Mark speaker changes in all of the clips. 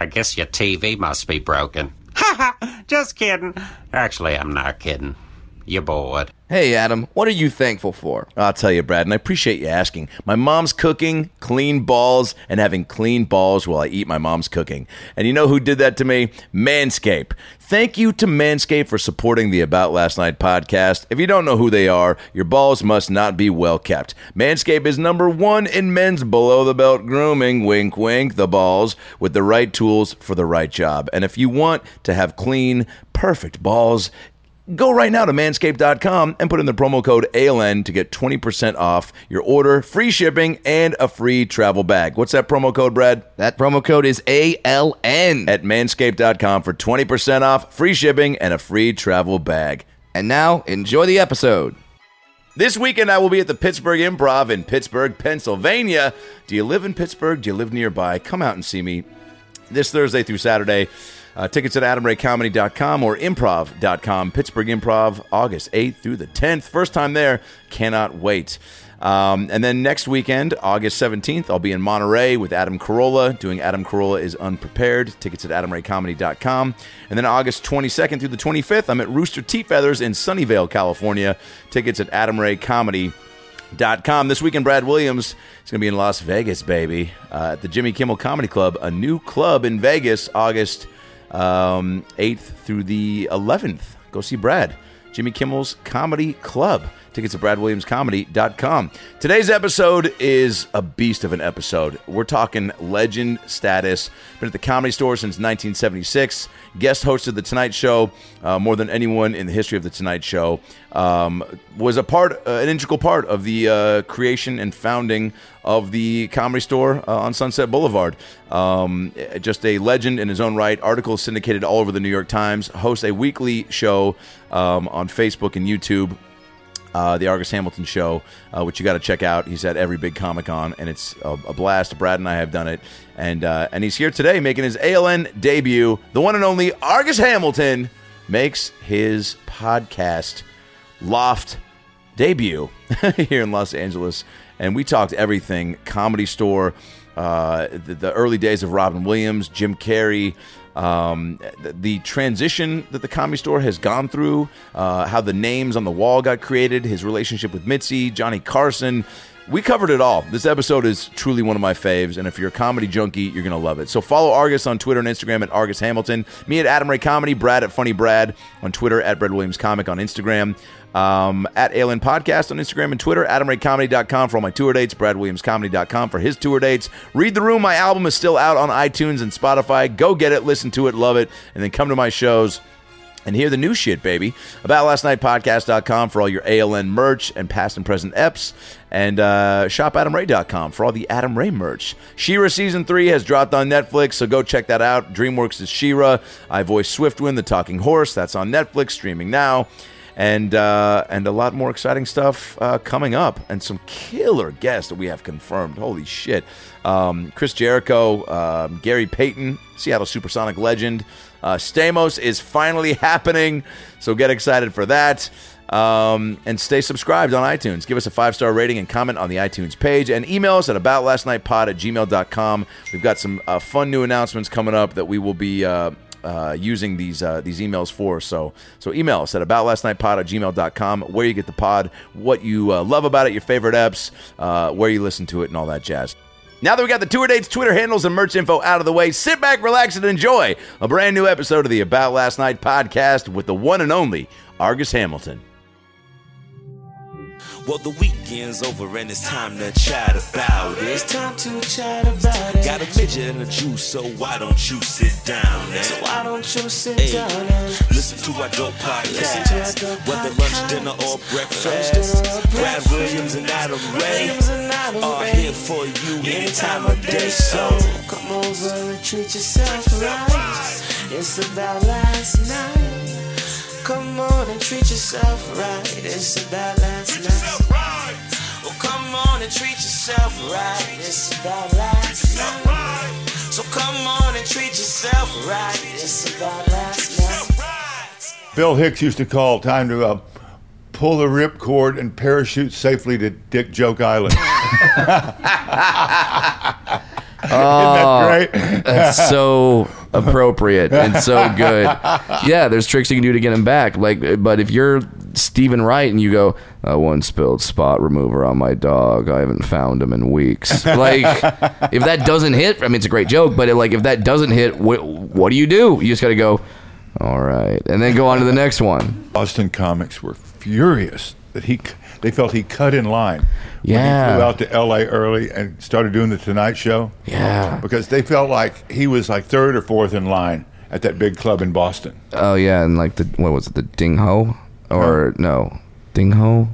Speaker 1: I guess your TV must be broken. Ha ha! Just kidding. Actually, I'm not kidding. You're bored.
Speaker 2: Hey, Adam, what are you thankful for? I'll tell you, Brad, and I appreciate you asking. My mom's cooking, clean balls, and having clean balls while I eat my mom's cooking. And you know who did that to me? Manscaped. Thank you to Manscaped for supporting the About Last Night podcast. If you don't know who they are, your balls must not be well kept. Manscaped is number one in men's below the belt grooming, wink, wink, the balls, with the right tools for the right job. And if you want to have clean, perfect balls, Go right now to manscaped.com and put in the promo code ALN to get 20% off your order, free shipping, and a free travel bag. What's that promo code, Brad?
Speaker 3: That promo code is ALN.
Speaker 2: At manscaped.com for 20% off, free shipping, and a free travel bag.
Speaker 3: And now, enjoy the episode.
Speaker 2: This weekend, I will be at the Pittsburgh Improv in Pittsburgh, Pennsylvania. Do you live in Pittsburgh? Do you live nearby? Come out and see me this Thursday through Saturday. Uh, tickets at adamraycomedy.com or improv.com. Pittsburgh Improv, August 8th through the 10th. First time there. Cannot wait. Um, and then next weekend, August 17th, I'll be in Monterey with Adam Carolla doing Adam Carolla is Unprepared. Tickets at adamraycomedy.com. And then August 22nd through the 25th, I'm at Rooster Tea Feathers in Sunnyvale, California. Tickets at adamraycomedy.com. Com. This weekend, Brad Williams is going to be in Las Vegas, baby, uh, at the Jimmy Kimmel Comedy Club, a new club in Vegas, August um, 8th through the 11th. Go see Brad. Jimmy Kimmel's Comedy Club. Tickets at bradwilliamscomedy.com. Today's episode is a beast of an episode. We're talking legend status. Been at the comedy store since 1976. Guest hosted The Tonight Show uh, more than anyone in the history of The Tonight Show. Um, was a part, uh, an integral part of the uh, creation and founding of the comedy store uh, on Sunset Boulevard. Um, just a legend in his own right. Articles syndicated all over the New York Times. Hosts a weekly show um, on Facebook and YouTube. Uh, the Argus Hamilton show, uh, which you got to check out. He's at every big Comic Con, and it's a, a blast. Brad and I have done it, and uh, and he's here today making his ALN debut. The one and only Argus Hamilton makes his podcast Loft debut here in Los Angeles, and we talked everything comedy store, uh, the, the early days of Robin Williams, Jim Carrey. Um, the, the transition that the comedy store has gone through, uh, how the names on the wall got created, his relationship with Mitzi, Johnny Carson. We covered it all. This episode is truly one of my faves, and if you're a comedy junkie, you're going to love it. So follow Argus on Twitter and Instagram at Argus Hamilton, me at Adam Ray Comedy, Brad at Funny Brad on Twitter, at Brad Williams Comic on Instagram, um, at ALN Podcast on Instagram and Twitter, AdamRayComedy.com for all my tour dates, BradWilliamsComedy.com for his tour dates. Read the Room, my album is still out on iTunes and Spotify. Go get it, listen to it, love it, and then come to my shows and hear the new shit, baby. About last night podcast.com for all your ALN merch and past and present EPs. And uh, shopAdamRay.com for all the Adam Ray merch. Shira season three has dropped on Netflix, so go check that out. DreamWorks is Shira. I voice Swiftwind, the talking horse. That's on Netflix, streaming now, and uh, and a lot more exciting stuff uh, coming up, and some killer guests that we have confirmed. Holy shit! Um, Chris Jericho, um, Gary Payton, Seattle Supersonic legend. Uh, Stamos is finally happening, so get excited for that. Um, and stay subscribed on iTunes. Give us a five star rating and comment on the iTunes page. And email us at aboutlastnightpod at gmail.com. We've got some uh, fun new announcements coming up that we will be. Uh, uh, using these uh, these emails for. So so email us at aboutlastnightpod at gmail.com where you get the pod, what you uh, love about it, your favorite apps, uh, where you listen to it, and all that jazz. Now that we got the tour dates, Twitter handles, and merch info out of the way, sit back, relax, and enjoy a brand new episode of the About Last Night podcast with the one and only Argus Hamilton.
Speaker 4: Well, the weekend's over and it's time to chat about it. It's time to chat about it. Got a midget and a juice, so why don't you sit down? And so why don't you sit down? listen to our dope podcast. Whether lunch, dinner, or breakfast, Brad Williams and Adam Ray are here for you any time of day. So come come over and treat yourself right. It's about last night. Come on and treat yourself right. It's about last night. Oh, come on and treat yourself right. It's about last night. So come on and treat yourself right. It's about last night.
Speaker 5: Bill Hicks used to call time to uh, pull the ripcord and parachute safely to Dick Joke Island. Isn't that great?
Speaker 3: That's so appropriate and so good. Yeah, there's tricks you can do to get him back. Like, but if you're Stephen Wright and you go, "I once spilled spot remover on my dog. I haven't found him in weeks." Like, if that doesn't hit, I mean, it's a great joke, but it, like, if that doesn't hit, what, what do you do? You just got to go, "All right," and then go on to the next one.
Speaker 5: Boston comics were furious that he c- they felt he cut in line when
Speaker 3: Yeah.
Speaker 5: he flew out to L.A. early and started doing the Tonight Show.
Speaker 3: Yeah.
Speaker 5: because they felt like he was like third or fourth in line at that big club in Boston.
Speaker 3: Oh yeah, and like the what was it? The ding ho or no, ding ho?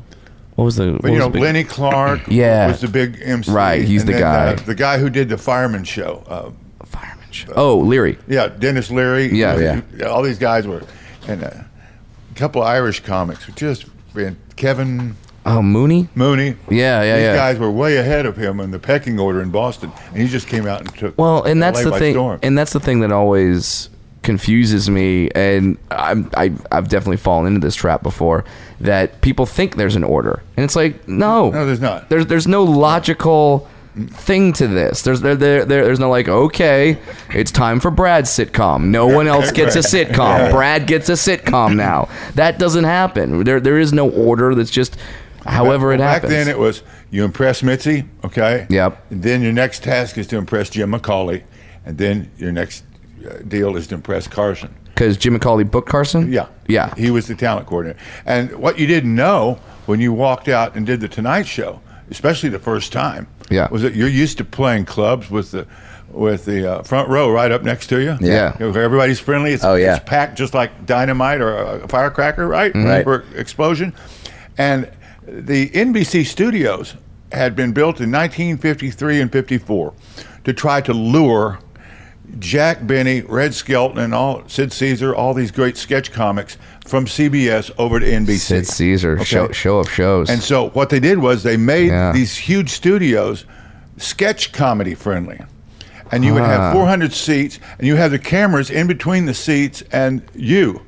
Speaker 3: What was the?
Speaker 5: But
Speaker 3: what
Speaker 5: you
Speaker 3: was
Speaker 5: know,
Speaker 3: the big-
Speaker 5: Lenny Clark
Speaker 3: Yeah.
Speaker 5: was the big MC.
Speaker 3: Right, he's the
Speaker 5: uh,
Speaker 3: guy.
Speaker 5: the guy who did the fireman show. Uh,
Speaker 3: fireman show. Oh, Leary.
Speaker 5: yeah, Dennis Leary.
Speaker 3: Yeah,
Speaker 5: you know,
Speaker 3: yeah.
Speaker 5: you- All these guys were, and uh, a couple of Irish comics were just and Kevin
Speaker 3: Oh, Mooney.
Speaker 5: Mooney.
Speaker 3: Yeah, yeah,
Speaker 5: These
Speaker 3: yeah.
Speaker 5: guys were way ahead of him in the pecking order in Boston, and he just came out and took.
Speaker 3: Well, and that's
Speaker 5: LA
Speaker 3: the
Speaker 5: by
Speaker 3: thing,
Speaker 5: storm.
Speaker 3: and that's the thing that always confuses me, and I'm I, I've definitely fallen into this trap before. That people think there's an order, and it's like no,
Speaker 5: No, there's not.
Speaker 3: There's there's no logical thing to this. There's there, there, there there's no like okay, it's time for Brad's sitcom. No one else gets a sitcom. Brad gets a sitcom now. That doesn't happen. There there is no order. That's just however it
Speaker 5: Back
Speaker 3: happens.
Speaker 5: then, it was you impress Mitzi, okay?
Speaker 3: Yep.
Speaker 5: And then your next task is to impress Jim McCauley, and then your next uh, deal is to impress Carson.
Speaker 3: because Jim McCauley booked Carson.
Speaker 5: Yeah.
Speaker 3: yeah.
Speaker 5: He was the talent coordinator. And what you didn't know when you walked out and did the Tonight Show, especially the first time,
Speaker 3: Yeah.
Speaker 5: was that you're used to playing clubs with the with the uh, front row right up next to you.
Speaker 3: Yeah.
Speaker 5: You know, where everybody's friendly. It's,
Speaker 6: Oh, yeah.
Speaker 5: It's packed just like dynamite or a firecracker, right?
Speaker 6: Right.
Speaker 3: Mm-hmm.
Speaker 5: For explosion. And the NBC studios had been built in 1953 and 54 to try to lure Jack Benny, Red Skelton, and all Sid Caesar, all these great sketch comics from CBS over to NBC.
Speaker 3: Sid Caesar show show of shows.
Speaker 5: And so what they did was they made
Speaker 3: Yeah.
Speaker 5: these huge studios sketch comedy friendly. And you would
Speaker 3: Ah.
Speaker 5: have 400 seats, and you have the cameras in between the seats and you.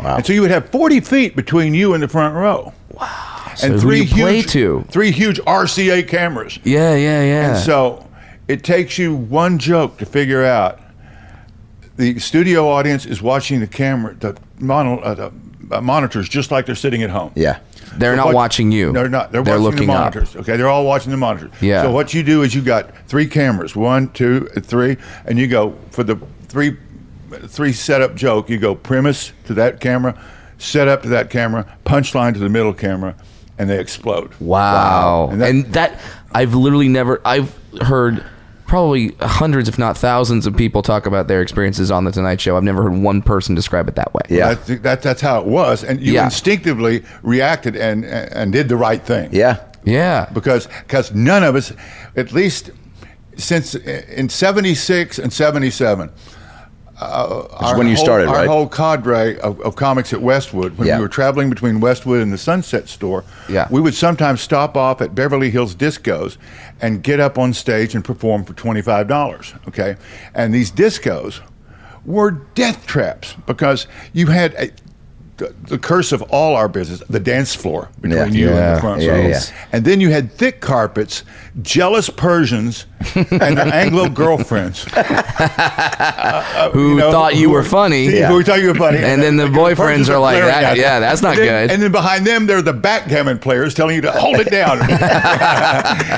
Speaker 5: And so you would have 40 feet between you and the front row. Wow.
Speaker 3: So who you play to.
Speaker 5: three huge RCA cameras.
Speaker 3: yeah, yeah, yeah.
Speaker 5: And so it takes you one joke to figure out. The studio audience is watching the camera, the, mono, uh, the uh, monitors, just like they're sitting at home.
Speaker 6: Yeah.
Speaker 3: They're
Speaker 5: So
Speaker 3: not
Speaker 5: what-
Speaker 3: watching you.
Speaker 5: They're not. They're, watching the monitors. Okay, they're all watching the monitors.
Speaker 3: Yeah.
Speaker 5: So what you do is you got three cameras, one, two, and three, and you go for the three, three setup joke. You go premise to that camera, setup to that camera, punchline to the middle camera, and they explode.
Speaker 3: Wow.
Speaker 5: And
Speaker 3: And,
Speaker 5: that-
Speaker 3: that, I've literally never I've heard probably hundreds if not thousands of people talk about their experiences on the Tonight Show. I've never heard one person describe it that way.
Speaker 6: Yeah.
Speaker 5: That's, that, that's how it was, and you
Speaker 3: Yeah.
Speaker 5: instinctively reacted and, and and did the right thing.
Speaker 6: Yeah.
Speaker 3: Yeah.
Speaker 5: because because none of us, at least since uh, in '76 and '77,
Speaker 6: That's when you
Speaker 5: whole-
Speaker 6: started,
Speaker 5: our
Speaker 6: right?
Speaker 5: whole cadre of, of comics at Westwood, when
Speaker 6: Yeah.
Speaker 5: we were traveling between Westwood and the Sunset Store,
Speaker 3: Yeah.
Speaker 5: we would sometimes stop off at Beverly Hills discos and get up on stage and perform for twenty five dollars. Okay, and these discos were death traps because you had uh, a. The, the curse of all our business, the dance floor between
Speaker 6: Yeah.
Speaker 5: you and the
Speaker 3: Yeah.
Speaker 5: front
Speaker 6: Yeah,
Speaker 5: row.
Speaker 6: yeah.
Speaker 5: And then you had thick carpets, jealous Persians, and their Anglo girlfriends
Speaker 3: Who
Speaker 5: know,
Speaker 3: thought you
Speaker 5: who-
Speaker 3: were funny.
Speaker 5: who were thought you were funny.
Speaker 3: And then the boyfriends are like,
Speaker 5: glaring
Speaker 3: that-
Speaker 5: at you.
Speaker 3: yeah, that's not
Speaker 5: And then-
Speaker 3: good.
Speaker 5: And then behind them, they're the backgammon players telling you to hold it down.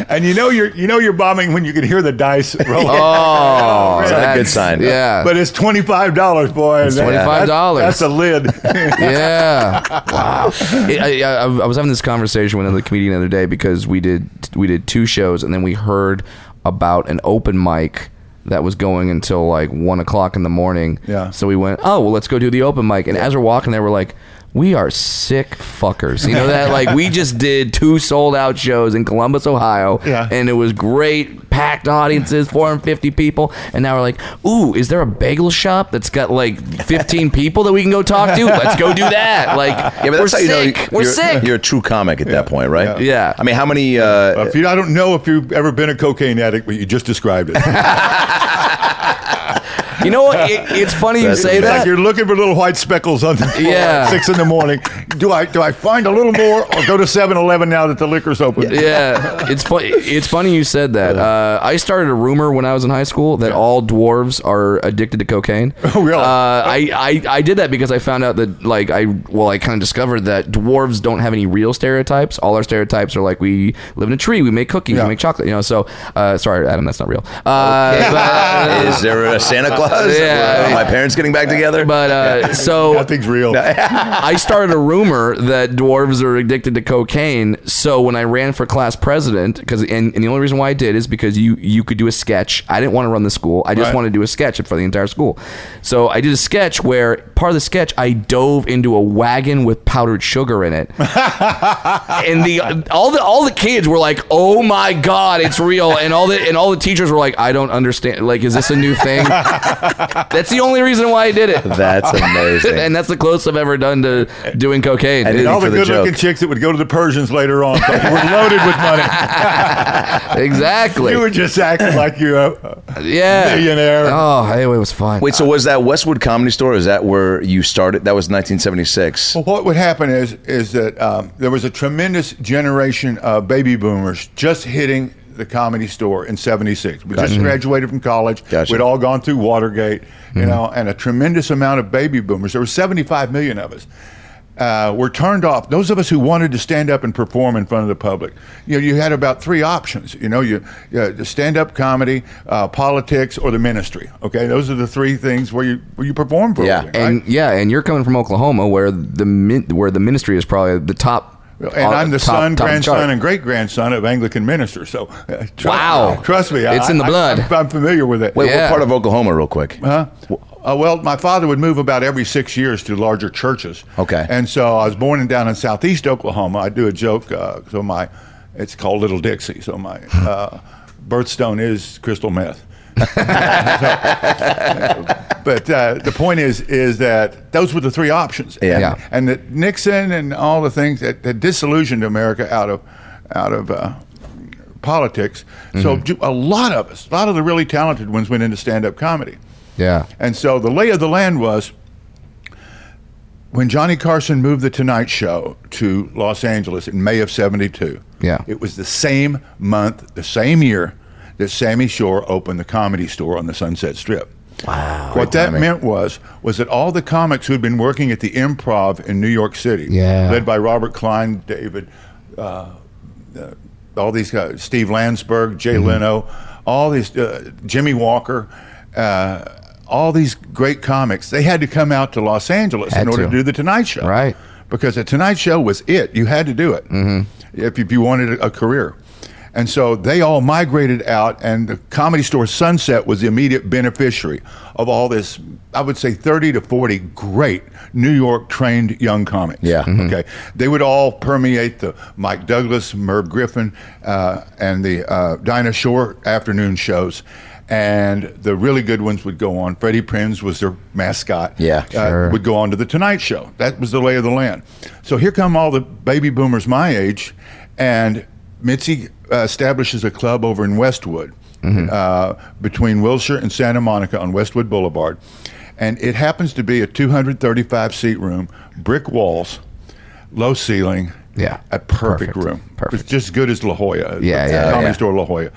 Speaker 5: and you know you're you know you're bombing when you can hear the dice roll.
Speaker 3: Oh,
Speaker 5: It's not a
Speaker 6: good
Speaker 3: that's-
Speaker 6: sign.
Speaker 3: Yeah.
Speaker 5: But it's twenty five dollars, boy. It's
Speaker 3: $25.
Speaker 5: That's, that's a lid.
Speaker 3: yeah. Wow. I, I, I was having this conversation with another comedian the other day because we did we did two shows and then we heard about an open mic that was going until like one o'clock in the morning.
Speaker 5: Yeah.
Speaker 3: So we went, oh well, let's go do the open mic. And as we're walking there, we're like, we are sick fuckers. You know that? like, we just did two sold out shows in Columbus, Ohio.
Speaker 5: Yeah.
Speaker 3: And it was great, packed audiences, 450 people. And now we're like, ooh, is there a bagel shop that's got like 15 people that we can go talk to? Let's go do that. Like,
Speaker 2: Yeah, but
Speaker 3: we're
Speaker 2: that's how you
Speaker 3: sick.
Speaker 2: know
Speaker 3: we're
Speaker 2: you're,
Speaker 3: sick.
Speaker 2: You're a true comic at that point, right?
Speaker 3: Yeah. Yeah.
Speaker 2: I mean, how many? Uh,
Speaker 5: If you, I don't know if you've ever been a cocaine addict, but you just described it. it's
Speaker 3: you know what? It, it's funny you
Speaker 2: That's
Speaker 3: say
Speaker 5: like
Speaker 3: that.
Speaker 5: you're looking for little white speckles on the floor
Speaker 3: Yeah.
Speaker 5: at six in the morning. Do I do I find a little more, or go to 7-Eleven now that the liquor's open?
Speaker 3: yeah, it's funny. It's funny you said that. Uh, I started a rumor when I was in high school that all dwarves are addicted to cocaine.
Speaker 5: Oh, really?
Speaker 3: Uh, I, I I did that because I found out that like I well I kind of discovered that dwarves don't have any real stereotypes. All our stereotypes are like we live in a tree, we make cookies,
Speaker 5: Yeah.
Speaker 3: we make chocolate. You know, so uh, sorry, Adam, that's not real. Uh, but-
Speaker 2: is there a Santa Claus?
Speaker 3: Yeah.
Speaker 2: Are my parents getting back together?
Speaker 3: But uh, so
Speaker 5: Nothing's real.
Speaker 3: I started a rumor that dwarves are addicted to cocaine. So when I ran for class president, because and, and the only reason why I did is because you you could do a sketch. I didn't want to run the school. I just
Speaker 5: Right.
Speaker 3: wanted to do a sketch for the entire school. So I did a sketch where part of the sketch I dove into a wagon with powdered sugar in it, and the all the all the kids were like, "Oh my god, it's real!" And all the and all the teachers were like, "I don't understand. Like, is this a new thing?" That's the only reason why I did it
Speaker 2: that's amazing.
Speaker 3: and that's the closest I've ever done to doing cocaine.
Speaker 2: And
Speaker 3: It-
Speaker 5: And all
Speaker 2: for
Speaker 5: the
Speaker 2: the
Speaker 5: good-looking
Speaker 2: joke.
Speaker 5: chicks that would go to the Persians later on thought you were loaded with money.
Speaker 3: exactly.
Speaker 5: You were just acting like you uh,
Speaker 3: yeah.
Speaker 5: millionaire.
Speaker 3: Oh, hey, it was fun.
Speaker 2: Wait, so was that Westwood Comedy Store? Is that where you started? That was 1976.
Speaker 5: Well, what would happen is is that um, there was a tremendous generation of baby boomers just hitting the comedy store in '76. We just graduated from college.
Speaker 2: Gotcha. Mm-hmm.
Speaker 5: We'd all gone through Watergate, you know, and a tremendous amount of baby boomers. There were 75 million of us. Uh, were turned off. Those of us who wanted to stand up and perform in front of the public, you know, you had about three options. You know, you, you uh, stand-up comedy, uh, politics, or the ministry. Okay, those are the three things where you where you perform for. a
Speaker 2: Yeah.
Speaker 5: living, right?
Speaker 3: and yeah, and you're coming from Oklahoma, where the min- where the ministry is probably the top.
Speaker 5: And
Speaker 3: uh,
Speaker 5: I'm the
Speaker 3: top-
Speaker 5: son,
Speaker 3: top
Speaker 5: grandson,
Speaker 3: chart.
Speaker 5: and great grandson of Anglican ministers. So, uh, trust
Speaker 3: Wow.
Speaker 5: me, trust me, I-
Speaker 3: It's in the
Speaker 5: I-
Speaker 3: blood.
Speaker 5: I'm, I'm familiar with it.
Speaker 2: Wait,
Speaker 3: Yeah.
Speaker 2: what part of Oklahoma, real quick?
Speaker 5: Huh? Uh, well, my father would move about every six years to larger churches.
Speaker 2: Okay.
Speaker 5: And so I was born in down in southeast Oklahoma. I do a joke. Uh, so my, it's called Little Dixie. So my uh, birthstone is crystal meth. but uh, the point is, is that those were the three options.
Speaker 2: Yeah.
Speaker 3: Yeah.
Speaker 5: And that Nixon and all the things that, that disillusioned America out of, out of. Uh, politics so ju- a lot of us a lot of the really talented ones went into stand-up comedy
Speaker 3: Yeah.
Speaker 5: and so the lay of the land was when Johnny Carson moved The Tonight Show to Los Angeles in May of 72.
Speaker 3: Yeah.
Speaker 5: It was the same month, the same year that Sammy Shore opened the comedy store on the Sunset Strip. Wow. What that meant was was that all the comics who'd been working at the improv in New York City,
Speaker 3: Yeah.
Speaker 5: led by Robert Klein, David, all these guys, Steve Landsberg, Jay
Speaker 3: Mm-hmm.
Speaker 5: Leno, all these, uh, Jimmy Walker, uh, all these great comics, they had to come out to Los Angeles
Speaker 3: Had
Speaker 5: in order
Speaker 3: to.
Speaker 5: to. do The Tonight Show.
Speaker 3: Right.
Speaker 5: Because The Tonight Show was it. You had to do it
Speaker 2: Mm-hmm.
Speaker 5: if, if you wanted a, a career. And so they all migrated out, and the comedy store Sunset was the immediate beneficiary of all this, I would say 30 to 40 great New York trained young comics.
Speaker 2: Yeah. Mhm.
Speaker 5: Okay. They would all permeate the Mike Douglas, Merv Griffin, uh, and the uh, Dinah Shore afternoon shows. And the really good ones would go on. Freddie Prinz was their mascot.
Speaker 2: Yeah,
Speaker 5: Uh, Would go on to The Tonight Show. That was the lay of the land. So here come all the baby boomers my age. And Mitzi uh, establishes a club over in Westwood
Speaker 3: Mm-hmm.
Speaker 5: uh, between Wilshire and Santa Monica on Westwood Boulevard. And it happens to be a 235 seat room, brick walls low ceiling.
Speaker 3: Yeah.
Speaker 5: A perfect,
Speaker 3: Perfect.
Speaker 5: room.
Speaker 3: Perfect.
Speaker 5: It's just as good as La Jolla.
Speaker 3: Yeah,
Speaker 5: the
Speaker 3: yeah,
Speaker 5: Comedy
Speaker 2: yeah.
Speaker 5: store La Jolla.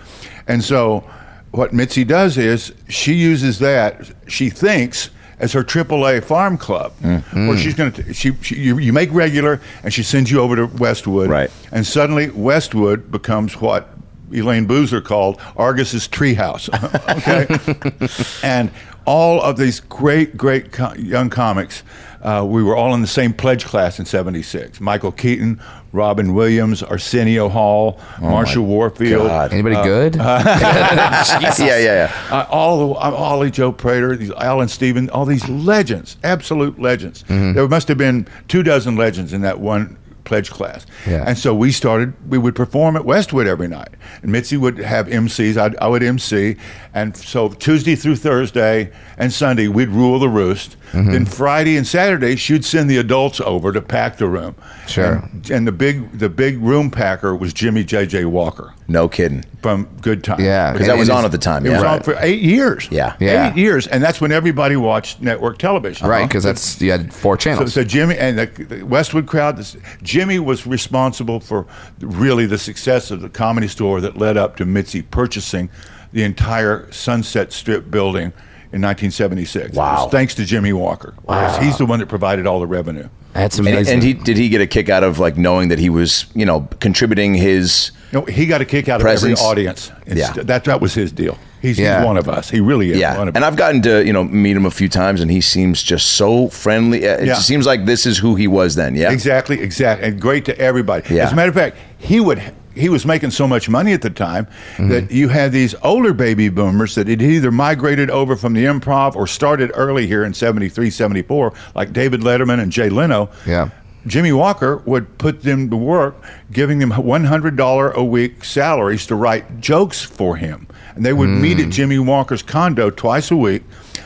Speaker 5: And so what Mitzi does is she uses that, she thinks, as her AAA farm club,
Speaker 2: Mm-hmm.
Speaker 5: where she's going to, she, she you, you make regular and she sends you over to Westwood.
Speaker 2: Right.
Speaker 5: And suddenly Westwood becomes what Elaine Boozer called Argus's Treehouse. okay, and all of these great, great co- young comics. Uh, we were all in the same pledge class in '76. Michael Keaton, Robin Williams, Arsenio Hall, Marshall Warfield.
Speaker 2: God.
Speaker 3: Anybody good?
Speaker 2: yeah, yeah, yeah.
Speaker 5: Uh, all the uh, Ollie Joe Prater, these Alan Stevens, all these legends, absolute legends. There must have been two dozen legends in that one pledge class.
Speaker 3: Yeah.
Speaker 5: And so we started. We would perform at Westwood every night, and Mitzi would have MCs. I'd, I would MC, and so Tuesday through Thursday and Sunday we'd rule the roost. Then Friday and Saturday she'd send the adults over to pack the room.
Speaker 3: Sure.
Speaker 5: And, and the big the big room packer was Jimmy J.J. Walker
Speaker 2: No kidding.
Speaker 5: from Good Time.
Speaker 3: Yeah.
Speaker 2: Because that
Speaker 3: And
Speaker 2: was
Speaker 3: it's-
Speaker 2: on at the time.
Speaker 5: It
Speaker 2: Yeah.
Speaker 5: was on for eight years.
Speaker 2: Yeah.
Speaker 3: Yeah.
Speaker 5: Eight years. And that's when everybody watched network television. Uh-huh.
Speaker 3: right, because that's you had
Speaker 5: So,
Speaker 3: four channels.
Speaker 5: so Jimmy and the, the Westwood crowd, this, Jimmy was responsible for really the success of the comedy store that led up to Mitzi purchasing the entire Sunset Strip building in 1976.
Speaker 2: Wow.
Speaker 5: It was thanks to Jimmy Walker. Wow. He's the one that provided all the revenue.
Speaker 3: that's amazing.
Speaker 2: And, and he did he get a kick out of like knowing that he was you know contributing his
Speaker 5: No, he got a kick out
Speaker 2: Presence.
Speaker 5: of every audience. It's-
Speaker 2: Yeah.
Speaker 5: That, that was his deal. He's,
Speaker 3: Yeah.
Speaker 5: he's one of us. He really is
Speaker 2: yeah
Speaker 5: one of
Speaker 2: and
Speaker 5: us.
Speaker 2: I've gotten to you know meet him a few times and he seems just so friendly Uh, it
Speaker 5: Yeah.
Speaker 2: just seems like this is who he was then yeah
Speaker 5: Exactly, exactly, and great to everybody.
Speaker 2: Yeah.
Speaker 5: As a matter of fact, he would he was making so much money at the time
Speaker 2: Mm-hmm.
Speaker 5: that you had these older baby boomers that had either migrated over from the improv or started early here in 73, 74, like David Letterman and Jay Leno.
Speaker 3: Yeah.
Speaker 5: Jimmy Walker would put them to work, giving them $100 a week salaries to write jokes for him. And they would meet
Speaker 3: Mm.
Speaker 5: at Jimmy Walker's condo twice a week.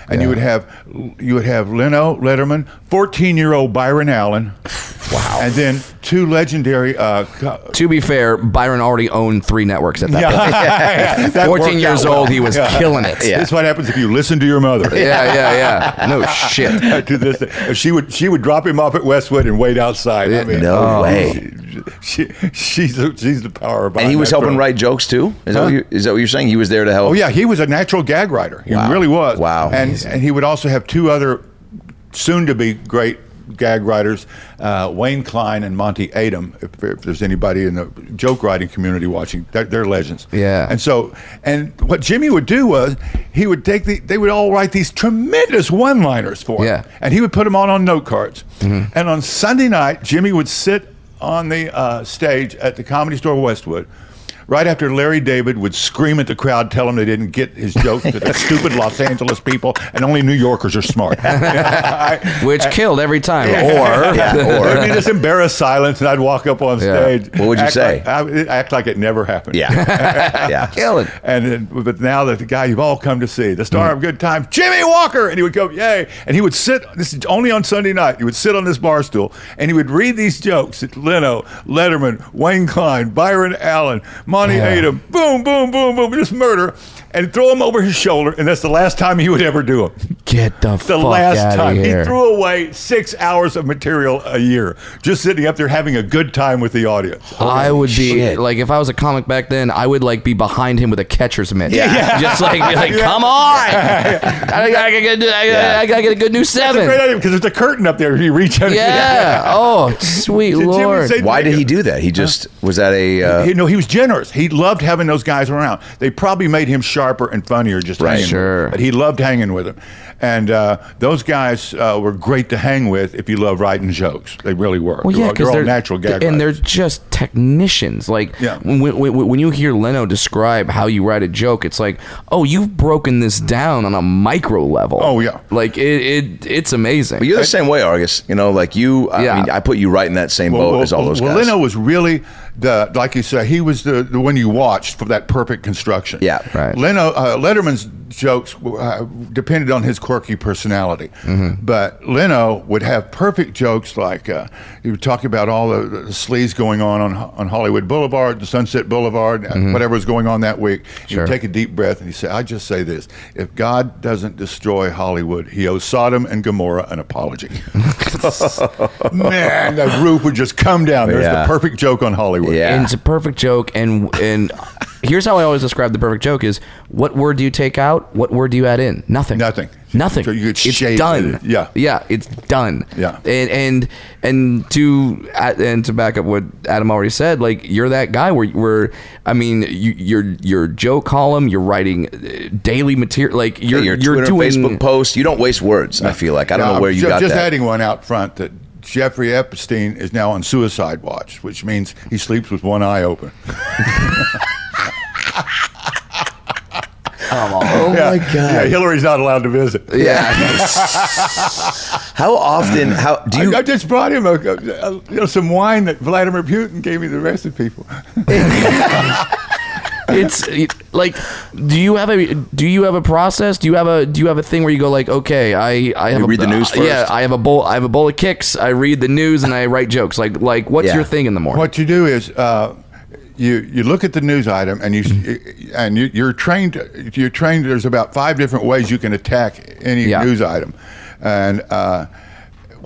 Speaker 5: And you would have you would have Leno Letterman, 14-year-old Byron Allen. Wow. And then two legendary uh, co-
Speaker 3: to be fair, Byron already owned three networks at that point.
Speaker 5: yeah, that worked
Speaker 3: Fourteen years
Speaker 5: out well.
Speaker 3: old, he was killing it.
Speaker 2: Yeah.
Speaker 5: This is what happens if you listen to your mother.
Speaker 3: yeah, yeah, yeah. No shit.
Speaker 5: to this, day. she would she would drop him off at Westwood and wait outside. I mean, oh,
Speaker 2: no way
Speaker 5: she, she's a- she's the power.
Speaker 2: and
Speaker 5: behind
Speaker 2: he was
Speaker 5: that
Speaker 2: helping
Speaker 5: girl.
Speaker 2: write jokes too is that
Speaker 5: Huh?
Speaker 2: what you, is that what you're saying he was there to help
Speaker 5: Oh yeah, he was a natural gag writer. He
Speaker 2: Wow.
Speaker 5: really was.
Speaker 2: Wow.
Speaker 5: And
Speaker 2: Amazing.
Speaker 5: and he would also have two other soon-to-be great gag writers, uh, Wayne Klein and Monty Adam. If, if there's anybody in the joke writing community watching, they're, they're legends.
Speaker 3: Yeah.
Speaker 5: And so, and what Jimmy would do was he would take the they would all write these tremendous one-liners for him.
Speaker 3: Yeah.
Speaker 5: And he would put them on on note cards.
Speaker 2: Mm-hmm.
Speaker 5: And on Sunday night, Jimmy would sit on the uh, stage at the Comedy Store Westwood. Right after Larry David would scream at the crowd, tell them they didn't get his joke to the stupid Los Angeles people, and only New Yorkers are smart.
Speaker 3: Which killed every time. Or
Speaker 2: Yeah, or-
Speaker 5: There'd be this embarrassed silence, and I'd walk up on
Speaker 3: Yeah.
Speaker 5: stage.
Speaker 2: What would you
Speaker 5: act
Speaker 2: say?
Speaker 5: like- I would act like it never happened.
Speaker 2: yeah yeah
Speaker 3: kill it.
Speaker 5: And then, but now that the guy you've all come to see, the star
Speaker 3: Mm-hmm.
Speaker 5: of Good Time, Jimmy Walker, and he would go, yay! And he would sit. This is only on Sunday night. He would sit on this bar stool and he would read these jokes at Leno, Letterman, Wayne Klein, Byron Allen, Monty Adam. Boom, boom, boom, boom. Just murder, and throw them over his shoulder. And that's the last time he would ever do them.
Speaker 3: Get the,
Speaker 5: The
Speaker 3: fuck
Speaker 5: last
Speaker 3: out
Speaker 5: time
Speaker 3: of here.
Speaker 5: he threw away six hours of material a year, just sitting up there having a good time with the audience.
Speaker 3: I would be
Speaker 2: shit.
Speaker 3: like if I was a comic back then, I would like be behind him with a catcher's mitt.
Speaker 2: Yeah. Yeah.
Speaker 3: Just like be like,
Speaker 5: Yeah.
Speaker 3: come on. I, I, gotta get- I- I- I gotta get a good new
Speaker 5: That's a great
Speaker 3: seven.
Speaker 5: idea because there's a curtain up there. You reach out.
Speaker 3: Yeah. Oh, sweet
Speaker 5: Jimmy
Speaker 3: lord.
Speaker 5: say-
Speaker 2: why did he do that he just was that a uh,
Speaker 5: He, no, he was generous. He loved having those guys around. They probably made him sharper and funnier just
Speaker 2: Right.
Speaker 5: hanging with
Speaker 3: Sure.
Speaker 5: him. But he loved hanging with them. And uh, those guys uh, were great to hang with if you love writing jokes. They really were. they're,
Speaker 3: Well, yeah,
Speaker 5: all- they're
Speaker 3: because
Speaker 5: all natural gag
Speaker 3: and they're
Speaker 5: writers.
Speaker 3: just technicians. Like
Speaker 5: Yeah.
Speaker 3: when, when, when you hear Leno describe how you write a joke, it's like, oh, you've broken this down on a micro level.
Speaker 5: Oh, yeah.
Speaker 3: like it, it it's amazing.
Speaker 2: but you're the same way Argus you know like you I
Speaker 3: Yeah.
Speaker 2: mean I put you right in that same boat as all those
Speaker 5: well,
Speaker 2: guys
Speaker 5: Leno was really the like you say he was the, the one you watched for that perfect construction.
Speaker 2: Yeah.
Speaker 3: Right.
Speaker 5: Leno uh, Letterman's jokes uh, depended on his quirky personality,
Speaker 2: Mm-hmm.
Speaker 5: but Leno would have perfect jokes like uh, he would talk about all the, the sleaze going on, on on Hollywood Boulevard, the Sunset Boulevard, uh,
Speaker 2: Mm-hmm.
Speaker 5: whatever was going on that week. He would take a deep breath and he said, "I just say this: if God doesn't destroy Hollywood, He owes Sodom and Gomorrah an apology." Man, the roof would just come down. There's
Speaker 2: Yeah.
Speaker 5: the perfect joke on Hollywood.
Speaker 2: Yeah.
Speaker 3: and it's a perfect joke and and here's how I always describe the perfect joke: is what word do you take out? What word do you add in? Nothing.
Speaker 5: Nothing.
Speaker 3: Nothing.
Speaker 5: So you could
Speaker 3: it's
Speaker 5: shave
Speaker 3: done.
Speaker 5: it. Yeah.
Speaker 3: Yeah. It's done.
Speaker 5: Yeah.
Speaker 3: And and and to and to back up what Adam already said, like you're that guy where where I mean you, your your joke column, you're writing uh, daily material, like you're
Speaker 2: your
Speaker 3: you're
Speaker 2: Twitter,
Speaker 3: doing
Speaker 2: Facebook post. You don't waste words. I feel like I don't
Speaker 5: Uh,
Speaker 2: know where you
Speaker 5: ju-
Speaker 2: got
Speaker 5: just
Speaker 2: that.
Speaker 5: adding one out front that Jeffrey Epstein is now on suicide watch, which means he sleeps with one eye open.
Speaker 2: oh my god!
Speaker 5: Yeah, Hillary's not allowed to visit.
Speaker 2: How often? How do you?
Speaker 5: I, I just brought him a, a- you know, some wine that Vladimir Putin gave me the recipe for.
Speaker 3: it's it, like do you have a do you have a process do you have a do you have a thing where you go like okay i i have
Speaker 2: You
Speaker 3: a,
Speaker 2: read the news
Speaker 3: uh, yeah
Speaker 2: first?
Speaker 3: i have a bowl i have a bowl of kicks i read the news and i write jokes like like what's
Speaker 2: Yeah.
Speaker 3: your thing in the morning
Speaker 5: What you do is uh, you you look at the news item and you and you, you're trained you're trained. There's about five different ways you can attack any
Speaker 3: Yeah.
Speaker 5: news item, and uh,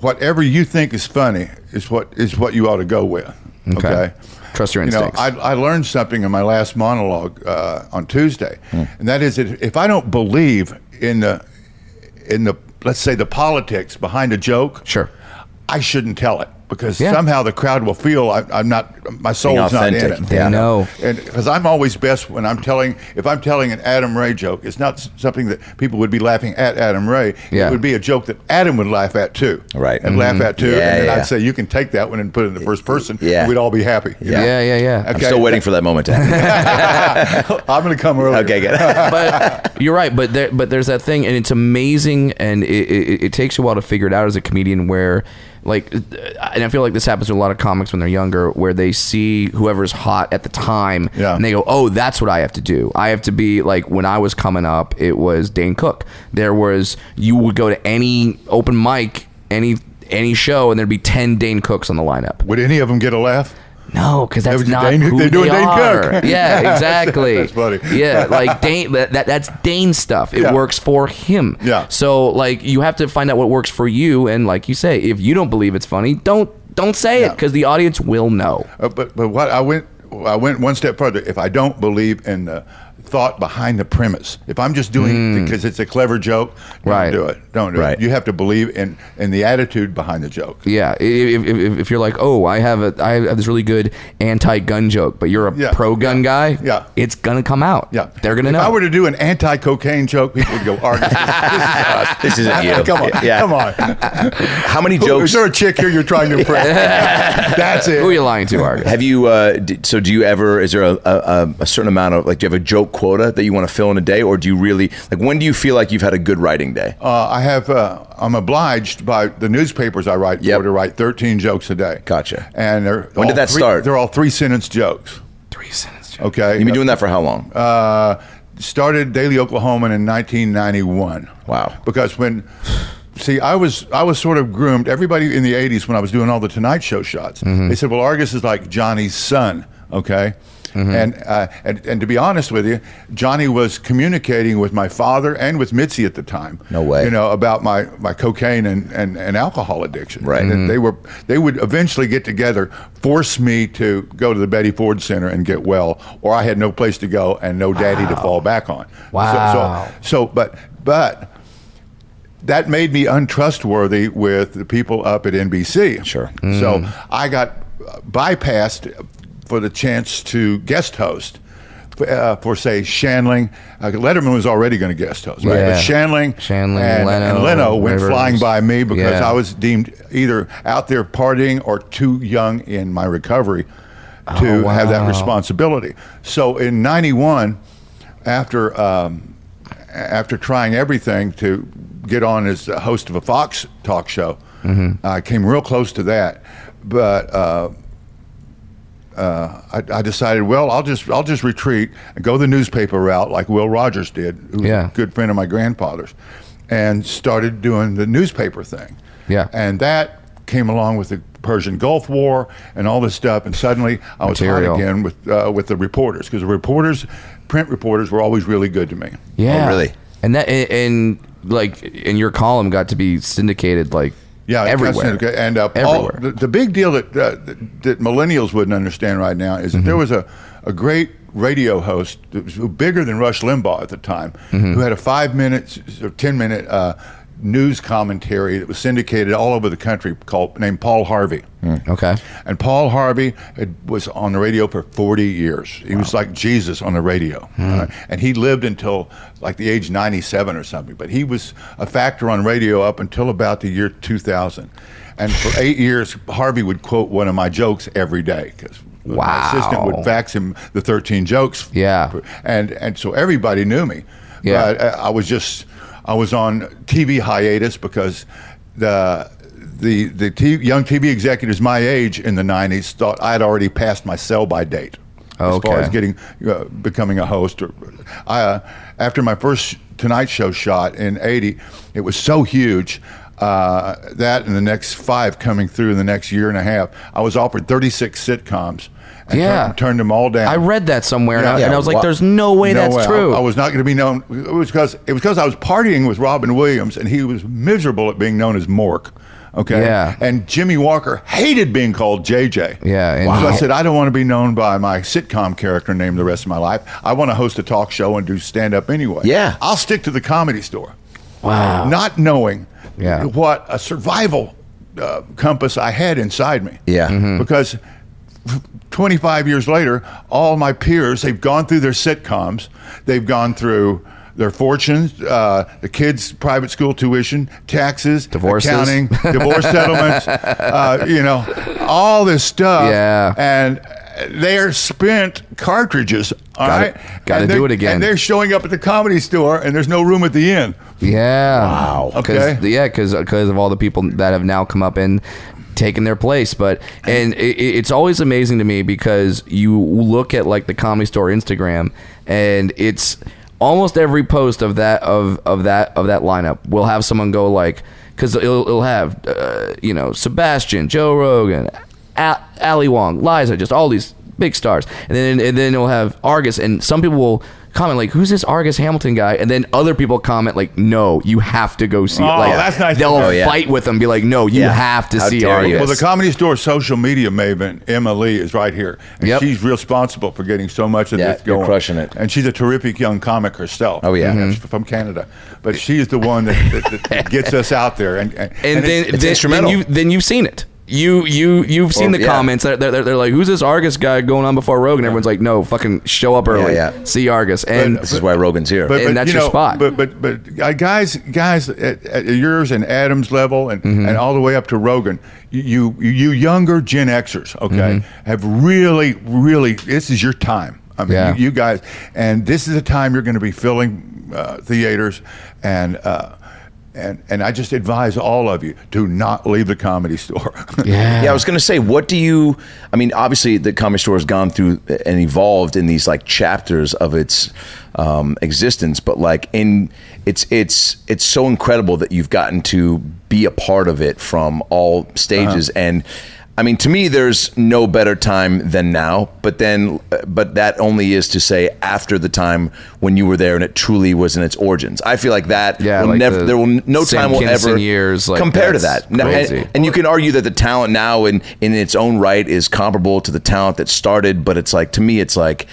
Speaker 5: whatever you think is funny is what is what you ought to go with.
Speaker 3: Okay.
Speaker 5: Okay.
Speaker 3: Trust your
Speaker 5: You know,
Speaker 3: instincts.
Speaker 5: I, I learned something in my last monologue uh, on Tuesday,
Speaker 3: Hmm.
Speaker 5: and that is that if I don't believe in the in the let's say the politics behind a joke,
Speaker 3: Sure.
Speaker 5: I shouldn't tell it because
Speaker 3: Yeah.
Speaker 5: somehow the crowd will feel I, I'm not my soul's not in
Speaker 2: authentic.
Speaker 5: it.
Speaker 2: They Yeah.
Speaker 3: know.
Speaker 5: because I'm always best when I'm telling if I'm telling an Adam Ray joke, it's not s- something that people would be laughing at Adam Ray.
Speaker 3: Yeah. Mm-hmm.
Speaker 5: It would be a joke that Adam would laugh at too,
Speaker 2: Right.
Speaker 5: And laugh at too,
Speaker 2: Yeah,
Speaker 5: and then
Speaker 2: yeah, yeah.
Speaker 5: I'd say you can take that one and put it in the first person.
Speaker 2: Yeah.
Speaker 5: we'd all be happy. you
Speaker 3: yeah
Speaker 5: know?
Speaker 3: yeah yeah,
Speaker 2: I'm
Speaker 5: Okay.
Speaker 2: still waiting for that moment to happen.
Speaker 5: I'm going to come early.
Speaker 2: okay, good.
Speaker 3: but you're right but there but there's that thing and it's amazing and it, it, it takes you a while to figure it out as a comedian where like uh, and i feel like this happens to a lot of comics when they're younger where they see whoever's hot at the time
Speaker 5: Yeah.
Speaker 3: and they go oh that's what i have to do i have to be like when i was coming up it was dane cook there was you would go to any open mic any any show and there'd be 10 dane cooks on the lineup
Speaker 5: Would any of them get a laugh?
Speaker 3: no, because that's
Speaker 5: was
Speaker 3: not
Speaker 5: Dane-
Speaker 3: who
Speaker 5: they're doing
Speaker 3: they
Speaker 5: Dane
Speaker 3: are.
Speaker 5: Cook.
Speaker 3: Yeah, exactly.
Speaker 5: That's funny.
Speaker 3: Yeah, like Dane. That, that that's Dane stuff. It
Speaker 5: Yeah.
Speaker 3: works for him.
Speaker 5: Yeah.
Speaker 3: So like, you have to find out what works for you, and like you say, if you don't believe it's funny, don't don't say it 'cause it
Speaker 5: Yeah.
Speaker 3: because the audience will know.
Speaker 5: Uh, but but what I went I went one step further. If I don't believe in the thought behind the premise, if I'm just doing it because it's a clever joke, don't
Speaker 3: Right.
Speaker 5: do it. Don't do
Speaker 2: Hmm. Right.
Speaker 5: it. You have to believe in in the attitude behind the joke.
Speaker 3: Yeah, i- if, if, if- if you're like, oh, I have a I have this really good anti-gun joke, but you're a
Speaker 5: Yeah,
Speaker 3: pro-gun guy,
Speaker 5: yeah.
Speaker 3: it's gonna come out.
Speaker 5: Yeah,
Speaker 3: they're gonna
Speaker 5: if
Speaker 3: know.
Speaker 5: If I were to do an anti-cocaine joke, people would go, "All right, this is us."
Speaker 2: This isn't you.
Speaker 5: Come on,
Speaker 2: Yeah.
Speaker 5: come on."
Speaker 2: How many
Speaker 5: Who- Is
Speaker 2: jokes?
Speaker 5: there a chick here you're trying to impress? That's it.
Speaker 3: Who are you lying to, Argus?
Speaker 2: Have you? Uh, d- so, do you ever? Is there a, a, a certain amount of like? Do you have a joke quota that you want to fill in a day, or do you really like? When do you feel like you've had a good writing day?
Speaker 5: Uh, I have. Uh, I'm obliged by the newspapers I write
Speaker 2: Yep.
Speaker 5: for to write 13 jokes a day.
Speaker 2: Gotcha.
Speaker 5: And they're
Speaker 2: When did
Speaker 5: all
Speaker 2: that
Speaker 5: three-
Speaker 2: start?
Speaker 5: They're all three sentence jokes.
Speaker 3: Three sentences.
Speaker 5: Okay.
Speaker 2: You've been doing that for how long?
Speaker 5: Uh, started Daily Oklahoman in 1991.
Speaker 2: Wow.
Speaker 5: Because when, see, I was I was sort of groomed. Everybody in the 80s when I was doing all the Tonight Show shots,
Speaker 2: Mm-hmm.
Speaker 5: they said, "Well, Argus is like Johnny's son." Okay.
Speaker 2: Mm-hmm.
Speaker 5: And, uh, and and to be honest with you, Johnny was communicating with my father and with Mitzi at the time.
Speaker 2: No way.
Speaker 5: You know about my, my cocaine and, and, and alcohol addiction.
Speaker 2: Right. Mm-hmm.
Speaker 5: And they were they would eventually get together, force me to go to the Betty Ford Center and get well, or I had no place to go and no daddy to fall back on.
Speaker 3: Wow.
Speaker 5: So, so, so but but that made me untrustworthy with the people up at NBC.
Speaker 2: Sure. Mm.
Speaker 5: So I got bypassed for the chance to guest host. Uh, for say Shanling, uh, Letterman was already going to guest host, right?
Speaker 3: Yeah.
Speaker 5: But Shanling,
Speaker 3: Shanling,
Speaker 5: and,
Speaker 3: Leno,
Speaker 5: and Leno went
Speaker 3: Rivers.
Speaker 5: flying by me because
Speaker 3: Yeah.
Speaker 5: I was deemed either out there partying or too young in my recovery to
Speaker 3: Oh,
Speaker 5: have
Speaker 3: wow.
Speaker 5: that responsibility. So in '91, after um, after trying everything to get on as a host of a Fox talk show,
Speaker 3: Mm-hmm.
Speaker 5: I came real close to that, but. Uh, I, I decided, well, I'll just I'll just retreat and go the newspaper route, like Will Rogers did, who was
Speaker 3: Yeah.
Speaker 5: a good friend of my grandfather's, and started doing the newspaper thing.
Speaker 3: Yeah.
Speaker 5: and that came along with the Persian Gulf War and all this stuff, and suddenly I was
Speaker 3: Material.
Speaker 5: hot again with uh, with the reporters because the reporters, print reporters, were always really good to me.
Speaker 3: Yeah.
Speaker 2: Oh, really?
Speaker 3: And that and, and like and your column got to be syndicated like
Speaker 5: Yeah,
Speaker 3: everywhere.
Speaker 5: Constantine, okay, And uh, Paul,
Speaker 3: everywhere. Mm-hmm.
Speaker 5: the, the big deal that, uh, that that millennials wouldn't understand right now is that there was a, a great radio host that was bigger than Rush Limbaugh at the time,
Speaker 3: Mm-hmm.
Speaker 5: who had a five minute or ten minute uh, news commentary that was syndicated all over the country called named Paul Harvey.
Speaker 3: Okay.
Speaker 5: And Paul Harvey had, was on the radio for 40 years. He was like Jesus on the radio.
Speaker 3: Hmm.
Speaker 5: Uh, and he lived until like the age 97 or something. But he was a factor on radio up until about the year 2000. And for eight years, Harvey would quote one of my jokes every day because my
Speaker 3: Wow.
Speaker 5: assistant would fax him the 13 jokes.
Speaker 3: Yeah.
Speaker 5: And, and so everybody knew me.
Speaker 3: Yeah.
Speaker 5: But, uh, I was just I was on TV hiatus because the the the t- young TV executives my age in the '90s thought I had already passed my sell by date as far
Speaker 3: Okay.
Speaker 5: as getting uh, becoming a host. Or I, uh, after my first Tonight Show shot in '80, it was so huge. Uh, that and the next five coming through in the next year and a half, I was offered 36 sitcoms and
Speaker 3: Yeah.
Speaker 5: turned, turned them all down.
Speaker 3: I read that somewhere, and, I,
Speaker 5: Yeah.
Speaker 3: and I was like,
Speaker 5: Wha-
Speaker 3: "There's no way that's
Speaker 5: way. I-
Speaker 3: true."
Speaker 5: I, was not going to be known. It was because it was because I was partying with Robin Williams, and he was miserable at being known as Mork. Okay.
Speaker 3: Yeah.
Speaker 5: And Jimmy Walker hated being called JJ.
Speaker 3: Yeah, and-
Speaker 5: So I said, I don't want to be known by my sitcom character name the rest of my life. I want to host a talk show and do stand up anyway.
Speaker 2: Yeah.
Speaker 5: I'll stick to the comedy store.
Speaker 3: Wow.
Speaker 5: Not knowing
Speaker 3: Yeah.
Speaker 5: what a survival uh, compass I had inside me
Speaker 2: Yeah.
Speaker 5: because 25 years later, all my peers, they've gone through their sitcoms, they've gone through their fortunes, uh, the kids' private school tuition, taxes,
Speaker 3: Divorces.
Speaker 5: accounting, divorce settlements, uh, you know, all this stuff.
Speaker 3: Yeah.
Speaker 5: And they are spent cartridges. All
Speaker 3: Gotta-
Speaker 5: right,
Speaker 3: gotta
Speaker 5: And they-
Speaker 3: do it again.
Speaker 5: And they're showing up at the comedy store, and there's no room at the inn.
Speaker 3: Yeah. Wow.
Speaker 5: Okay.
Speaker 3: yeah, because of all the people that have now come up and taken their place. But and it, it- it's always amazing to me because you look at like the Comedy Store Instagram, and it's almost every post of that of of that of that lineup will have someone go like because it'll, it'll have uh, you know Sebastian, Joe Rogan, Al- Ali Wong, Liza, just all these big stars, and then and then it'll have Argus, and some people will comment like, "Who's this Argus Hamilton guy?" And then other people comment like, "No, you have to go see." it."
Speaker 5: Oh,
Speaker 3: like,
Speaker 5: that's nice to
Speaker 3: They'll
Speaker 5: know.
Speaker 2: Oh, yeah.
Speaker 3: fight with them, be like, "No, you
Speaker 2: Yeah.
Speaker 3: have to
Speaker 2: How
Speaker 3: see
Speaker 2: dare you.
Speaker 3: Argus."
Speaker 5: Well, the comedy store social media maven Emma Lee is right here, and
Speaker 3: Yep.
Speaker 5: she's responsible for getting so much of
Speaker 2: Yeah,
Speaker 5: this
Speaker 2: you're
Speaker 5: going.
Speaker 2: crushing it.
Speaker 5: And she's a terrific young comic herself.
Speaker 2: Oh, yeah.
Speaker 5: And she's from Canada, but she's the one that, that, that gets us out there. And and,
Speaker 3: and,
Speaker 5: and
Speaker 3: then,
Speaker 5: it's-
Speaker 3: then, then
Speaker 2: instrumental.
Speaker 3: you then you've seen it. You you you've seen
Speaker 2: Or-
Speaker 3: the
Speaker 2: yeah.
Speaker 3: comments. They're, they're, they're like, "Who's this Argus guy going on before Rogan?" Everyone's like, "No, fucking show up early,
Speaker 2: yeah.
Speaker 3: see Argus." And
Speaker 2: This is why Rogan's here.
Speaker 3: and that's
Speaker 5: you
Speaker 3: your spot.
Speaker 5: But but but uh, guys, guys at, at yours and Adams level, and,
Speaker 3: Mm-hmm.
Speaker 5: and all the way up to Rogan, you you, you younger Gen Xers, okay,
Speaker 3: Mm-hmm.
Speaker 5: have really really this is your time. I mean,
Speaker 3: Yeah.
Speaker 5: you, you guys, and this is the time you're going to be filling uh, theaters, and. Uh, and, and I just advise all of you to not leave the comedy store.
Speaker 2: Yeah, I was going to say, what do you? I mean, obviously, the comedy store has gone through and evolved in these like chapters of its um, existence, but like in it's it's it's so incredible that you've gotten to be a part of it from all stages
Speaker 5: Uh-huh.
Speaker 2: and. I mean, to me, there's no better time than now. But then, uh, but that only is to say after the time when you were there and it truly was in its origins. I feel like that
Speaker 3: Yeah,
Speaker 2: will
Speaker 3: like
Speaker 2: never.
Speaker 3: the
Speaker 2: there will no
Speaker 3: Sam
Speaker 2: time will
Speaker 3: Kinison
Speaker 2: ever
Speaker 3: years, like,
Speaker 2: compare to
Speaker 3: that's
Speaker 2: that. No, and-
Speaker 3: crazy.
Speaker 2: and you can argue that the talent now in in its own right is comparable to the talent that started but it's like to me it's like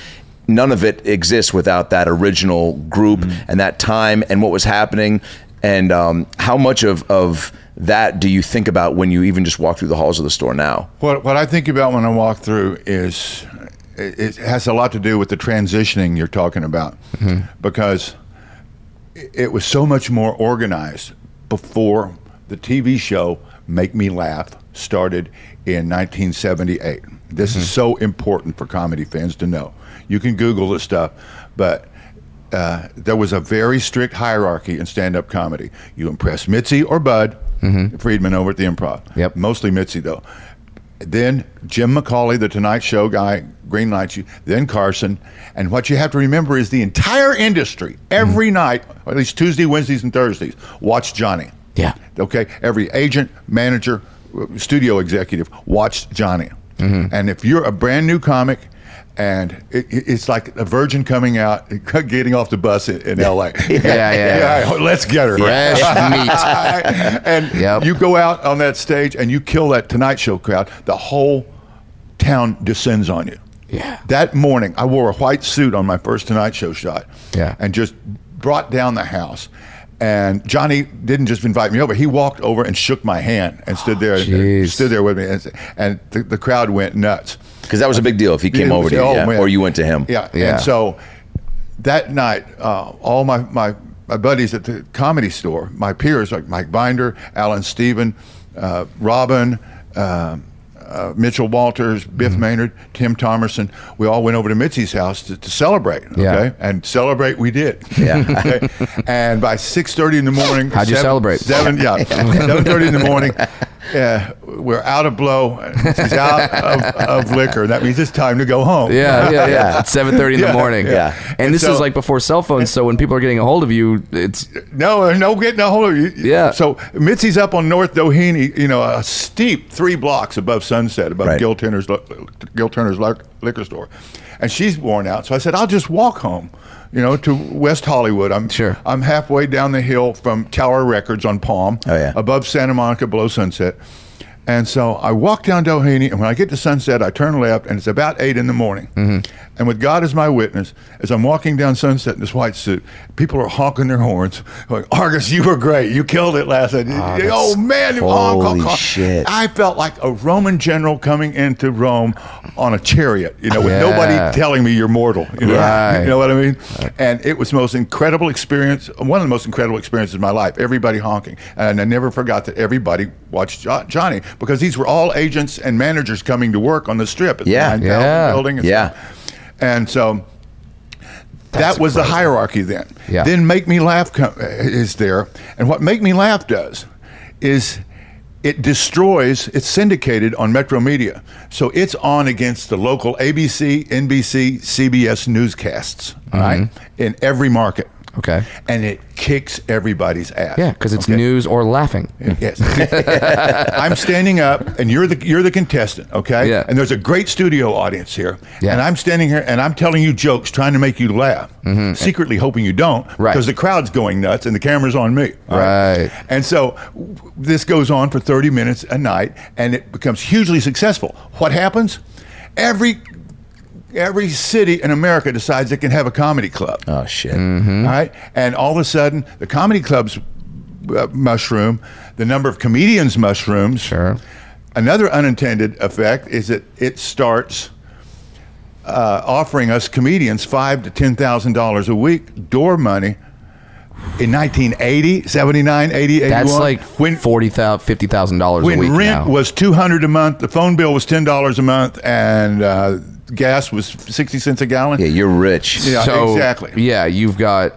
Speaker 2: none of it exists without that original group
Speaker 3: Mm-hmm.
Speaker 2: and that time and what was happening and um, how much of of that do you think about when you even just walk through the halls of the store now
Speaker 5: What what I think about when I walk through is it, it has a lot to do with the transitioning you're talking about because it, it was so much more organized before the TV show Make Me Laugh started in 1978. This is so important for comedy fans to know. You can Google this stuff, but uh, there was a very strict hierarchy in stand-up comedy. You impress Mitzi or Bud Friedman over at the Improv.
Speaker 3: Yep.
Speaker 5: mostly Mitzi though. Then Jim McCauley, the Tonight Show guy, greenlights you. Then Carson, and what you have to remember is the entire industry every
Speaker 3: Mm-hmm.
Speaker 5: night, or at least Tuesday, Wednesdays, and Thursdays, watch Johnny.
Speaker 3: Yeah.
Speaker 5: Okay. Every agent, manager, uh, studio executive watched Johnny.
Speaker 3: Mm-hmm.
Speaker 5: And if you're a brand new comic, and it, it- it's like a virgin coming out, getting off the bus in, in L.A. yeah,
Speaker 3: yeah, yeah.
Speaker 5: all right, Oh, let's get her.
Speaker 3: fresh meat.
Speaker 5: and
Speaker 3: Yep.
Speaker 5: you go out on that stage and you kill that Tonight Show crowd. The whole town descends on you.
Speaker 3: Yeah.
Speaker 5: That morning, I wore a white suit on my first Tonight Show shot.
Speaker 3: Yeah.
Speaker 5: And just brought down the house. And Johnny didn't just invite me over; he walked over and shook my hand and stood there,
Speaker 3: jeez.
Speaker 5: stood there with me, and, and the, the crowd went nuts.
Speaker 2: Because that was a big deal if he came
Speaker 5: Yeah,
Speaker 2: over to you,
Speaker 5: oh,
Speaker 2: yeah,
Speaker 5: man.
Speaker 2: or you went to him.
Speaker 5: Yeah.
Speaker 3: Yeah.
Speaker 5: And so that night, uh, all my, my, my buddies at the comedy store, my peers like Mike Binder, Alan Steven, uh, Robin, um uh, Mitchell Walters, Biff
Speaker 2: Mm-hmm.
Speaker 5: Maynard, Tim Thomerson, we all went over to Mitzi's house to, to celebrate. Okay.
Speaker 3: Yeah.
Speaker 5: And celebrate we did.
Speaker 2: Yeah.
Speaker 5: Okay? and by 6.30 in the morning.
Speaker 3: How'd you celebrate?
Speaker 5: Seven, yeah. 7.30 in the morning. Yeah, we're out of blow. He's out of, of liquor. That means it's time to go home.
Speaker 3: Yeah, yeah, yeah. It's seven thirty in the
Speaker 5: Yeah,
Speaker 3: morning.
Speaker 2: yeah.
Speaker 3: and
Speaker 5: And
Speaker 3: this
Speaker 5: so-
Speaker 3: is like before cell phones. So when people are getting a hold of you, it's
Speaker 5: No, no getting a hold of you.
Speaker 3: Yeah.
Speaker 5: So Mitzi's up on North Doheny, you know, a steep three blocks above Sunset, above
Speaker 2: Right.
Speaker 5: Gil Turner's lo- Gil Turner's lic- liquor store, and she's worn out. So I said, I'll just walk home, you know, to West Hollywood. I'm
Speaker 3: Sure.
Speaker 5: I'm halfway down the hill from Tower Records on Palm.
Speaker 2: Oh, yeah.
Speaker 5: Above Santa Monica, below Sunset. And so I walk down Doheny, and when I get to Sunset, I turn left, and it's about eight in the morning.
Speaker 2: Mm-hmm.
Speaker 5: And with God as my witness, as I'm walking down Sunset in this white suit, people are honking their horns, going, "Argus, you were great. You killed it last night.
Speaker 3: that's-
Speaker 5: oh man, you honk, honk,
Speaker 2: Ah, Holy
Speaker 5: honk."
Speaker 2: shit.
Speaker 5: I felt like a Roman general coming into Rome on a chariot, you know, with
Speaker 3: Yeah.
Speaker 5: nobody telling me you're mortal. You know,
Speaker 3: Right.
Speaker 5: you know what I mean? And it was the most incredible experience, one of the most incredible experiences of my life. Everybody honking. And I never forgot that everybody watched Jo- Johnny because these were all agents and managers coming to work on the strip at the
Speaker 2: Yeah.
Speaker 5: 9000
Speaker 3: Yeah.
Speaker 5: building. And
Speaker 2: Yeah.
Speaker 5: stuff. And so that was the hierarchy then.
Speaker 3: Yeah.
Speaker 5: Then Make Me Laugh co- uh, is there. And what Make Me Laugh does is it destroys, it's syndicated on Metro Media. So it's on against the local ABC, NBC, CBS newscasts, right? In every market.
Speaker 3: Mm-hmm. okay.
Speaker 5: And it kicks everybody's ass.
Speaker 3: Yeah, because it's
Speaker 5: Okay?
Speaker 3: news or laughing.
Speaker 5: Yes. I'm standing up and you're the you're the contestant, okay?
Speaker 3: Yeah.
Speaker 5: And there's a great studio audience here.
Speaker 3: Yeah.
Speaker 5: And I'm standing here and I'm telling you jokes trying to make you laugh. Secretly hoping you don't
Speaker 3: Mm-hmm. Right.
Speaker 5: because the crowd's going nuts and the camera's on me. all
Speaker 3: Right.
Speaker 5: And so w- this goes on for 30 minutes a night and it becomes hugely successful. What happens? Every every city in America decides it can have a comedy club.
Speaker 2: Oh shit.
Speaker 3: Mm-hmm.
Speaker 5: All right. And all of a sudden, the comedy clubs uh, mushroom, the number of comedians mushrooms.
Speaker 3: Sure.
Speaker 5: Another unintended effect is that it starts uh, offering us comedians five to ten thousand dollars a week door money. In 1980, 79, 80, 81.
Speaker 3: That's like
Speaker 5: when
Speaker 3: forty thousand, fifty thousand dollars a
Speaker 5: when
Speaker 3: week
Speaker 5: rent
Speaker 3: now.
Speaker 5: was 200 a month, the phone bill was $10 a month and uh, gas was 60 cents a gallon.
Speaker 2: Yeah, you're rich.
Speaker 5: Yeah.
Speaker 3: so,
Speaker 5: exactly.
Speaker 3: Yeah, you've got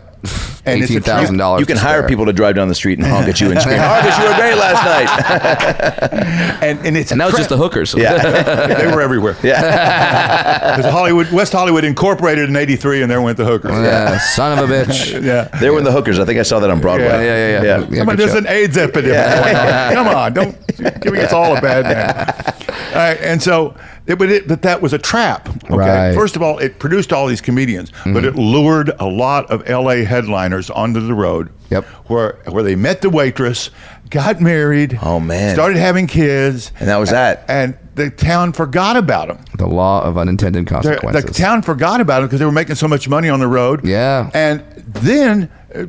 Speaker 5: And it's a
Speaker 3: eighteen thousand dollars.
Speaker 2: You can hire people to drive down the street and honk at you and scream, "Harvest, you were great last night."
Speaker 5: And, and it's
Speaker 3: and that was just
Speaker 5: incredible.
Speaker 3: the hookers.
Speaker 2: yeah.
Speaker 5: they were everywhere. Yeah. Because Hollywood, West Hollywood incorporated in 83 and there went the hookers.
Speaker 3: Yeah, son of a bitch.
Speaker 5: Yeah.
Speaker 2: There were the hookers. I think I saw that on Broadway.
Speaker 5: Yeah,
Speaker 3: yeah, yeah.
Speaker 2: yeah.
Speaker 5: Come on,
Speaker 3: good
Speaker 5: there's
Speaker 3: show.
Speaker 5: an AIDS epidemic. Going on. Come on, don't giving us all a bad name. All right, and so, it, but it, but that was a trap. Okay,
Speaker 3: Right.
Speaker 5: first of all, it produced all these comedians,
Speaker 2: Mm-hmm.
Speaker 5: but it lured a lot of L.A. headliners onto the road.
Speaker 3: Yep.
Speaker 5: where where they met the waitress, got married.
Speaker 2: Oh, man.
Speaker 5: started having kids,
Speaker 2: And that was that.
Speaker 5: and the town forgot about them.
Speaker 3: The law of unintended
Speaker 5: the-
Speaker 3: consequences.
Speaker 5: the town forgot about it because they were making so much money on the road.
Speaker 3: Yeah.
Speaker 5: And then, uh,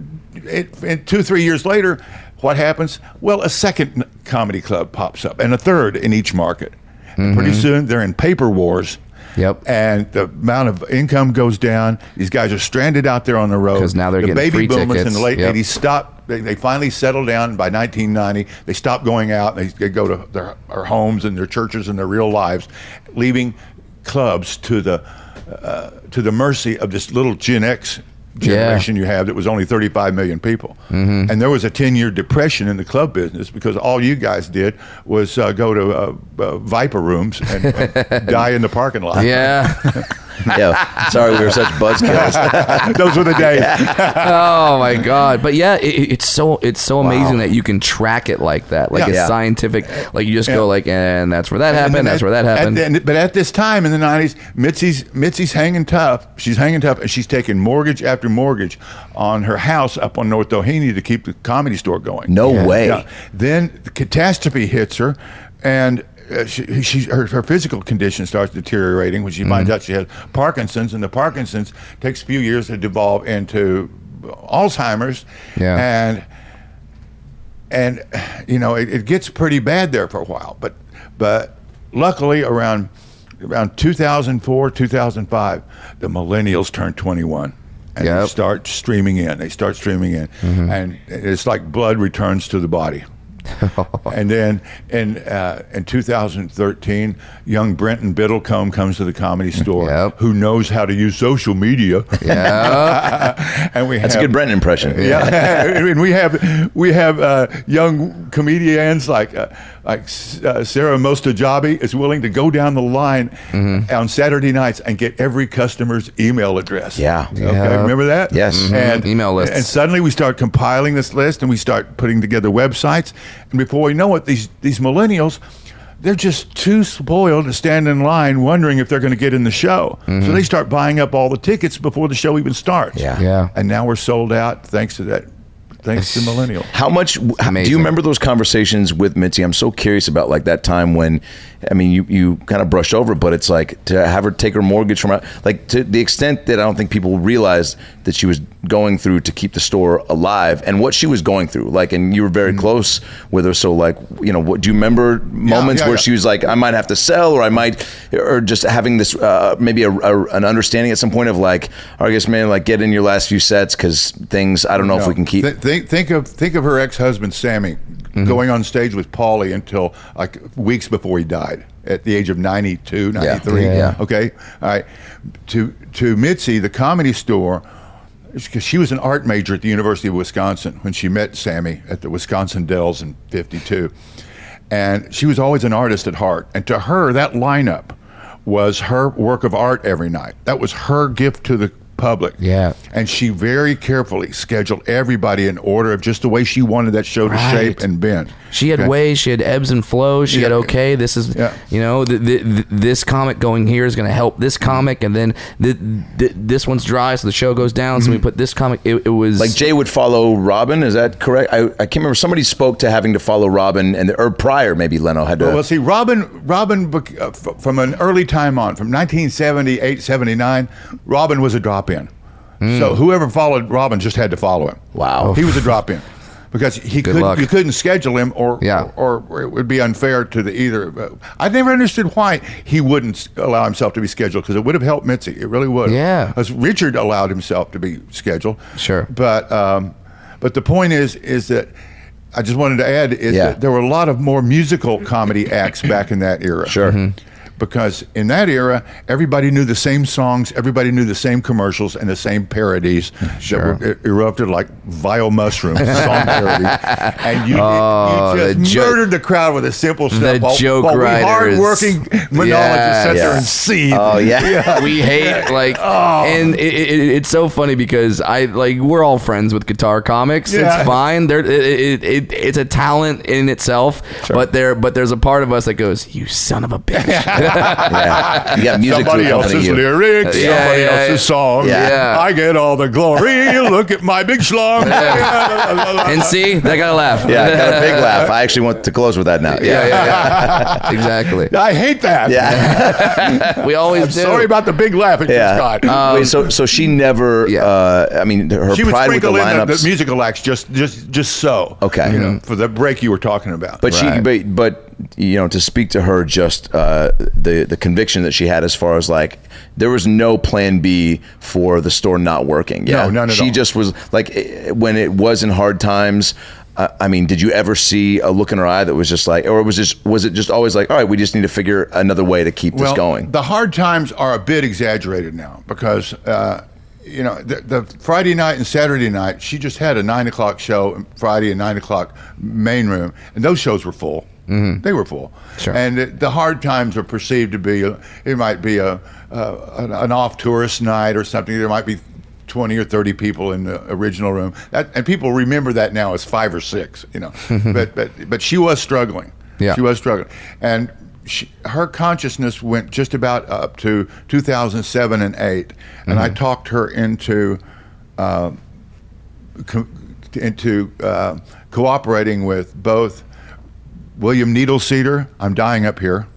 Speaker 5: it, and two, three years later, what happens? Well, a second comedy club pops up and a third in each market. And pretty soon they're in paper wars.
Speaker 3: Mm-hmm. Yep.
Speaker 5: And the amount of income goes down. These guys are stranded out there on the road.
Speaker 3: 'Cause now they're
Speaker 5: the
Speaker 3: getting
Speaker 5: baby
Speaker 3: free
Speaker 5: boomers in
Speaker 3: tickets.
Speaker 5: the late
Speaker 3: Yep.
Speaker 5: 80s stopped. They, they finally settled down by 1990. They stopped going out. They, they go to their, their homes and their churches and their real lives, leaving clubs to the uh, to the mercy of this little Gen X generation you have that was only 35 million people. And there was a 10 year depression in the club business because all you guys did was uh, go to uh, uh, Viper rooms and, and die in the parking lot.
Speaker 3: yeah.
Speaker 2: Yeah. Sorry, we were such buzzkills.
Speaker 5: Those were the days.
Speaker 3: oh my god but yeah it, it- it's so it's so amazing that you can track it like that like
Speaker 5: Yeah.
Speaker 3: it's
Speaker 2: Yeah.
Speaker 3: scientific like you just go like and that's where that
Speaker 5: And
Speaker 3: happened
Speaker 5: then at-
Speaker 3: that's where that
Speaker 5: at
Speaker 3: happened
Speaker 5: the- but at this time in the nineties, Mitzi's Mitzi's hanging tough. She's hanging tough, and she's taking mortgage after mortgage on her house up on North Doheny to keep the comedy store going.
Speaker 2: No way.
Speaker 5: Then the catastrophe hits her, and uh, she, she her, her physical condition starts deteriorating when
Speaker 3: Mm-hmm.
Speaker 5: she finds out she has Parkinson's, and the Parkinson's takes a few years to devolve into Alzheimer's,
Speaker 3: Yeah.
Speaker 5: and and you know it, it gets pretty bad there for a while, but but luckily around around 2004 2005 the millennials turn 21 and they
Speaker 3: Yep.
Speaker 5: start streaming in they start streaming in
Speaker 2: Mm-hmm.
Speaker 5: and it's like blood returns to the body and then in uh, in 2013, young Brenton Biddlecombe comes to the comedy store,
Speaker 3: Yep.
Speaker 5: who knows how to use social media. and we
Speaker 2: That's
Speaker 5: have,
Speaker 2: a good Brent impression.
Speaker 5: Yeah, and we have we have uh, young comedians like uh, like uh, Sarah Mostajabi is willing to go down the line on Saturday nights and get every customer's email address.
Speaker 2: Yeah.
Speaker 5: Okay,
Speaker 3: Yeah.
Speaker 5: remember that?
Speaker 2: Yes. Mhm.
Speaker 5: And
Speaker 3: Email lists.
Speaker 5: And suddenly we start compiling this list and we start putting together websites. And before we know it, these these millennials, they're just too spoiled to stand in line wondering if they're going to get in the show. So they start buying up all the tickets before the show even starts.
Speaker 2: Yeah.
Speaker 3: Yeah.
Speaker 5: And now we're sold out thanks to that, thanks to millennial.
Speaker 2: How much how- do you
Speaker 3: Amazing.
Speaker 2: remember those conversations with Mitzi? I'm so curious about like that time when, I mean, you you kind of brushed over, but it's like to have her take her mortgage from her- like to the extent that I don't think people realized that she was going through to keep the store alive and what she was going through. Like, and you were very close with her, so like, you know, what do you remember moments
Speaker 5: Mm-hmm. yeah,
Speaker 2: where
Speaker 5: yeah.
Speaker 2: she was like, I might have to sell, or I might, or just having this uh, maybe a, a- an understanding at some point of like, I guess man, like get in your last few sets because things. I don't know if we can keep. Mm-hmm.
Speaker 5: Th- think, think of think of her ex husband Sammy going on stage with Paulie until like weeks before he died at the age of 92, 93.
Speaker 3: Yeah, yeah.
Speaker 5: Okay, all right. To to Mitzi, the comedy store. Because she was an art major at the University of Wisconsin when she met Sammy at the Wisconsin Dells in '52, and she was always an artist at heart. And to her, that lineup was her work of art every night. That was her gift to the public.
Speaker 3: Yeah.
Speaker 5: And she very carefully scheduled everybody in order of just the way she wanted that show to
Speaker 3: Right.
Speaker 5: shape and bend.
Speaker 3: She had
Speaker 5: Okay.
Speaker 3: ways, she had ebbs and flows. She had
Speaker 5: Yeah.
Speaker 3: okay, this is
Speaker 5: Yeah.
Speaker 3: you know th- th- th- this comic going here is going to help this comic, and then th- th- this one's dry, so the show goes down. So we
Speaker 5: Mm-hmm.
Speaker 3: put this comic. It, it was
Speaker 2: Like Jay would follow Robin, is that correct? I, I can't remember. Somebody spoke to having to follow Robin, and or prior maybe Leno had to.
Speaker 5: Well, see, Robin, Robin, bec- uh, f- from an early time on, from 1978, 79, Robin was a drop in.
Speaker 3: Hmm.
Speaker 5: So whoever followed Robin just had to follow him.
Speaker 2: Wow.
Speaker 5: He was a drop in. Because he
Speaker 3: Good
Speaker 5: couldn't,
Speaker 3: luck.
Speaker 5: you couldn't schedule him, or,
Speaker 3: Yeah.
Speaker 5: or or it would be unfair to the either. Uh, I never understood why he wouldn't s- allow himself to be scheduled because it would have helped Mitzi. It really would.
Speaker 3: Yeah.
Speaker 5: because Richard allowed himself to be scheduled.
Speaker 3: Sure.
Speaker 5: but um, but the point is is that I just wanted to add is
Speaker 2: Yeah.
Speaker 5: that there were a lot of more musical comedy acts back in that era.
Speaker 2: Sure. Mhm.
Speaker 5: Because in that era, everybody knew the same songs, everybody knew the same commercials and the same parodies that were, e- erupted like vile mushrooms, song parodies. And you, you
Speaker 2: Oh,
Speaker 3: the
Speaker 5: just
Speaker 3: joke-
Speaker 5: murdered the crowd with a simple step. while,
Speaker 3: joke
Speaker 5: while
Speaker 3: writers.
Speaker 5: we hardworking monologists sat there
Speaker 3: Yes.
Speaker 5: and seethed.
Speaker 2: oh yeah.
Speaker 3: we hate like
Speaker 5: Oh.
Speaker 3: and it, it, it- it's so funny because i like we're all friends with guitar comics
Speaker 5: Yeah.
Speaker 3: it's fine there it, it, it it's a talent in itself but there but there's a part of us that goes you son of a bitch
Speaker 2: yeah. You got music
Speaker 5: Somebody
Speaker 2: to accompany
Speaker 5: else's
Speaker 2: you.
Speaker 5: lyrics,
Speaker 3: Yeah,
Speaker 5: somebody
Speaker 3: yeah,
Speaker 5: else's
Speaker 3: yeah.
Speaker 5: song.
Speaker 3: Yeah.
Speaker 5: I get all the glory. Look at my big schlong.
Speaker 3: and see that got a laugh
Speaker 2: Yeah, I got a big laugh. I actually want to close with that now. Yeah.
Speaker 3: yeah, yeah, yeah. exactly
Speaker 5: I hate that.
Speaker 2: Yeah.
Speaker 3: we always
Speaker 5: I'm
Speaker 3: do
Speaker 5: sorry about the big laugh it
Speaker 2: Yeah.
Speaker 5: just got.
Speaker 2: Wait, so so she never.
Speaker 3: Yeah.
Speaker 2: Uh, I mean, her
Speaker 5: she would
Speaker 2: pride with the
Speaker 5: sprinkle in the,
Speaker 2: lineups.
Speaker 5: the musical acts just just just so.
Speaker 2: Okay.
Speaker 5: You know, for the break you were talking about.
Speaker 2: But she, but, but you know, to speak to her, just uh, the the conviction that she had as far as like there was no plan B for the store not working. Yeah,
Speaker 5: none at
Speaker 2: she
Speaker 5: all.
Speaker 2: just was like eh, when it was in hard times. Uh, I mean, did you ever see a look in her eye that was just like, or was just was it just always like, all right, we just need to figure another way to keep this going?
Speaker 5: The hard times are a bit exaggerated now because uh, you know the, the Friday night and Saturday night. She just had a nine o'clock show Friday and nine o'clock main room, and those shows were full. Mm-hmm. They were full,
Speaker 3: Sure.
Speaker 5: and it, the hard times are perceived to be. It might be a, a an, an off tourist night or something. There might be. 20 or 30 people in the original room that, and people remember that now as five or six you know but, but but she was struggling
Speaker 3: Yeah.
Speaker 5: she was struggling, and she, her consciousness went just about up to 2007 and 8, and I talked her into uh, co- into uh, cooperating with both William Needle Cedar, I'm dying up here,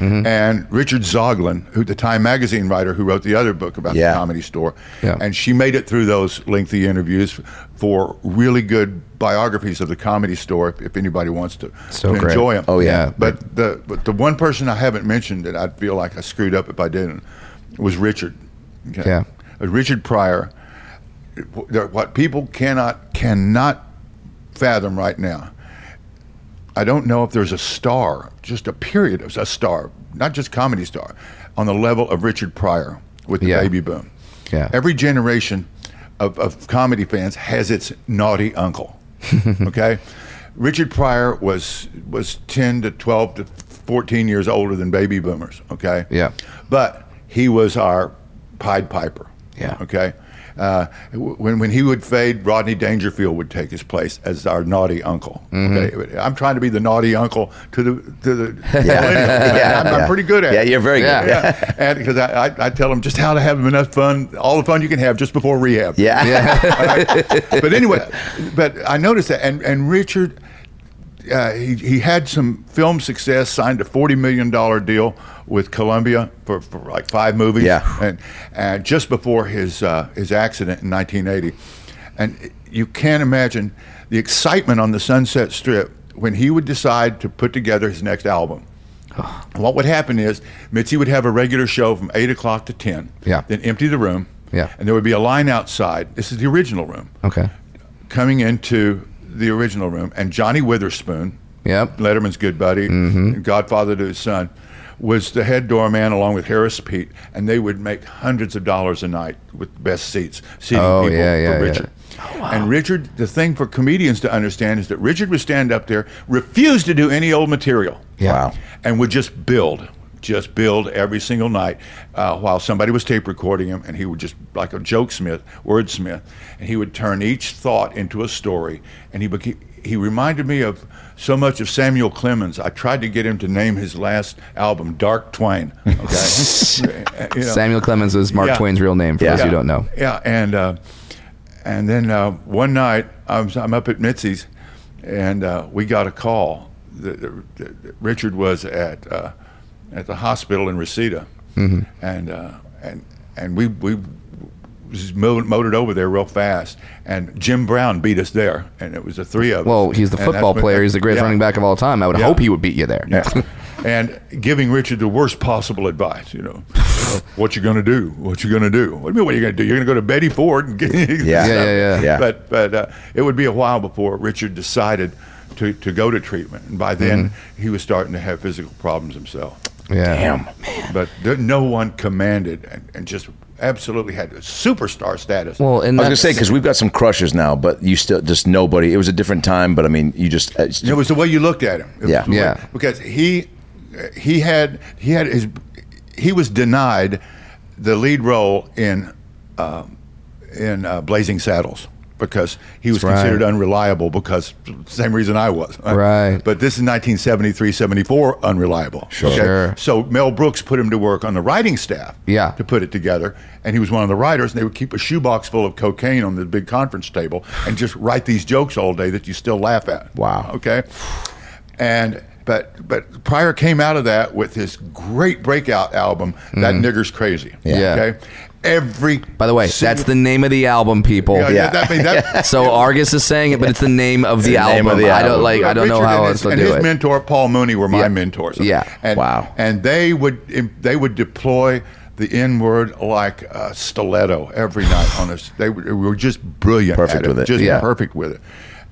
Speaker 5: and Richard Zoglin, who the Time magazine writer who wrote the other book about
Speaker 2: Yeah.
Speaker 5: the comedy store,
Speaker 3: Yeah.
Speaker 5: and she made it through those lengthy interviews for really good biographies of the comedy store. If, if anybody wants to,
Speaker 3: So
Speaker 5: to
Speaker 3: great.
Speaker 5: enjoy them,
Speaker 3: Oh, yeah.
Speaker 5: But the but the one person I haven't mentioned that I'd feel like I screwed up if I didn't was Richard. Okay.
Speaker 3: Yeah.
Speaker 5: Uh, Richard Pryor. Wh- there- What people cannot cannot fathom right now. I don't know if there's a star, just a period of a star, not just comedy star, on the level of Richard Pryor with the
Speaker 3: Yeah.
Speaker 5: baby boom.
Speaker 3: Yeah.
Speaker 5: Every generation of, of comedy fans has its naughty uncle. okay? Richard Pryor was was 10 to 12 to 14 years older than baby boomers, okay?
Speaker 3: Yeah.
Speaker 5: But he was our Pied Piper.
Speaker 3: Yeah.
Speaker 5: Okay? Uh, w- when, when he would fade, Rodney Dangerfield would take his place as our naughty uncle. Okay?
Speaker 2: Mm-hmm.
Speaker 5: I'm trying to be the naughty uncle to the to the. millennials.
Speaker 2: Yeah,
Speaker 5: I'm, I'm
Speaker 2: yeah.
Speaker 5: pretty good at.
Speaker 2: Yeah,
Speaker 5: it
Speaker 2: you're very good.
Speaker 3: Yeah.
Speaker 5: yeah, and because I, I, I tell them just how to have enough fun, all the fun you can have just before rehab.
Speaker 2: Yeah.
Speaker 5: All right? But anyway, but I noticed that, and and Richard, uh, he he had some film success, signed a forty million dollar deal with Columbia for, for like five movies.
Speaker 2: Yeah.
Speaker 5: and and just before his uh, his accident in nineteen eighty, and you can't imagine the excitement on the Sunset Strip when he would decide to put together his next album. And what would happen is Mitzi would have a regular show from eight o'clock to ten.
Speaker 3: Yeah.
Speaker 5: Then empty the room.
Speaker 3: Yeah.
Speaker 5: And there would be a line outside. This is the original room.
Speaker 3: Okay.
Speaker 5: Coming into the original room, and Johnny Witherspoon,
Speaker 3: Yep.
Speaker 5: Letterman's good buddy,
Speaker 3: Mm-hmm.
Speaker 5: and godfather to his son, was the head doorman along with Harris Pete, and they would make hundreds of dollars a night with the best seats, seating
Speaker 3: Oh,
Speaker 5: people
Speaker 3: yeah, yeah,
Speaker 5: for
Speaker 3: yeah.
Speaker 5: Richard. And Richard, the thing for comedians to understand is that Richard would stand up there, refuse to do any old material
Speaker 3: Yeah.
Speaker 2: Wow.
Speaker 5: and would just build, just build every single night uh, while somebody was tape recording him, and he would just like a jokesmith, wordsmith, and he would turn each thought into a story, and he beca- he reminded me of so much of Samuel Clemens. I tried to get him to name his last album Dark Twain. Okay, You know.
Speaker 3: Samuel Clemens is Mark
Speaker 5: Yeah.
Speaker 3: Twain's real name. For
Speaker 2: Yeah.
Speaker 3: those who don't know.
Speaker 5: Yeah, and uh, and then uh, one night I'm, I'm up at Mitzi's, and uh, we got a call. That, that- that Richard was at uh, at the hospital in Reseda,
Speaker 3: Mm-hmm.
Speaker 5: and uh, and and we we was mo- motored over there real fast, and Jim Brown beat us there, and it was the three of us.
Speaker 3: Well, he's the
Speaker 5: And that's
Speaker 3: football
Speaker 5: when-
Speaker 3: player. He's the greatest
Speaker 5: yeah.
Speaker 3: running back of all time. I would
Speaker 5: Yeah.
Speaker 3: hope he would beat you there.
Speaker 5: Yeah. and giving Richard the worst possible advice, you know. Uh, what you gonna do? What you gonna do? What do you mean what you gonna do? You're gonna go to Betty Ford and get
Speaker 2: Yeah.
Speaker 3: Yeah, yeah, yeah.
Speaker 2: Yeah.
Speaker 5: But but uh, it would be a while before Richard decided to, to go to treatment. And by then
Speaker 3: Mm-hmm.
Speaker 5: he was starting to have physical problems himself.
Speaker 3: Yeah.
Speaker 5: But there, no one commanded and, and just absolutely had superstar status.
Speaker 3: Well, and
Speaker 2: I was gonna
Speaker 3: that's-
Speaker 2: say because we've got some crushes now, but you still just nobody. It was a different time, but I mean, you just uh, it's-
Speaker 5: It was the way you looked at him. It was
Speaker 2: Yeah.
Speaker 5: the way-
Speaker 3: Yeah.
Speaker 5: because he he had he had his he was denied the lead role in um, in uh, Blazing Saddles because he was
Speaker 3: That's right.
Speaker 5: considered unreliable because same reason I was.
Speaker 3: Right.
Speaker 5: But this is 1973, 74 unreliable. Sure.
Speaker 3: Sure.
Speaker 5: So Mel Brooks put him to work on the writing staff.
Speaker 3: Yeah.
Speaker 5: To put it together, and he was one of the writers. And they would keep a shoebox full of cocaine on the big conference table and just write these jokes all day that you still laugh at.
Speaker 2: Wow.
Speaker 5: Okay. And but but Pryor came out of that with his great breakout album, That Nigger's Crazy.
Speaker 3: Mm-hmm. Yeah.
Speaker 5: Okay. Every
Speaker 3: By the way, that's the name of the album, people.
Speaker 5: yeah, yeah. That, I mean, that,
Speaker 3: So Argus is saying it, but it's the name of the,
Speaker 2: The name
Speaker 3: album.
Speaker 2: of the
Speaker 3: I don't
Speaker 2: album.
Speaker 3: like. I don't know
Speaker 5: Richard
Speaker 3: how
Speaker 5: and
Speaker 3: else
Speaker 5: his,
Speaker 3: to
Speaker 5: and
Speaker 3: do
Speaker 5: his
Speaker 3: it.
Speaker 5: mentor Paul Mooney were my
Speaker 3: Yeah.
Speaker 5: mentors.
Speaker 3: Yeah.
Speaker 5: And,
Speaker 2: Wow.
Speaker 5: And they would im- they would deploy the N word like a stiletto every night on us. They were, they were just brilliant.
Speaker 2: Perfect
Speaker 5: at it,
Speaker 2: with it,
Speaker 5: Just
Speaker 3: yeah.
Speaker 5: perfect with it.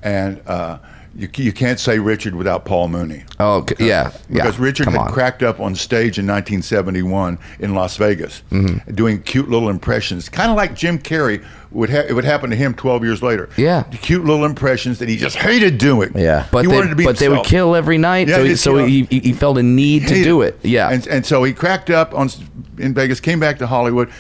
Speaker 5: And uh, you c- you can't say Richard without Paul Mooney.
Speaker 3: oh c- yeah, yeah.
Speaker 5: Because Richard
Speaker 3: Come
Speaker 5: had
Speaker 3: on.
Speaker 5: cracked up on stage in 1971 in Las Vegas,
Speaker 3: Mm-hmm.
Speaker 5: doing cute little impressions, kind of like Jim Carrey would. Ha- it would happen to him 12 years later.
Speaker 3: Yeah.
Speaker 5: The cute little impressions that he just hated doing.
Speaker 2: Yeah.
Speaker 3: But
Speaker 5: he
Speaker 3: they,
Speaker 5: wanted to be
Speaker 3: but they would
Speaker 5: himself.
Speaker 3: kill every night.
Speaker 5: Yeah,
Speaker 3: so he,
Speaker 5: it's,
Speaker 3: so
Speaker 5: you know,
Speaker 3: he, he he felt a need to
Speaker 5: hated
Speaker 3: do it. Yeah.
Speaker 5: And, and so he cracked up on s- in Vegas, came back to Hollywood.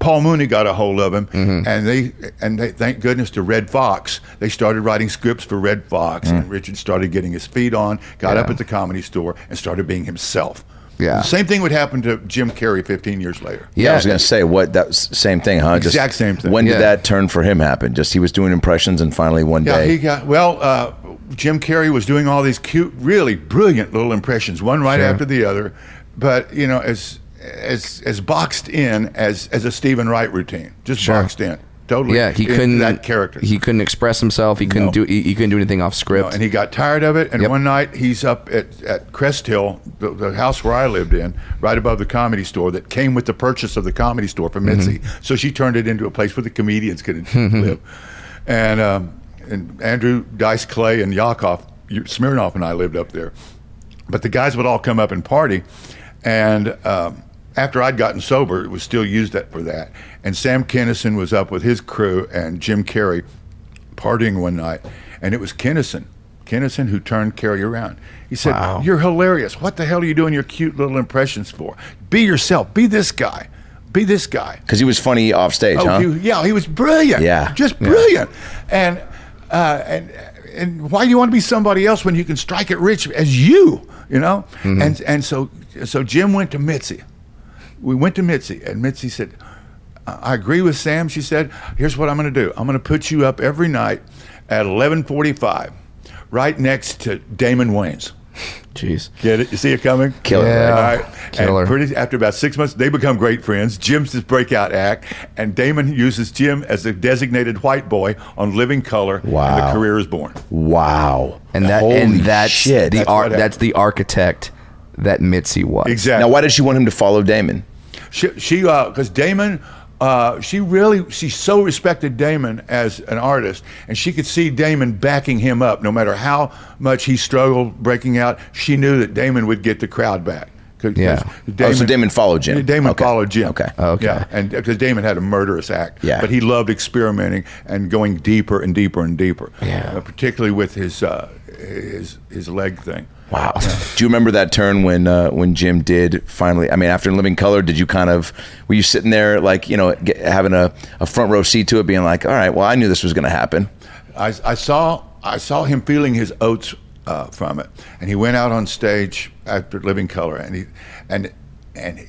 Speaker 5: Paul Mooney got a hold of him,
Speaker 3: Mm-hmm.
Speaker 5: and they and they thank goodness to Red Fox. They started writing scripts for Red Fox, and Richard started getting his feet on. Got up
Speaker 3: Mm. Yeah.
Speaker 5: at the comedy store and started being himself.
Speaker 3: Yeah.
Speaker 5: The same thing would happen to Jim Carrey 15 years later.
Speaker 2: yeah, I was
Speaker 3: Yeah.
Speaker 2: gonna say what that was the same thing, huh? Just-
Speaker 5: Exact same thing.
Speaker 2: When
Speaker 3: Yeah.
Speaker 2: did that turn for him happen? Just he was doing impressions, and finally one
Speaker 5: Yeah,
Speaker 2: day,
Speaker 5: he got well. Uh, Jim Carrey was doing all these cute, really brilliant little impressions, one right
Speaker 3: Sure.
Speaker 5: after the other. But you know, as as as boxed in as as a Stephen Wright routine, just boxed in, totally.
Speaker 3: Yeah, he
Speaker 5: in
Speaker 3: couldn't
Speaker 5: that character.
Speaker 3: He couldn't express himself. He couldn't
Speaker 5: No.
Speaker 3: do. He, he couldn't do anything off script.
Speaker 5: and he got tired of it. And
Speaker 3: Yep.
Speaker 5: one night he's up at, at Crest Hill, the, the house where I lived in, right above the comedy store that came with the purchase of the comedy store from Mitzi. So she turned it into a place where the comedians could live. And, um, and Andrew Dice Clay and Yakov Smirnoff and I lived up there. But the guys would all come up and party. And um, after I'd gotten sober, it was still used that, for that. And Sam Kennison was up with his crew and Jim Carrey partying one night, and it was Kennison, Kennison who turned Carrie around. He said, "You're hilarious. What the hell are you doing your cute little impressions for? Be yourself. Be this guy. Be this guy."
Speaker 2: Because he was funny off stage,
Speaker 5: Oh,
Speaker 2: huh?
Speaker 5: he- yeah, he was brilliant.
Speaker 2: Yeah.
Speaker 5: just brilliant. And uh, and and why do you want to be somebody else when you can strike it rich as you? You know.
Speaker 2: Mm-hmm.
Speaker 5: And and so so Jim went to Mitzi. We went to Mitzi, and Mitzi said, "I I agree with Sam." She said, "Here's what I'm going to do. I'm going to put you up every night at 11:45, right next to Damon Wayans."
Speaker 3: Jeez.
Speaker 5: Get it? You see it coming?
Speaker 2: Killer,
Speaker 3: Yeah.
Speaker 5: All right. And
Speaker 3: Killer.
Speaker 5: pretty, after about six months, they become great friends. Jim's his breakout act, and Damon uses Jim as a designated white boy on Living Color. And
Speaker 2: Wow.
Speaker 5: the career is born.
Speaker 2: Wow.
Speaker 3: And that
Speaker 2: Holy
Speaker 3: and that's
Speaker 2: shit.
Speaker 3: the
Speaker 5: That's
Speaker 3: ar-
Speaker 5: what happened.
Speaker 3: that's the architect that Mitzi was.
Speaker 5: Exactly.
Speaker 2: now, why did she want him to follow Damon?
Speaker 5: she she because Damon uh, she really she so respected Damon as an artist, and she could see Damon backing him up no matter how much he struggled breaking out. She knew that Damon would get the crowd back. 'Cause-
Speaker 3: Yeah.
Speaker 5: 'cause
Speaker 2: Oh, so Damon followed Jim.
Speaker 5: Damon
Speaker 2: Okay.
Speaker 5: followed Jim.
Speaker 2: Okay.
Speaker 3: Okay.
Speaker 5: Yeah, and because Damon had a murderous act.
Speaker 2: Yeah.
Speaker 5: But he loved experimenting and going deeper and deeper and deeper.
Speaker 3: Yeah.
Speaker 5: uh, particularly with his uh, his his leg thing.
Speaker 2: Wow. Do you remember that turn when uh, when Jim did finally? I mean, after Living Color, did you kind of were you sitting there like you know get, having a, a front row seat to it, being like, all right, well, I knew this was going to happen.
Speaker 5: I, I saw I saw him feeling his oats uh, from it, and he went out on stage after Living Color, and he and and he-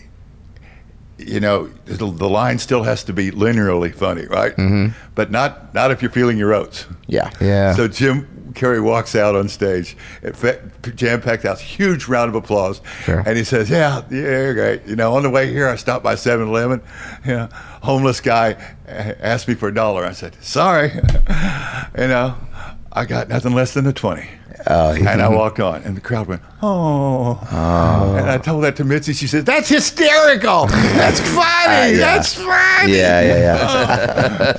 Speaker 5: you know the, the line still has to be linearly funny, right? Mm-hmm. But not not if you're feeling your oats.
Speaker 2: Yeah.
Speaker 3: Yeah.
Speaker 5: So Jim Carrey walks out on stage, jam packed house, huge round of applause,
Speaker 3: Sure.
Speaker 5: and he says, "Yeah, yeah, you're great." You know, on the way here, I stopped by 7-Eleven. You know, homeless guy uh, asked me for a dollar. I said, "Sorry," you know, I got nothing less than a twenty.
Speaker 2: Uh,
Speaker 5: and I walked on, and the crowd went, "Oh!" And I told that to Mitzi. She said, "That's hysterical. That's funny.
Speaker 2: Uh, yeah.
Speaker 5: That's funny."
Speaker 2: Yeah. Yeah.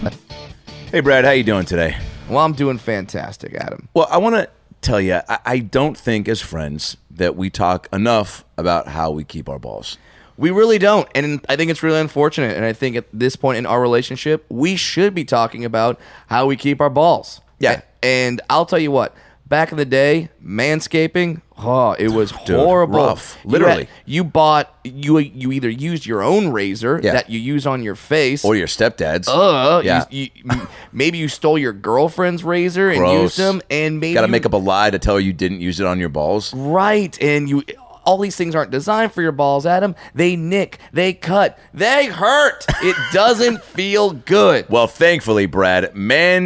Speaker 2: Yeah. hey, Brad, how you doing today?
Speaker 3: Well, I'm doing fantastic, Adam.
Speaker 2: Well, I want to tell you, I, I don't think as friends that we talk enough about how we keep our balls.
Speaker 3: We really don't, and I think it's really unfortunate. And I think at this point in our relationship, we should be talking about how we keep our balls.
Speaker 2: Yeah.
Speaker 3: A- And I'll tell you what. Back in the day, manscaping, oh, it was horrible.
Speaker 2: rough.
Speaker 3: You
Speaker 2: Literally.
Speaker 3: had- you, bought you you either used your own razor
Speaker 2: Yeah.
Speaker 3: that you use on your face,
Speaker 2: Or your stepdad's.
Speaker 3: uh,
Speaker 2: Yeah.
Speaker 3: you, you, m- maybe you stole your girlfriend's razor and
Speaker 2: Gross.
Speaker 3: used them, and maybe
Speaker 2: Got to
Speaker 3: you-
Speaker 2: make up a lie to tell her you didn't use it on your balls.
Speaker 3: right, and you. All these things aren't designed for your balls, Adam. They nick, they cut, they hurt. It doesn't feel good.
Speaker 2: Well, thankfully, Brad,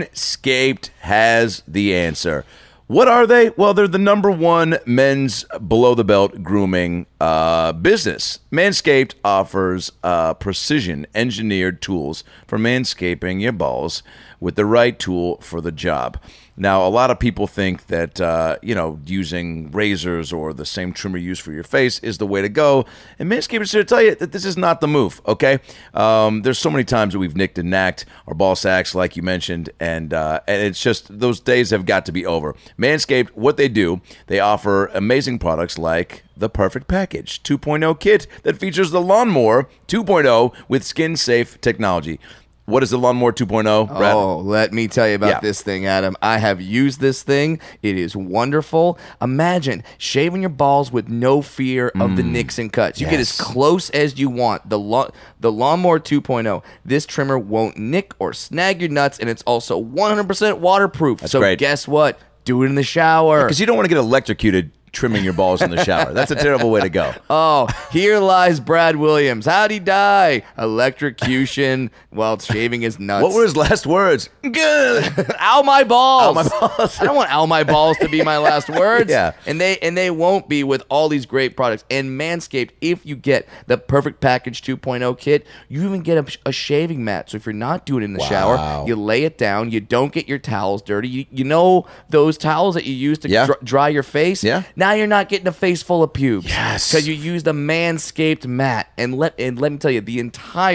Speaker 2: Manscaped has the answer. What are they? Well, they're the number one men's below the belt grooming uh, business. Manscaped offers uh, precision engineered tools for manscaping your balls with the right tool for the job. Now, a lot of people think that uh, you know using razors or the same trimmer you use for your face is the way to go, and Manscaped is here to tell you that this is not the move. Okay, um, there's so many times that we've nicked and knacked our ball sacks, like you mentioned, and uh, and it's just those days have got to be over. Manscaped, what they do, they offer amazing products like the Perfect Package 2.0 kit that features the lawnmower 2.0 with skin safe technology. What is the lawnmower 2.0? Brad?
Speaker 3: Oh, let me tell you about
Speaker 2: Yeah.
Speaker 3: this thing, Adam. I have used this thing. It is wonderful. Imagine shaving your balls with no fear of
Speaker 2: Mm.
Speaker 3: the nicks and cuts. You get as close as you want. The lawn, the lawnmower 2.0. This trimmer won't nick or snag your nuts, and it's also 100% waterproof. so
Speaker 2: great.
Speaker 3: guess what? Do it in the shower.
Speaker 2: Because you don't want to get electrocuted trimming your balls in the shower. That's a terrible way to go.
Speaker 3: Oh, here lies Brad Williams. How'd he die? Electrocution while shaving his nuts.
Speaker 2: What were his last words?
Speaker 3: Good. Ow my balls.
Speaker 2: Ow, my balls.
Speaker 3: I don't want ow my balls to be my last words.
Speaker 2: Yeah.
Speaker 3: And they and they won't be with all these great products. And Manscaped, if you get the perfect package 2.0 kit, you even get a, a shaving mat. So if you're not doing it in the shower, you lay it down. You don't get your towels dirty. You, you know those towels that you use to
Speaker 2: Yeah.
Speaker 3: dr- dry your face.
Speaker 2: Yeah.
Speaker 3: Now you're not getting a face full of pubes.
Speaker 2: Yes.
Speaker 3: Because you used a manscaped mat. And let and let me tell you, the entire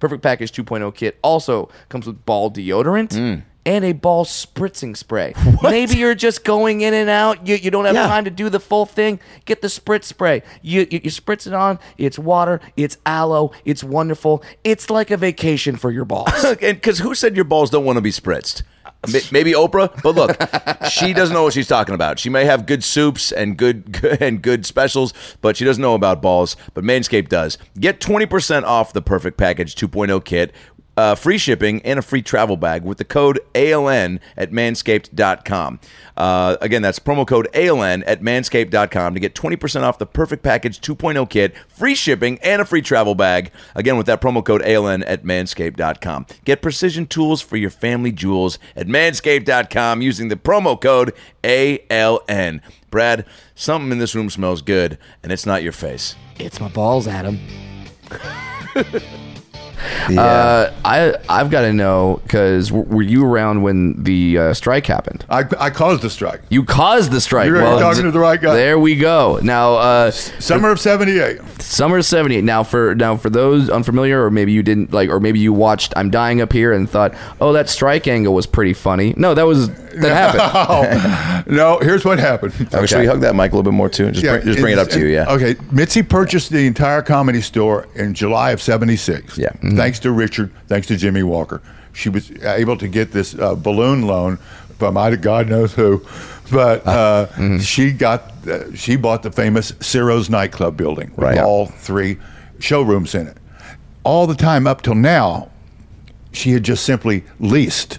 Speaker 3: Perfect Package 2.0 kit also comes with ball deodorant. And a ball spritzing spray. Maybe you're just going in and out. You, you don't have
Speaker 2: Yeah.
Speaker 3: time to do the full thing. Get the spritz spray. You, you you spritz it on. It's water. It's aloe. It's wonderful. It's like a vacation for your balls.
Speaker 2: and because who said your balls don't want to be spritzed? M- Maybe Oprah, but look, she doesn't know what she's talking about. She may have good soups and good, good and good specials, but she doesn't know about balls. But Manscaped does. Get twenty percent off the Perfect Package 2.0 kit, uh, free shipping, and a free travel bag with the code ALN at manscaped.com. Uh, again, that's promo code ALN at manscaped.com to get 20% off the Perfect Package 2.0 kit, free shipping, and a free travel bag. Again, with that promo code ALN at manscaped.com. Get precision tools for your family jewels at manscaped.com using the promo code ALN. Brad, something in this room smells good, and it's not your face.
Speaker 3: It's my balls, Adam. Uh, I I've got to know because w- were you around when the uh, strike happened?
Speaker 5: I, I caused the strike.
Speaker 3: You caused the strike.
Speaker 5: You're talking to the right guy.
Speaker 3: There we go. Now, uh,
Speaker 5: Summer of 78.
Speaker 3: summer of '78. Now for now for those unfamiliar, or maybe you didn't like, or maybe you watched "I'm Dying Up Here" and thought, "Oh, that strike angle was pretty funny." No, that was that happened.
Speaker 5: Oh, no, here's what happened.
Speaker 2: Okay. Should we hug that mic a little bit more, too? Just, bring, just bring it up to you, yeah.
Speaker 5: Okay. Mitzi purchased the entire comedy store in July of 76.
Speaker 2: Yeah. mm-hmm.
Speaker 5: Thanks to Richard, thanks to Jimmy Walker. She was able to get this uh, balloon loan from I, God knows who,
Speaker 2: Ah,
Speaker 5: but uh,
Speaker 2: mm-hmm.
Speaker 5: she got uh, she bought the famous Ciro's nightclub building with
Speaker 2: Right.
Speaker 5: all three showrooms in it. All the time up till now, she had just simply leased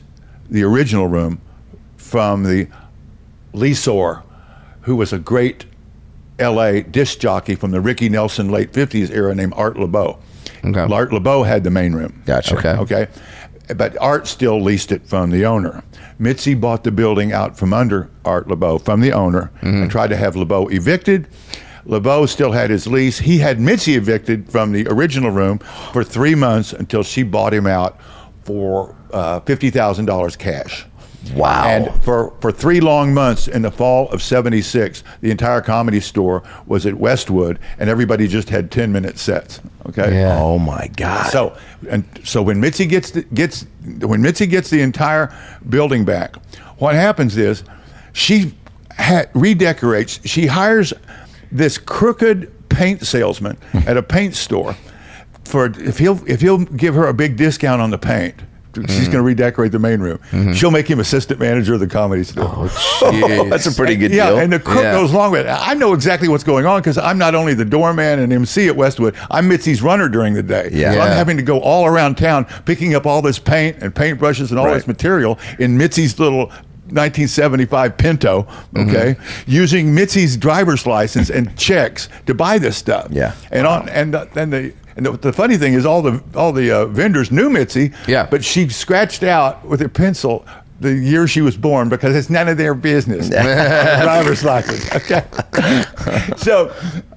Speaker 5: the original room from the leasor, who was a great LA disc jockey from the Ricky Nelson late 50s era named Art LeBeau.
Speaker 3: Okay.
Speaker 5: Art LeBeau had the main room.
Speaker 2: Gotcha.
Speaker 3: Okay.
Speaker 5: Okay. But Art still leased it from the owner. Mitzi bought the building out from under Art LeBeau from the owner and tried to have LeBeau evicted. LeBeau still had his lease. He had Mitzi evicted from the original room for three months until she bought him out for uh, $50,000 cash.
Speaker 2: Wow.
Speaker 5: And for, for three long months in the fall of 76, the entire comedy store was at Westwood and everybody just had 10 minute sets. Okay.
Speaker 3: Yeah.
Speaker 2: oh, my God.
Speaker 5: So and so when Mitzi gets the, gets when Mitzi gets the entire building back, what happens is she ha- redecorates. She hires this crooked paint salesman at a paint store for if he'll if he'll give her a big discount on the paint. She's going to redecorate the main room. She'll make him assistant manager of the comedy store. Oh,
Speaker 3: Jeez.
Speaker 2: Oh, That's a pretty good
Speaker 5: yeah,
Speaker 2: deal.
Speaker 5: and the crook
Speaker 3: Yeah.
Speaker 5: goes along with it. I know exactly what's going on because I'm not only the doorman and MC at Westwood, I'm Mitzi's runner during the day.
Speaker 2: Yeah.
Speaker 5: So I'm
Speaker 3: Yeah.
Speaker 5: having to go all around town picking up all this paint and paintbrushes and all
Speaker 2: Right.
Speaker 5: this material in Mitzi's little 1975 Pinto,
Speaker 2: Mm-hmm.
Speaker 5: okay, using Mitzi's driver's license and checks to buy this stuff.
Speaker 2: Yeah.
Speaker 5: And on and uh, then the and the, the funny thing is all the all the uh, vendors knew Mitzi.
Speaker 3: Yeah.
Speaker 5: But she scratched out with a pencil the year she was born because it's none of their business. driver's license. Okay. so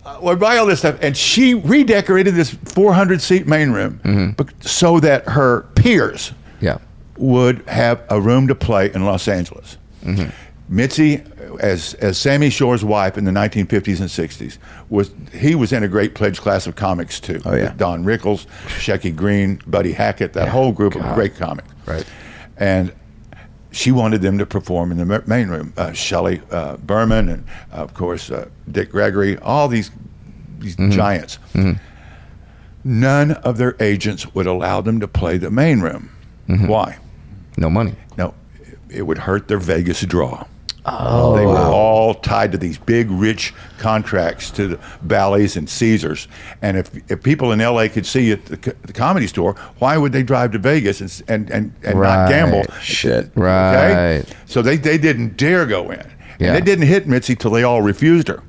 Speaker 5: uh, we buy all this stuff, and she redecorated this 400 seat main room bec- so that her peers
Speaker 3: yeah.
Speaker 5: would have a room to play in Los Angeles.
Speaker 2: Mm-hmm.
Speaker 5: Mitzi, as as Sammy Shore's wife in the 1950s and 60s, was he was in a great pledge class of comics too.
Speaker 2: Oh, yeah.
Speaker 5: Don Rickles, Shecky Green, Buddy Hackett, that whole group of great comics. Right. And she wanted them to perform in the ma- main room. Uh, Shelley uh, Berman and uh, of course uh, Dick Gregory, all these these
Speaker 2: Mm-hmm.
Speaker 5: giants. None of their agents would allow them to play the main room.
Speaker 2: Mm-hmm.
Speaker 5: Why?
Speaker 3: No money.
Speaker 5: No, it would hurt their Vegas draw. Oh, they were all tied to these big, rich contracts to the Bally's and Caesars. And if, if people in LA could see you at the, co- the comedy store, why would they drive to Vegas and s- and, and, and
Speaker 3: Right.
Speaker 5: not gamble?
Speaker 2: Shit.
Speaker 3: Right.
Speaker 5: So they, they didn't dare go in.
Speaker 3: Yeah.
Speaker 5: And it didn't hit Mitzi till they all refused her.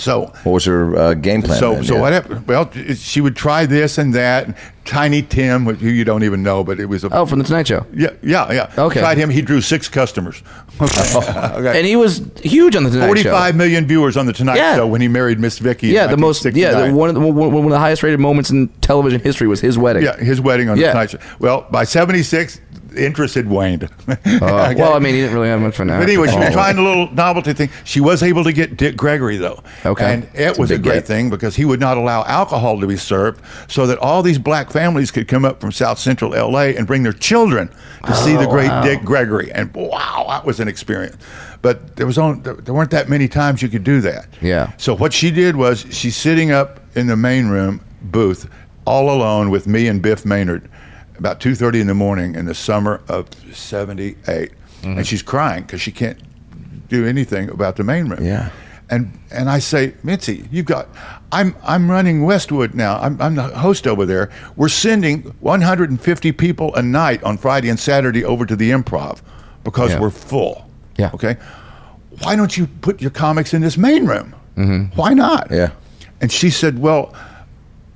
Speaker 5: So
Speaker 2: What was her uh, game plan?
Speaker 5: so
Speaker 2: then?
Speaker 5: so
Speaker 2: Yeah.
Speaker 5: what happened? Well, it- she would try this and that. and Tiny Tim, who you don't even know, but it was a
Speaker 3: Oh, from the Tonight Show.
Speaker 5: yeah yeah yeah.
Speaker 3: Okay.
Speaker 5: Tried him. He drew six customers. Okay.
Speaker 3: And he was huge on the Tonight Show.
Speaker 5: Forty-five million viewers on the Tonight
Speaker 3: Yeah.
Speaker 5: Show when he married Miss Vicky. in
Speaker 3: Yeah, the most. Yeah, the,
Speaker 5: 1969.
Speaker 3: one, of the, one one of the highest rated moments in television history was his wedding. Uh,
Speaker 5: Yeah, his wedding on
Speaker 3: Yeah.
Speaker 5: the Tonight Show. Well, by '76, interest had waned.
Speaker 3: Uh,
Speaker 5: Okay.
Speaker 3: Well, I mean, he didn't really have much for now.
Speaker 5: But anyway, she was
Speaker 3: Oh.
Speaker 5: trying a little novelty thing. She was able to get Dick Gregory though,
Speaker 3: Okay.
Speaker 5: and it
Speaker 3: That's a
Speaker 5: was a
Speaker 3: big
Speaker 5: great
Speaker 3: get.
Speaker 5: thing because he would not allow alcohol to be served, so that all these black families could come up from South Central L.A. and bring their children to see
Speaker 3: Oh,
Speaker 5: the great Dick Gregory. And wow, that was an experience. But there was on there weren't that many times you could do that.
Speaker 3: Yeah.
Speaker 5: So what she did was she's sitting up in the main room booth, all alone with me and Biff Maynard, about two thirty in the morning in the summer of '78,
Speaker 3: Mm-hmm.
Speaker 5: and she's crying because she can't do anything about the main room.
Speaker 2: Yeah.
Speaker 5: And and I say, Mitzi, you've got, I'm I'm running Westwood now. I'm I'm the host over there. We're sending 150 people a night on Friday and Saturday over to the Improv because
Speaker 3: Yeah.
Speaker 5: we're full.
Speaker 3: Yeah.
Speaker 5: Okay. Why don't you put your comics in this main room? Why not?
Speaker 2: Yeah.
Speaker 5: And she said, well.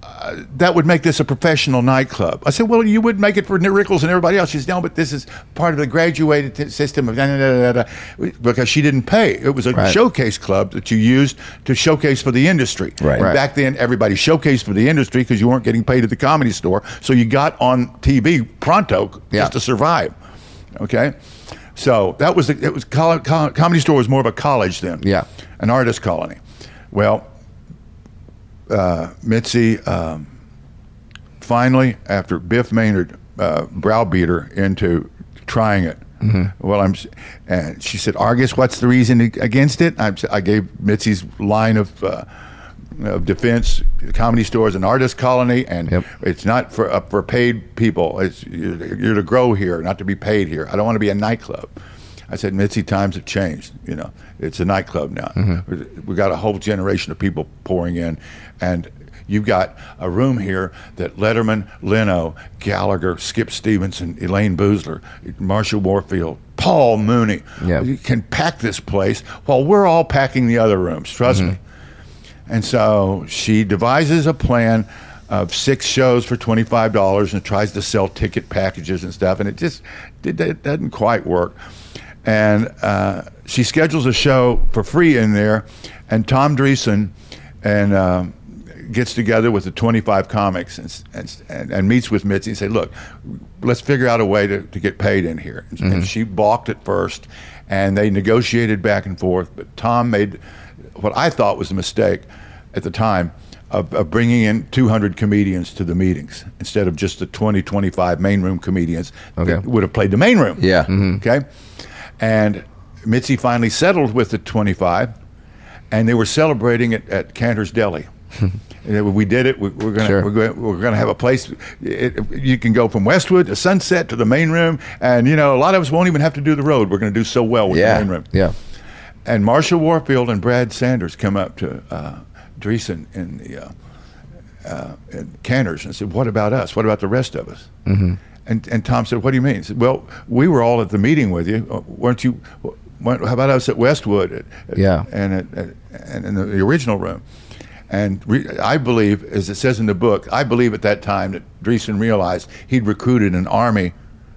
Speaker 5: uh, That would make this a professional nightclub. I said, "Well, you would make it for Nick Rickles and everybody else." She says, "No, but this is part of the graduated t- system of da da da da da," because she didn't pay. It was a
Speaker 3: Right.
Speaker 5: showcase club that you used to showcase for the industry.
Speaker 2: Right.
Speaker 5: And
Speaker 2: Right.
Speaker 5: Back then, everybody showcased for the industry because you weren't getting paid at the comedy store, so you got on TV pronto just
Speaker 3: Yeah.
Speaker 5: to survive. Okay, so that was the, it was col- col- comedy store was more of a college then.
Speaker 3: Yeah.
Speaker 5: an artist colony. Well, uh, Mitzi. Um, finally, after Biff Maynard uh, browbeat her into trying it, well, I'm, s- and she said, "Argus, what's the reason ag- against it?" I, I gave Mitzi's line of. Uh, of defense, the comedy store is an artist colony, and
Speaker 3: Yep.
Speaker 5: it's not for up for paid people. It's you're, you're to grow here, not to be paid here. I don't want to be a nightclub. I said, Mitzi, times have changed. You know, it's a nightclub now. We got a whole generation of people pouring in, and you've got a room here that Letterman, Leno, Gallagher, Skip Stevenson, Elaine Boozler, Marshall Warfield, Paul Mooney
Speaker 3: Yeah.
Speaker 5: you can pack this place while we're all packing the other rooms. Trust me. And so she devises a plan of six shows for $25 and tries to sell ticket packages and stuff. And it just did, it doesn't quite work. And uh, she schedules a show for free in there. And Tom Dreesen and um gets together with the 25 comics and, s- and, s- and, and meets with Mitzi and say, look, let's figure out a way to, to get paid in here. And, and she balked at first. And they negotiated back and forth. But Tom made what I thought was a mistake at the time of, of bringing in 200 comedians to the meetings instead of just the 20, 25 main room comedians that
Speaker 3: Okay.
Speaker 5: would have played the main room.
Speaker 2: Yeah.
Speaker 5: Okay. And Mitzi finally settled with the 25, and they were celebrating it at Cantor's Deli. And they were, we did it. We, we're gonna
Speaker 3: Sure.
Speaker 5: we're going we're gonna have a place. It, you can go from Westwood to Sunset to the main room, and you know a lot of us won't even have to do the road. We're going to do so well with
Speaker 2: Yeah.
Speaker 5: the main room.
Speaker 3: Yeah.
Speaker 5: And Marshall Warfield and Brad Sanders come up to uh, Dreesen in the uh, uh, in Canners and said, "What about us? What about the rest of us?" Mm-hmm. And and Tom said, "What do you mean?" He said, "Well, we were all at the meeting with you, Uh, weren't you? wh- How about us at Westwood? At- at-
Speaker 3: Yeah.
Speaker 5: and at, at, and in the, the original room." And re- I believe, as it says in the book, I believe at that time that Dreesen realized he'd recruited an army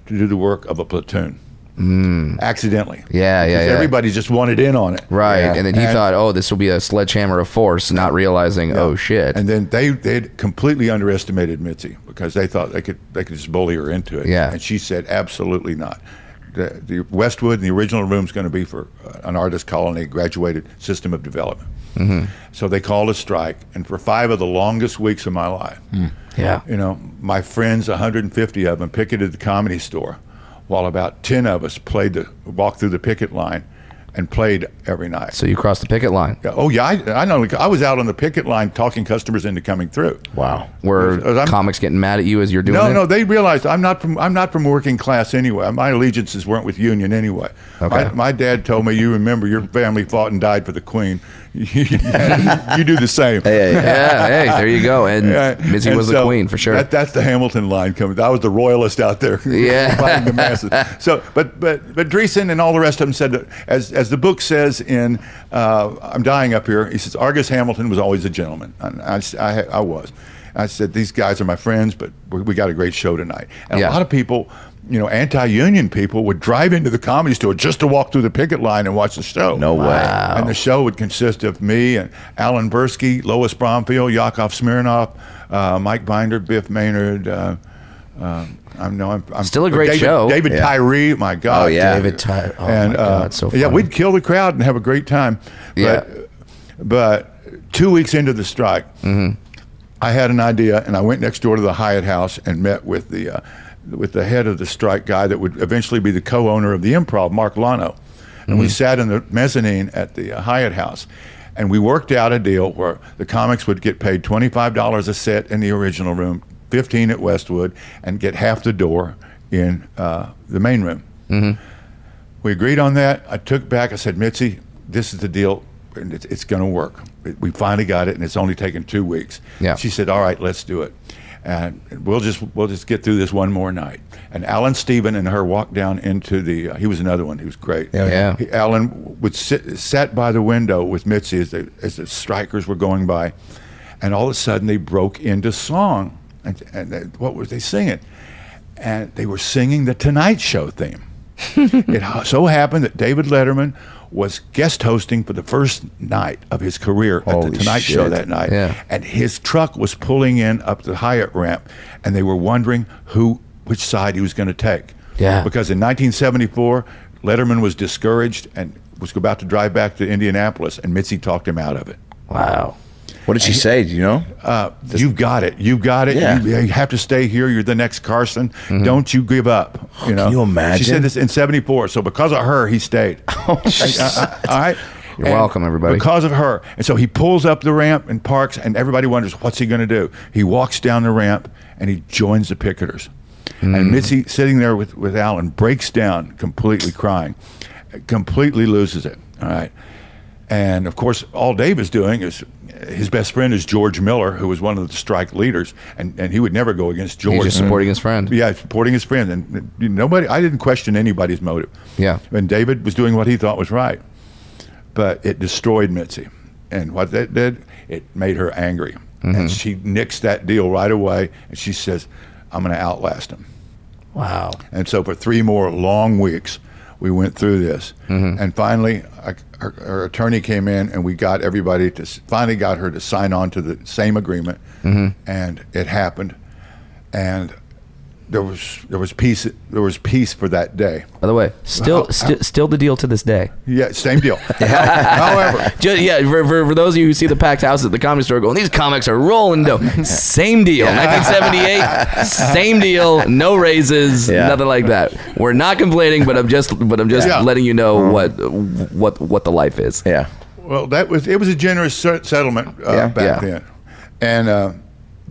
Speaker 5: to do the work of a platoon, accidentally.
Speaker 3: Yeah, yeah,
Speaker 5: Because
Speaker 3: yeah.
Speaker 5: Everybody just wanted in on it.
Speaker 3: Right. And then he
Speaker 5: And-
Speaker 3: thought, oh, this will be a sledgehammer of force, not realizing, oh, shit.
Speaker 5: And then they they had completely underestimated Mitzi because they thought they could they could just bully her into it.
Speaker 3: Yeah.
Speaker 5: And she said, absolutely not. The, the Westwood and the original room is going to be for uh, an artist colony, graduated system of development.
Speaker 3: Mm-hmm.
Speaker 5: So they called a strike, and for five of the longest weeks of my life,
Speaker 3: Hmm. yeah.
Speaker 5: you know, my friends, 150 of them, picketed the comedy store, while about 10 of us played the walked through the picket line, and played every night.
Speaker 3: So you crossed the picket line.
Speaker 5: Yeah, Oh yeah, I, I know. I was out on the picket line talking customers into coming through.
Speaker 2: Wow.
Speaker 3: Were
Speaker 5: As I'm-
Speaker 3: comics getting mad at you as you're doing
Speaker 5: No,
Speaker 3: it?
Speaker 5: no, they realized I'm not from I'm not from working class anyway. My allegiances weren't with Union anyway.
Speaker 3: Okay.
Speaker 5: My, my dad told me, you remember your family fought and died for the Queen. you do the same.
Speaker 2: Hey, hey, hey.
Speaker 3: Yeah, hey, there you go. And
Speaker 5: Yeah,
Speaker 3: Mizzy
Speaker 5: and
Speaker 3: was the
Speaker 5: so
Speaker 3: queen for sure.
Speaker 5: That, that's the Hamilton line coming. I was the royalist out there,
Speaker 3: Yeah.
Speaker 5: fighting the masses. So, but but but Dreesen and all the rest of them said that as as as the book says in uh, I'm dying up here. He says Argus Hamilton was always a gentleman. And I, s- I, I was. I said these guys are my friends, but we, we got a great show tonight. And a
Speaker 3: Yeah.
Speaker 5: lot of people, you know, anti-union people would drive into the comedy store just to walk through the picket line and watch the show.
Speaker 2: No way. Wow.
Speaker 5: And the show would consist of me and Alan Bursky, Lois Bromfield, Yakov Smirnoff, uh, Mike Binder, Biff Maynard. Uh, uh, I'm no, I'm, I'm
Speaker 3: Still a great
Speaker 5: David-
Speaker 3: show.
Speaker 5: David
Speaker 2: Yeah.
Speaker 5: Tyree, my God.
Speaker 2: Oh, yeah.
Speaker 7: David Ty- oh,
Speaker 5: and
Speaker 7: my
Speaker 5: uh,
Speaker 7: God, so
Speaker 5: yeah,
Speaker 7: funny.
Speaker 5: we'd kill the crowd and have a great time. But,
Speaker 3: Yeah.
Speaker 5: But two weeks into the strike,
Speaker 7: Mm-hmm.
Speaker 5: I had an idea, and I went next door to the Hyatt House and met with the uh, with the head of the strike guy that would eventually be the co-owner of the Improv, Mark Lano. And
Speaker 7: Mm-hmm.
Speaker 5: we sat in the mezzanine at the uh, Hyatt House, and we worked out a deal where the comics would get paid twenty five dollars a set in the original room, fifteen at Westwood, and get half the door in uh, the main room. We agreed on that. I took back. I said, Mitzi, this is the deal, and it's, it's going to work. It- We finally got it, and it's only taken two weeks.
Speaker 3: Yeah.
Speaker 5: She said, All right, let's do it, and we'll just we'll just get through this one more night. And Alan Stephen and her walked down into the. uh, he was another one. He was great.
Speaker 3: Oh, Yeah.
Speaker 5: He- Alan would sit sat by the window with Mitzi as the as the strikers were going by, and all of a sudden they broke into song. And, and they- what were they singing? And they were singing the Tonight Show theme. it ho- so happened that David Letterman was guest hosting for the first night of his career at the Tonight Show that night,
Speaker 3: Yeah.
Speaker 5: and his truck was pulling in up the Hyatt ramp, and they were wondering who which side he was going to take.
Speaker 3: Yeah.
Speaker 5: Because in 1974, Letterman was discouraged and was about to drive back to Indianapolis, and Mitzi talked him out of it.
Speaker 3: Wow.
Speaker 2: What did she say? Do you know?
Speaker 5: Uh, you've got it. You've got it.
Speaker 2: Yeah.
Speaker 5: You, you have to stay here. You're the next Carson. Don't you give up. You know.
Speaker 2: you imagine?
Speaker 5: She said this in '74. So because of her, he stayed. oh, all right.
Speaker 3: You're welcome, everybody.
Speaker 5: Because of her, and so he pulls up the ramp and parks, and everybody wonders what's he going to do. He walks down the ramp and he joins the picketers. And Mitzi, sitting there with with Alan, breaks down completely crying, completely loses it. All right. And of course, all Dave is doing is his best friend is George Miller, who was one of the strike leaders, and, and he would never go against George.
Speaker 3: He's just supporting his friend.
Speaker 5: Yeah, supporting his friend, and nobody. I didn't question anybody's motive.
Speaker 3: Yeah.
Speaker 5: and David was doing what he thought was right, but it destroyed Mitzi, and what that did, it made her angry, and she nixed that deal right away, and she says, "I'm going to outlast him."
Speaker 7: Wow.
Speaker 5: And so for three more long weeks, we went through this. And finally, I, her, her attorney came in and we got everybody to s- finally got her to sign on to the same agreement. And it happened. And there was there was peace there was peace for that day.
Speaker 3: By the way, still, sti- still the deal to this day.
Speaker 5: Yeah, same deal. However,
Speaker 3: Ju- yeah, for, for, for those of you who see the packed house at the comedy store going, these comics are rolling dough. Same deal. 1978, same deal. No raises,
Speaker 2: Yeah.
Speaker 3: nothing like that. We're not complaining, but I'm just, but I'm just
Speaker 5: Yeah.
Speaker 3: letting you know what, what, what the life is.
Speaker 2: Mm-hmm. Yeah.
Speaker 5: Well, that was it was a generous set- settlement uh,
Speaker 2: Yeah.
Speaker 5: back
Speaker 3: Yeah.
Speaker 5: then, and uh,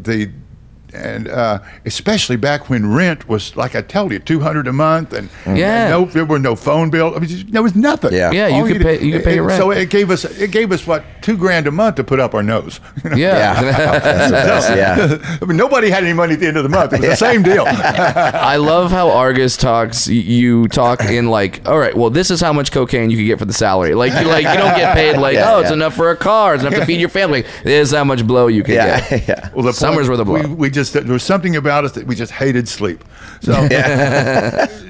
Speaker 5: the and uh, especially back when rent was like I told you, two hundred a month, and, and
Speaker 3: Yeah.
Speaker 5: no, there were no phone bill. I mean, just- there was nothing.
Speaker 2: Mm-hmm. Yeah.
Speaker 3: Yeah, you
Speaker 5: All
Speaker 3: could pay- you could pay your
Speaker 5: So
Speaker 3: rent.
Speaker 5: it gave us it gave us what two grand a month to put up our nose. You know?
Speaker 3: Yeah.
Speaker 2: That's what it is, yeah.
Speaker 5: I mean, nobody had any money at the end of the month. It was the same deal.
Speaker 3: I love how Argus talks. y- You talk in like, all right, well, this is how much cocaine you can get for the salary. Like, you, like you don't get paid like,
Speaker 2: Yeah,
Speaker 3: oh, it's
Speaker 2: yeah.
Speaker 3: enough for a car, it's enough to feed your family. This is how much blow you can
Speaker 2: Yeah.
Speaker 3: get.
Speaker 2: yeah.
Speaker 5: Well, the
Speaker 3: Summer's
Speaker 5: point-
Speaker 3: worth of blood.
Speaker 5: We, we just there was something about us that we just hated sleep. So,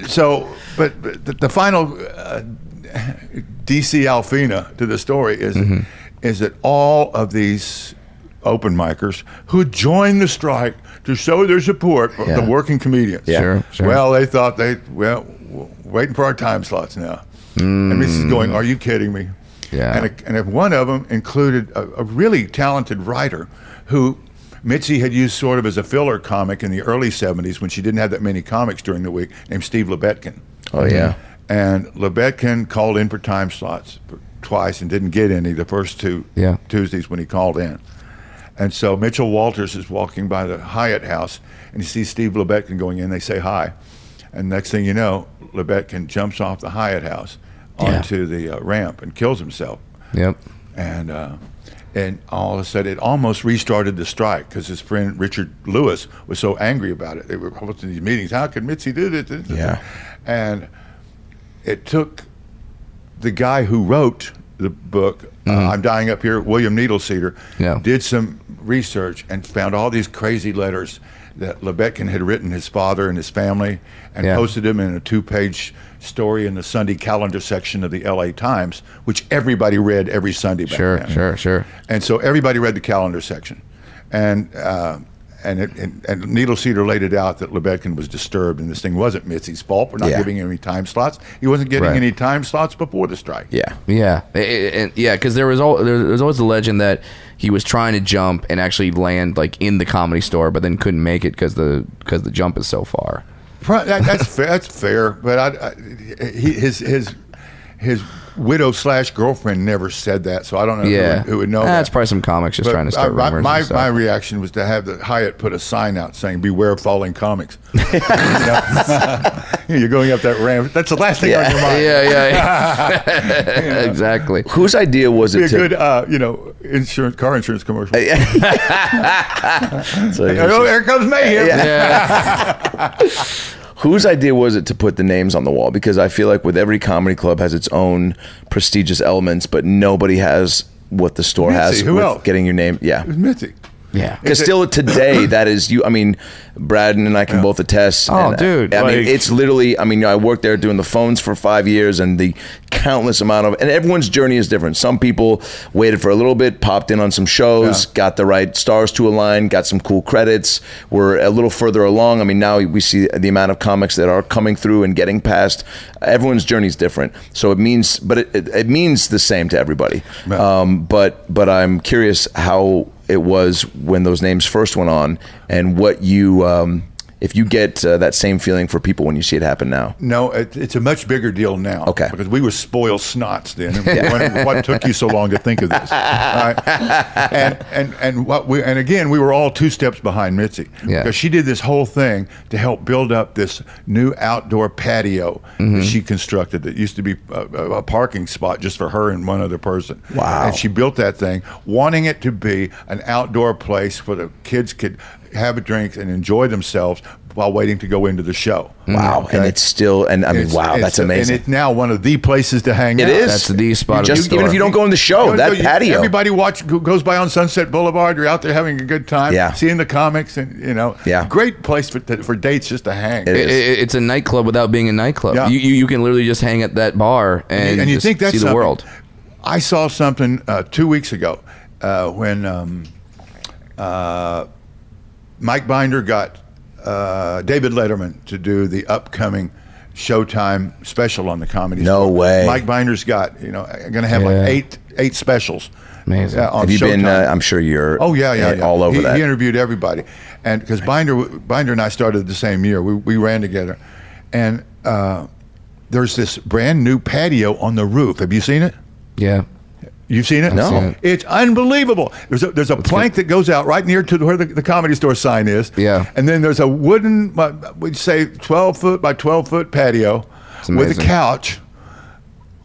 Speaker 5: so but, but the, the final uh, DC Alfina to the story is is that all of these open micers who joined the strike to show their support for the working comedians.
Speaker 2: Yeah. Sure,
Speaker 3: sure.
Speaker 5: Well, they thought they well w- waiting for our time slots now. And this is going. Are you kidding me?
Speaker 3: Yeah.
Speaker 5: And, a, and if one of them included a, a really talented writer who Mitzi had used sort of as a filler comic in the early 70s when she didn't have that many comics during the week, named Steve Lebetkin.
Speaker 2: Oh,
Speaker 5: Mm-hmm.
Speaker 2: yeah.
Speaker 5: And Lebetkin called in for time slots for, twice and didn't get any the first two
Speaker 3: Yeah.
Speaker 5: Tuesdays when he called in. And so Mitchell Walters is walking by the Hyatt house and he sees Steve Lebetkin going in. They say hi. And next thing you know, Lebetkin jumps off the Hyatt house
Speaker 3: Yeah.
Speaker 5: onto the uh, ramp and kills himself
Speaker 3: Yep.
Speaker 5: and uh, and all of a sudden it almost restarted the strike because his friend Richard Lewis was so angry about it. They were hosting these meetings. How could Mitzi do this?
Speaker 2: Yeah.
Speaker 5: and it took the guy who wrote the book, uh, I'm Dying Up Here, William Needleceder,
Speaker 3: Yeah.
Speaker 5: did some research and found all these crazy letters that Lebetkin had written his father and his family and
Speaker 3: Yeah.
Speaker 5: posted them in a two page story in the Sunday calendar section of the LA Times, which everybody read every Sunday back
Speaker 3: Sure,
Speaker 5: then.
Speaker 3: sure, sure.
Speaker 5: And so everybody read the calendar section, and uh, and, it, and and Needle Cedar laid it out that Lebedkin was disturbed, and this thing wasn't Mitzi's fault. We're not
Speaker 2: Yeah.
Speaker 5: giving him any time slots. He wasn't getting
Speaker 3: Right.
Speaker 5: any time slots before the strike.
Speaker 2: Yeah.
Speaker 3: Yeah, I- I- and- yeah, because there was all there was always the legend that he was trying to jump and actually land like in the comedy store, but then couldn't make it because the because the jump is so far.
Speaker 5: Pro- that, that's fair. That's fair. But I, I, he, his his his widow slash girlfriend never said that, so I don't know
Speaker 3: Yeah,
Speaker 5: who, would, who would know.
Speaker 3: That's
Speaker 5: that.
Speaker 3: probably some comics just
Speaker 5: But
Speaker 3: trying to
Speaker 5: I,
Speaker 3: start
Speaker 5: my,
Speaker 3: rumors
Speaker 5: my,
Speaker 3: and stuff.
Speaker 5: my reaction was to have the Hyatt put a sign out saying "Beware falling comics." You know? You're going up that ramp. That's the last thing on your mind.
Speaker 3: yeah, yeah, yeah. exactly.
Speaker 2: Whose idea was
Speaker 5: Be a
Speaker 2: it to?
Speaker 5: good, uh, you know, insurance car insurance commercial.
Speaker 2: so here's-
Speaker 5: oh, there comes mayhem.
Speaker 3: Yeah,
Speaker 2: whose idea was it to put the names on the wall? Because I feel like with every comedy club has its own prestigious elements, but nobody has what the store
Speaker 5: Mitzi,
Speaker 2: has
Speaker 5: who
Speaker 2: with
Speaker 5: else?
Speaker 2: getting your name. Yeah.
Speaker 5: It was Mitzi.
Speaker 3: yeah.
Speaker 2: Because still today, that is you. I mean, Braden and I can both attest.
Speaker 3: Oh,
Speaker 2: and, uh,
Speaker 3: dude,
Speaker 2: I mean,
Speaker 3: like-
Speaker 2: it's literally. I mean, I worked there doing the phones for five years, and the countless amount of. And everyone's journey is different. Some people waited for a little bit, popped in on some shows, got the right stars to align, got some cool credits. We're a little further along. I mean, now we see the amount of comics that are coming through and getting past. Everyone's journey is different, so it means, but it, it, it means the same to everybody. Um, but but I'm curious how it was when those names first went on, and what you um, if you get uh, that same feeling for people when you see it happen now.
Speaker 5: No, it, it's a much bigger deal now.
Speaker 2: Okay.
Speaker 5: Because we were spoiled snots then. And we wondered what took you so long to think of this? All right. And and and what we and again we were all two steps behind Mitzi
Speaker 3: Yeah.
Speaker 5: because she did this whole thing to help build up this new outdoor patio
Speaker 2: Mm-hmm.
Speaker 5: that she constructed that used to be a, a a parking spot just for her and one other person. Wow. And she built that thing wanting it to be an outdoor place where the kids could have a drink and enjoy themselves while waiting to go into the show.
Speaker 2: Wow, and it's still, and I mean,
Speaker 5: It's-
Speaker 2: wow,
Speaker 5: it's-
Speaker 2: that's amazing.
Speaker 5: And it's now one of the places to hang
Speaker 2: it
Speaker 5: out.
Speaker 2: is.
Speaker 3: That's the spot of the
Speaker 2: You just- Even
Speaker 3: store.
Speaker 2: if you don't go in the show,
Speaker 5: You know,
Speaker 2: that
Speaker 5: you-
Speaker 2: patio.
Speaker 5: Everybody watch go- goes by on Sunset Boulevard. You're out there having a good time,
Speaker 2: Yeah.
Speaker 5: seeing the comics, and you know,
Speaker 2: Yeah.
Speaker 5: great place for for dates just to hang.
Speaker 2: It
Speaker 3: It, it, it's a nightclub without being a nightclub.
Speaker 5: Yeah.
Speaker 3: You, you you can literally just hang at that bar and,
Speaker 5: and you
Speaker 3: just
Speaker 5: think that's
Speaker 3: see the
Speaker 5: something.
Speaker 3: world.
Speaker 5: I saw something uh, two weeks ago uh, when um, uh, Mike Binder got uh, David Letterman to do the upcoming Showtime special on the comedy.
Speaker 2: No
Speaker 5: Store.
Speaker 2: way.
Speaker 5: Mike Binder's got you know going to have
Speaker 3: Yeah.
Speaker 5: like eight eight specials.
Speaker 3: Amazing.
Speaker 5: uh, on
Speaker 2: Have you been?
Speaker 5: Showtime.
Speaker 2: Uh, I'm sure you're.
Speaker 5: Oh yeah, yeah,
Speaker 2: uh,
Speaker 5: yeah.
Speaker 2: all over
Speaker 5: he,
Speaker 2: that.
Speaker 5: He interviewed everybody, and because Binder, Binder and I started the same year, we we ran together, and uh, there's this brand new patio on the roof. Have you seen it?
Speaker 3: Yeah.
Speaker 5: You've seen it?
Speaker 2: No. seen it.
Speaker 5: It's unbelievable. There's a, there's a plank that goes out right near to where the, the comedy store sign is.
Speaker 3: Yeah.
Speaker 5: And then there's a wooden, uh, we'd say 12 foot by 12 foot patio with a
Speaker 3: amazing.
Speaker 5: couch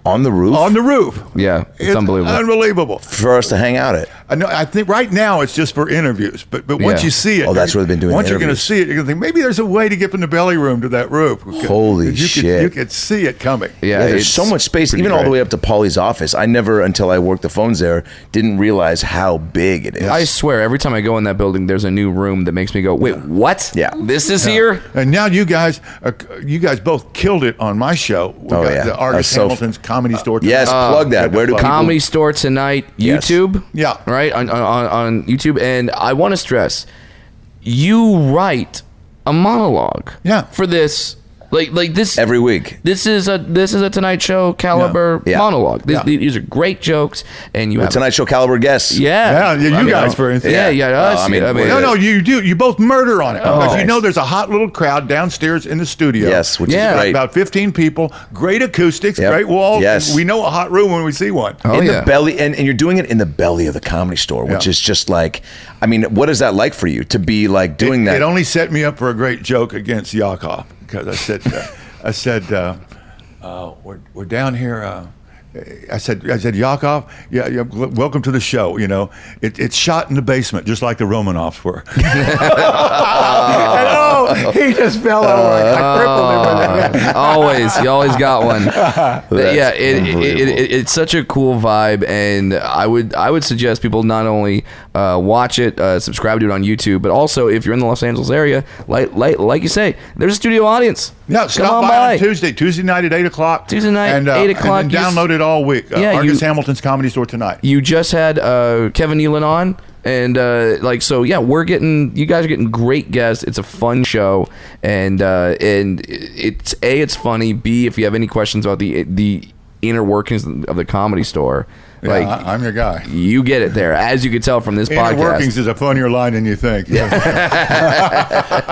Speaker 2: on the roof
Speaker 5: on the roof.
Speaker 3: Yeah, it's unbelievable.
Speaker 5: Unbelievable.
Speaker 2: for us to hang out at.
Speaker 5: I know. I think right now it's just for interviews, but but once
Speaker 3: Yeah.
Speaker 5: you see it,
Speaker 2: Oh, that's what they've been doing,
Speaker 5: Once you're going to
Speaker 2: interviews.
Speaker 5: see it, you're going to think maybe there's a way to get from the belly room to that roof. You could-
Speaker 2: Holy
Speaker 5: you Could,
Speaker 2: shit.
Speaker 5: you could see it coming.
Speaker 3: Yeah,
Speaker 2: Yeah, there's
Speaker 3: it's
Speaker 2: so much space,
Speaker 3: pretty
Speaker 2: even all the
Speaker 3: great.
Speaker 2: way up to Polly's office. I never, until I worked the phones there, didn't realize how big it is.
Speaker 3: I swear, every time I go in that building, there's a new room that makes me go, "Wait, what?
Speaker 2: Yeah.
Speaker 3: this is here."
Speaker 5: And now you guys, are, you guys both killed it on my show. We
Speaker 2: Oh,
Speaker 5: got
Speaker 2: yeah.
Speaker 5: the
Speaker 2: That's
Speaker 5: Argus
Speaker 2: so- Uh,
Speaker 5: Hamilton's Comedy Store.
Speaker 2: yes, plug that. Where do
Speaker 5: uh, plug.
Speaker 2: people-
Speaker 3: Comedy Store tonight,
Speaker 2: Yes.
Speaker 3: YouTube.
Speaker 5: Yeah.
Speaker 3: right on on, on YouTube. And I want to stress, you write a monologue.
Speaker 5: Yeah.
Speaker 3: for this, like like this
Speaker 2: every week.
Speaker 3: This is a this is a Tonight Show caliber
Speaker 2: Yeah. Yeah.
Speaker 3: monologue. These,
Speaker 5: Yeah.
Speaker 3: these are great jokes, and you
Speaker 2: The
Speaker 3: have
Speaker 2: Tonight Show caliber guests.
Speaker 3: yeah
Speaker 5: Yeah, yeah, you guys, for instance.
Speaker 3: yeah yeah,
Speaker 2: Yeah.
Speaker 3: us,
Speaker 2: Oh,
Speaker 3: I
Speaker 2: I
Speaker 3: mean,
Speaker 2: mean,
Speaker 3: I mean
Speaker 2: we're-
Speaker 5: No, no, you do. You both murder on it because you
Speaker 2: Oh, nice.
Speaker 5: know there's a hot little crowd downstairs in the studio.
Speaker 2: Yes, which
Speaker 3: Yeah.
Speaker 2: is great.
Speaker 5: About 15 people, great acoustics,
Speaker 2: Yep.
Speaker 5: great walls.
Speaker 2: Yes.
Speaker 5: We know a hot room when we see one.
Speaker 3: Oh,
Speaker 2: in
Speaker 3: yeah.
Speaker 2: the belly, and, and you're doing it in the belly of the comedy store, which
Speaker 5: Yeah.
Speaker 2: is just like, I mean, what is that like for you to be like doing
Speaker 5: it,
Speaker 2: that?
Speaker 5: It only set me up for a great joke against Yakov because I said, uh, I said, uh, uh, we're, we're down here uh, I said, I said, Yakov, yeah, yeah, gl- welcome to the show. You know, it, it's shot in the basement, just like the Romanovs were.
Speaker 6: And, oh, he just fell over. I crippled him with that.
Speaker 3: Uh, always, you always got one.
Speaker 2: That's
Speaker 3: yeah, it, it, it,
Speaker 2: unbelievable.
Speaker 3: it- it's such a cool vibe, and I would I would suggest people not only uh, watch it, uh, subscribe to it on YouTube, but also if you're in the Los Angeles area, like like like you say, there's a studio audience.
Speaker 5: No, stop
Speaker 3: Come on
Speaker 5: by,
Speaker 3: by.
Speaker 5: on Tuesday, Tuesday night at eight o'clock.
Speaker 3: Tuesday night,
Speaker 5: and, uh,
Speaker 3: 8
Speaker 5: and
Speaker 3: o'clock,
Speaker 5: then
Speaker 3: you s-
Speaker 5: download it all week. Uh,
Speaker 3: Yeah,
Speaker 5: Argus
Speaker 3: you-
Speaker 5: Hamilton's Comedy Store tonight.
Speaker 3: You just had uh, Kevin Nealon on, and uh, like so, yeah, we're getting you guys are getting great guests. It's a fun show, and uh, and it's a it's funny. B if you have any questions about the the inner workings of the comedy store,
Speaker 5: Yeah,
Speaker 3: like
Speaker 5: I, am your guy.
Speaker 3: you get it there, as you can tell from this
Speaker 5: Inner
Speaker 3: podcast.
Speaker 5: workings is a funnier line than you think.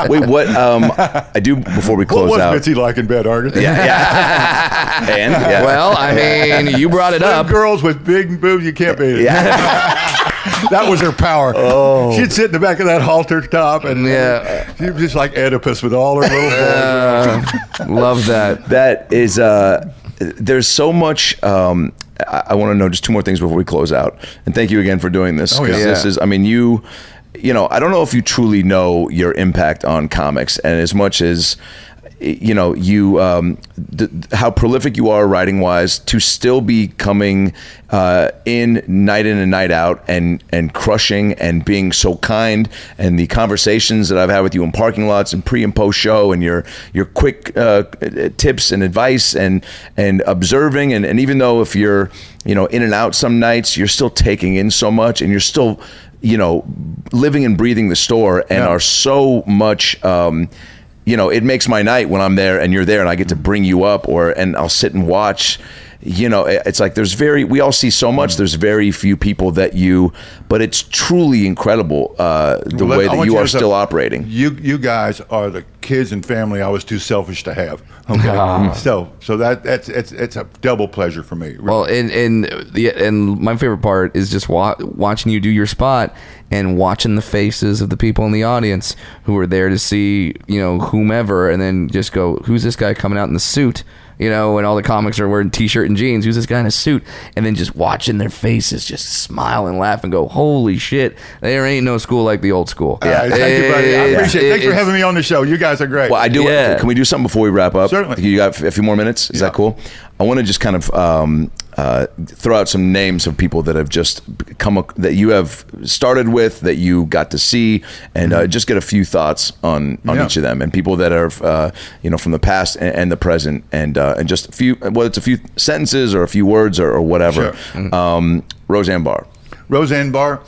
Speaker 2: Wait, what? Um, I do before we
Speaker 5: what
Speaker 2: close
Speaker 5: was
Speaker 2: out.
Speaker 5: Mitzi like in bed, Argus?
Speaker 2: Yeah, yeah. and yeah.
Speaker 3: Well, I mean, you brought it
Speaker 5: Them
Speaker 3: up.
Speaker 5: girls with big boobs, you can't beat it.
Speaker 2: Um, yeah.
Speaker 5: That was her power. Oh. She'd sit in the back of that halter top, and
Speaker 3: Yeah.
Speaker 5: she was just like Oedipus with all her little. boys.
Speaker 3: Love that.
Speaker 2: that is uh there's so much um i, I want to know just two more things before we close out and thank you again for doing this
Speaker 5: Oh, yeah.
Speaker 2: 'cause this
Speaker 3: Yeah.
Speaker 2: is i mean you you know i don't know if you truly know your impact on comics and as much as you know you um th- th- how prolific you are writing wise to still be coming uh in night in and night out and and crushing and being so kind and the conversations that i've had with you in parking lots and pre and post show and your your quick uh, tips and advice and and observing and, and even though if you're you know in and out some nights you're still taking in so much and you're still you know living and breathing the store and are so much um, you know it makes my night when i'm there and you're there and i
Speaker 5: Mm-hmm.
Speaker 2: get to bring you up or and i'll sit and watch you know it- it's like there's very we all see so
Speaker 5: Mm-hmm.
Speaker 2: much there's very few people that you but it's truly incredible uh, the
Speaker 5: Well, let-
Speaker 2: way
Speaker 5: I
Speaker 2: that
Speaker 5: want
Speaker 2: you
Speaker 5: to
Speaker 2: are
Speaker 5: know
Speaker 2: still
Speaker 5: something.
Speaker 2: operating
Speaker 5: You you guys are the kids and family I was too selfish to have. Okay, so so that that's it's it's a double pleasure for me.
Speaker 3: Well, and and the and my favorite part is just wa- watching you do your spot and watching the faces of the people in the audience who are there to see you know whomever, and then just go, who's this guy coming out in the suit? You know, and all the comics are wearing t-shirt and jeans. Who's this guy in a suit? And then just watching their faces, just smile and laugh and go, "Holy shit! There ain't no school like the old school."
Speaker 5: All right, thank you, buddy. I appreciate
Speaker 3: It's-
Speaker 5: it. Thanks for
Speaker 3: it's-
Speaker 5: having me on the show. You guys are great.
Speaker 2: Well, I do. uh,
Speaker 3: Yeah.
Speaker 2: Can we do something before we wrap up?
Speaker 5: Certainly.
Speaker 2: You got a few more minutes. Is that cool? I want to just kind of um, uh, throw out some names of people that have just come ac- that you have started with that you got to see, and uh, just get a few thoughts on on
Speaker 5: Mm-hmm. Yeah.
Speaker 2: each of them, and people that are uh, you know from the past and, and the present, and uh, and just a few whether it's a few sentences or a few words or, or whatever. Um, Roseanne Barr.
Speaker 5: Roseanne Barr,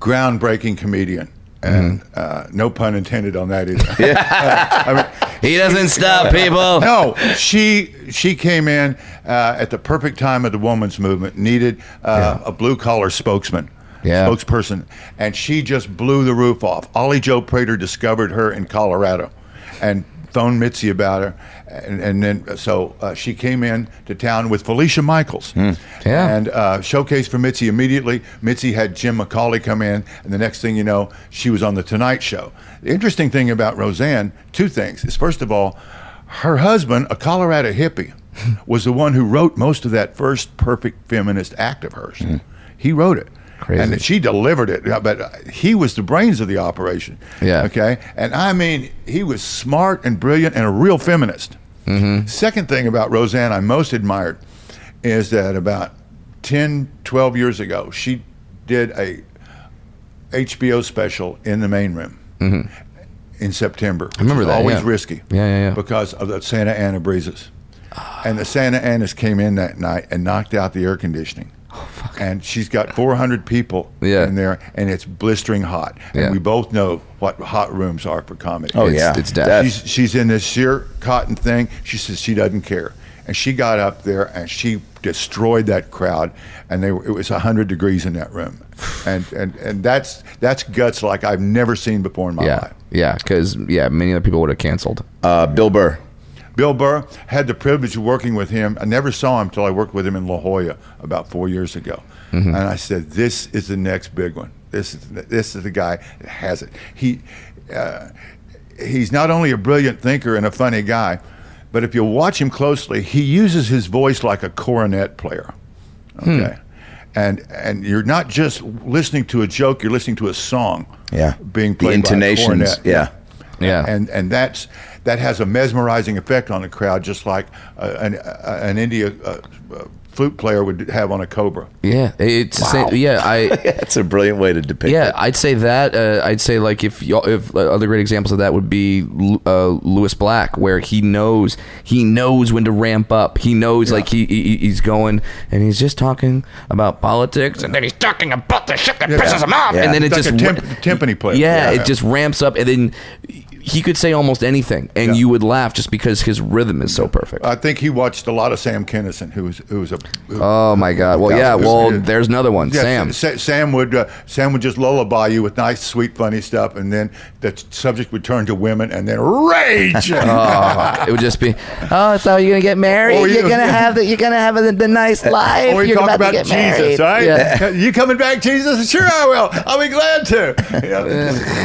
Speaker 5: groundbreaking comedian, and
Speaker 2: Mm-hmm.
Speaker 5: uh, no pun intended on that either. I mean,
Speaker 3: He doesn't stop, people.
Speaker 5: no, she she came in uh, at the perfect time of the women's movement. Needed uh, a blue collar spokesman.
Speaker 3: Yeah.
Speaker 5: Spokesperson, and she just blew the roof off. Ollie Joe Prater discovered her in Colorado, and phoned Mitzi about her, and, and then so uh, she came in to town with Felicia Michaels,
Speaker 3: Hmm. Yeah.
Speaker 5: and uh, showcase for Mitzi immediately. Mitzi had Jim McCauley come in, and the next thing you know, she was on the Tonight Show. The interesting thing about Roseanne, two things is first of all, her husband, a Colorado hippie, was the one who wrote most of that first perfect feminist act of hers. He wrote it.
Speaker 3: Hmm. Crazy.
Speaker 5: And she delivered it, yeah, but uh, he was the brains of the operation.
Speaker 3: Yeah.
Speaker 5: Okay. And I mean, he was smart and brilliant and a real feminist. Second thing about Roseanne I most admired is that about 10, 12 years ago, she did a HBO special in the main room in September. I
Speaker 3: Mm-hmm. remember that,
Speaker 5: Always
Speaker 3: yeah.
Speaker 5: risky.
Speaker 3: Yeah, yeah, yeah.
Speaker 5: Because of the Santa Ana breezes. And the Santa Anas came in that night and knocked out the air conditioning. And she's got 400 people
Speaker 3: Oh, Yeah.
Speaker 5: in there, and it's blistering hot. And
Speaker 3: Yeah.
Speaker 5: we both know what hot rooms are for comedy.
Speaker 2: Oh,
Speaker 3: it's,
Speaker 2: yeah.
Speaker 3: it's death.
Speaker 2: Death.
Speaker 5: She's, she's in this sheer cotton thing. She says she doesn't care. And she got up there and she destroyed that crowd. And they were, it was 100 degrees in that room. And, and, and that's, that's guts like I've never seen before in my
Speaker 3: Yeah,
Speaker 5: life.
Speaker 3: yeah, because yeah, many other people would have canceled.
Speaker 2: Uh, Bill Burr.
Speaker 5: Bill Burr had the privilege of working with him. I never saw him till I worked with him in La Jolla about four years ago,
Speaker 2: Mm-hmm.
Speaker 5: and I said, "This is the next big one. This is this is the guy that has it. He uh, he's not only a brilliant thinker and a funny guy, But if you watch him closely, he uses his voice like a coronet player.
Speaker 2: Hmm.
Speaker 5: Okay. And and you're not just listening to a joke, you're listening to a song.
Speaker 2: Yeah.
Speaker 5: Being
Speaker 2: the
Speaker 5: played by a
Speaker 2: intonations.
Speaker 5: cornet.
Speaker 2: yeah.
Speaker 3: Yeah.
Speaker 5: And and that's that has a mesmerizing effect on the crowd, just like uh, an uh, an India uh, uh, flute player would have on a cobra.
Speaker 3: yeah. It's the same- yeah. I
Speaker 2: That's a brilliant way to depict
Speaker 3: yeah.
Speaker 2: it.
Speaker 3: I'd say that. Uh, I'd say like if y'all, if uh, other great examples of that would be Lu- uh, Lewis Black, where he knows he knows when to ramp up. He knows like he, he he's going and he's just talking about politics and then he's talking about the shit that pisses him off
Speaker 2: Yeah.
Speaker 3: and then it
Speaker 5: Like
Speaker 3: just
Speaker 5: a timp-
Speaker 3: ra-
Speaker 5: timpani player.
Speaker 3: Yeah,
Speaker 5: Yeah.
Speaker 3: it just ramps up and then. He could say almost anything, and you would laugh just because his rhythm is so perfect.
Speaker 5: I think he watched a lot of Sam Kinison, who was who was a. who-
Speaker 3: Oh my God! Well, yeah.
Speaker 5: Who's-
Speaker 3: Well, there's another one,
Speaker 5: Yeah,
Speaker 3: Sam.
Speaker 5: Sa- Sam would uh, Sam would just lullaby you with nice, sweet, funny stuff, and then the t- subject would turn to women, and then rage.
Speaker 3: Oh, it would just be. Oh, so you're gonna get married?
Speaker 5: Or you-
Speaker 3: you're gonna have the you're gonna have the, the nice life.
Speaker 5: or we
Speaker 3: you're
Speaker 5: Oh, talk about,
Speaker 3: to get
Speaker 5: Jesus, right?
Speaker 3: married. Yeah.
Speaker 5: You coming back, Jesus? Sure, I will. I'll be glad to. You know, you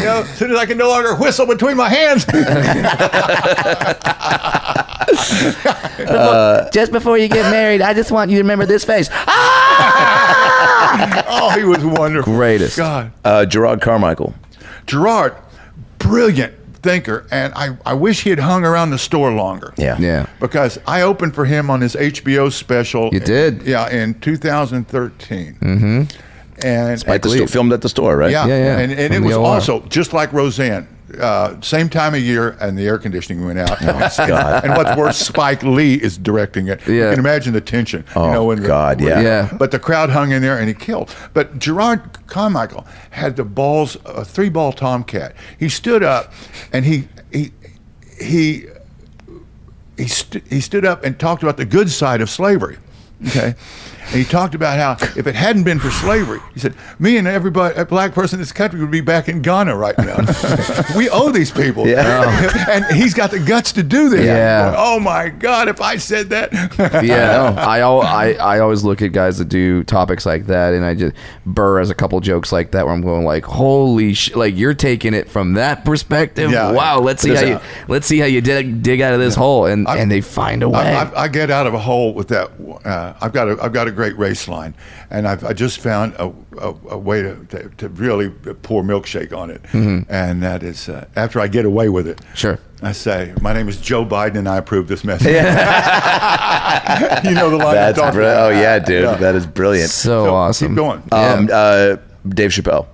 Speaker 5: know, as soon as I can no longer whistle between my hands.
Speaker 3: Just before you get married, I just want you to remember this face. Ah!
Speaker 5: oh, he was wonderful.
Speaker 3: Greatest.
Speaker 5: God.
Speaker 2: Uh, Gerard Carmichael.
Speaker 5: Gerard, brilliant thinker, and I, I wish he had hung around the store longer.
Speaker 2: Yeah.
Speaker 3: Yeah.
Speaker 5: Because I opened for him on his HBO special.
Speaker 3: You did?
Speaker 5: Yeah, in 2013. Mm-hmm. And
Speaker 2: At the sto- filmed at the store, right?
Speaker 5: yeah,
Speaker 3: Yeah, yeah.
Speaker 5: and, and it
Speaker 3: From the
Speaker 5: was
Speaker 3: OR.
Speaker 5: also just like Roseanne. Uh, same time of year, and the air conditioning went out.
Speaker 3: Oh,
Speaker 5: and what's worse, Spike Lee is directing it. You
Speaker 3: Yeah.
Speaker 5: can imagine the tension.
Speaker 2: Oh,
Speaker 5: you know, when the-
Speaker 2: God, yeah.
Speaker 3: Yeah.
Speaker 5: But the crowd hung in there, and he killed. But Gerard Carmichael had the balls, a three-ball tomcat. He stood up, and he he he he, st- he stood up and talked about the good side of slavery. Okay. And he talked about how if it hadn't been for slavery, he said, me and everybody, a black person in this country would be back in Ghana right now. we owe these people.
Speaker 2: Yeah.
Speaker 5: and he's got the guts to do this.
Speaker 3: Yeah.
Speaker 5: Oh my God, if I said that.
Speaker 3: yeah, I, al- I I always look at guys that do topics like that, and I just Burr has a couple jokes like that where I'm going like, holy sh! Like you're taking it from that perspective.
Speaker 5: Yeah.
Speaker 3: wow, let's see how you let's see how you dig, dig out of this hole, and and they find a way.
Speaker 5: I, I, I get out of a hole with that. Uh, I've got a I've got a great race line, and I've I just found a, a, a way to, to, to really pour milkshake on it,
Speaker 2: Mm-hmm.
Speaker 5: and that is uh, after I get away with it.
Speaker 3: Sure.
Speaker 5: I say, my name is Joe Biden, and I approve this message. you know the line.
Speaker 2: That's
Speaker 5: I'm talking
Speaker 2: bri-
Speaker 5: about.
Speaker 2: oh yeah, dude. That is brilliant.
Speaker 3: so,
Speaker 5: So, keep
Speaker 3: awesome.
Speaker 5: going.
Speaker 3: Yeah.
Speaker 2: Um, uh, Dave Chappelle.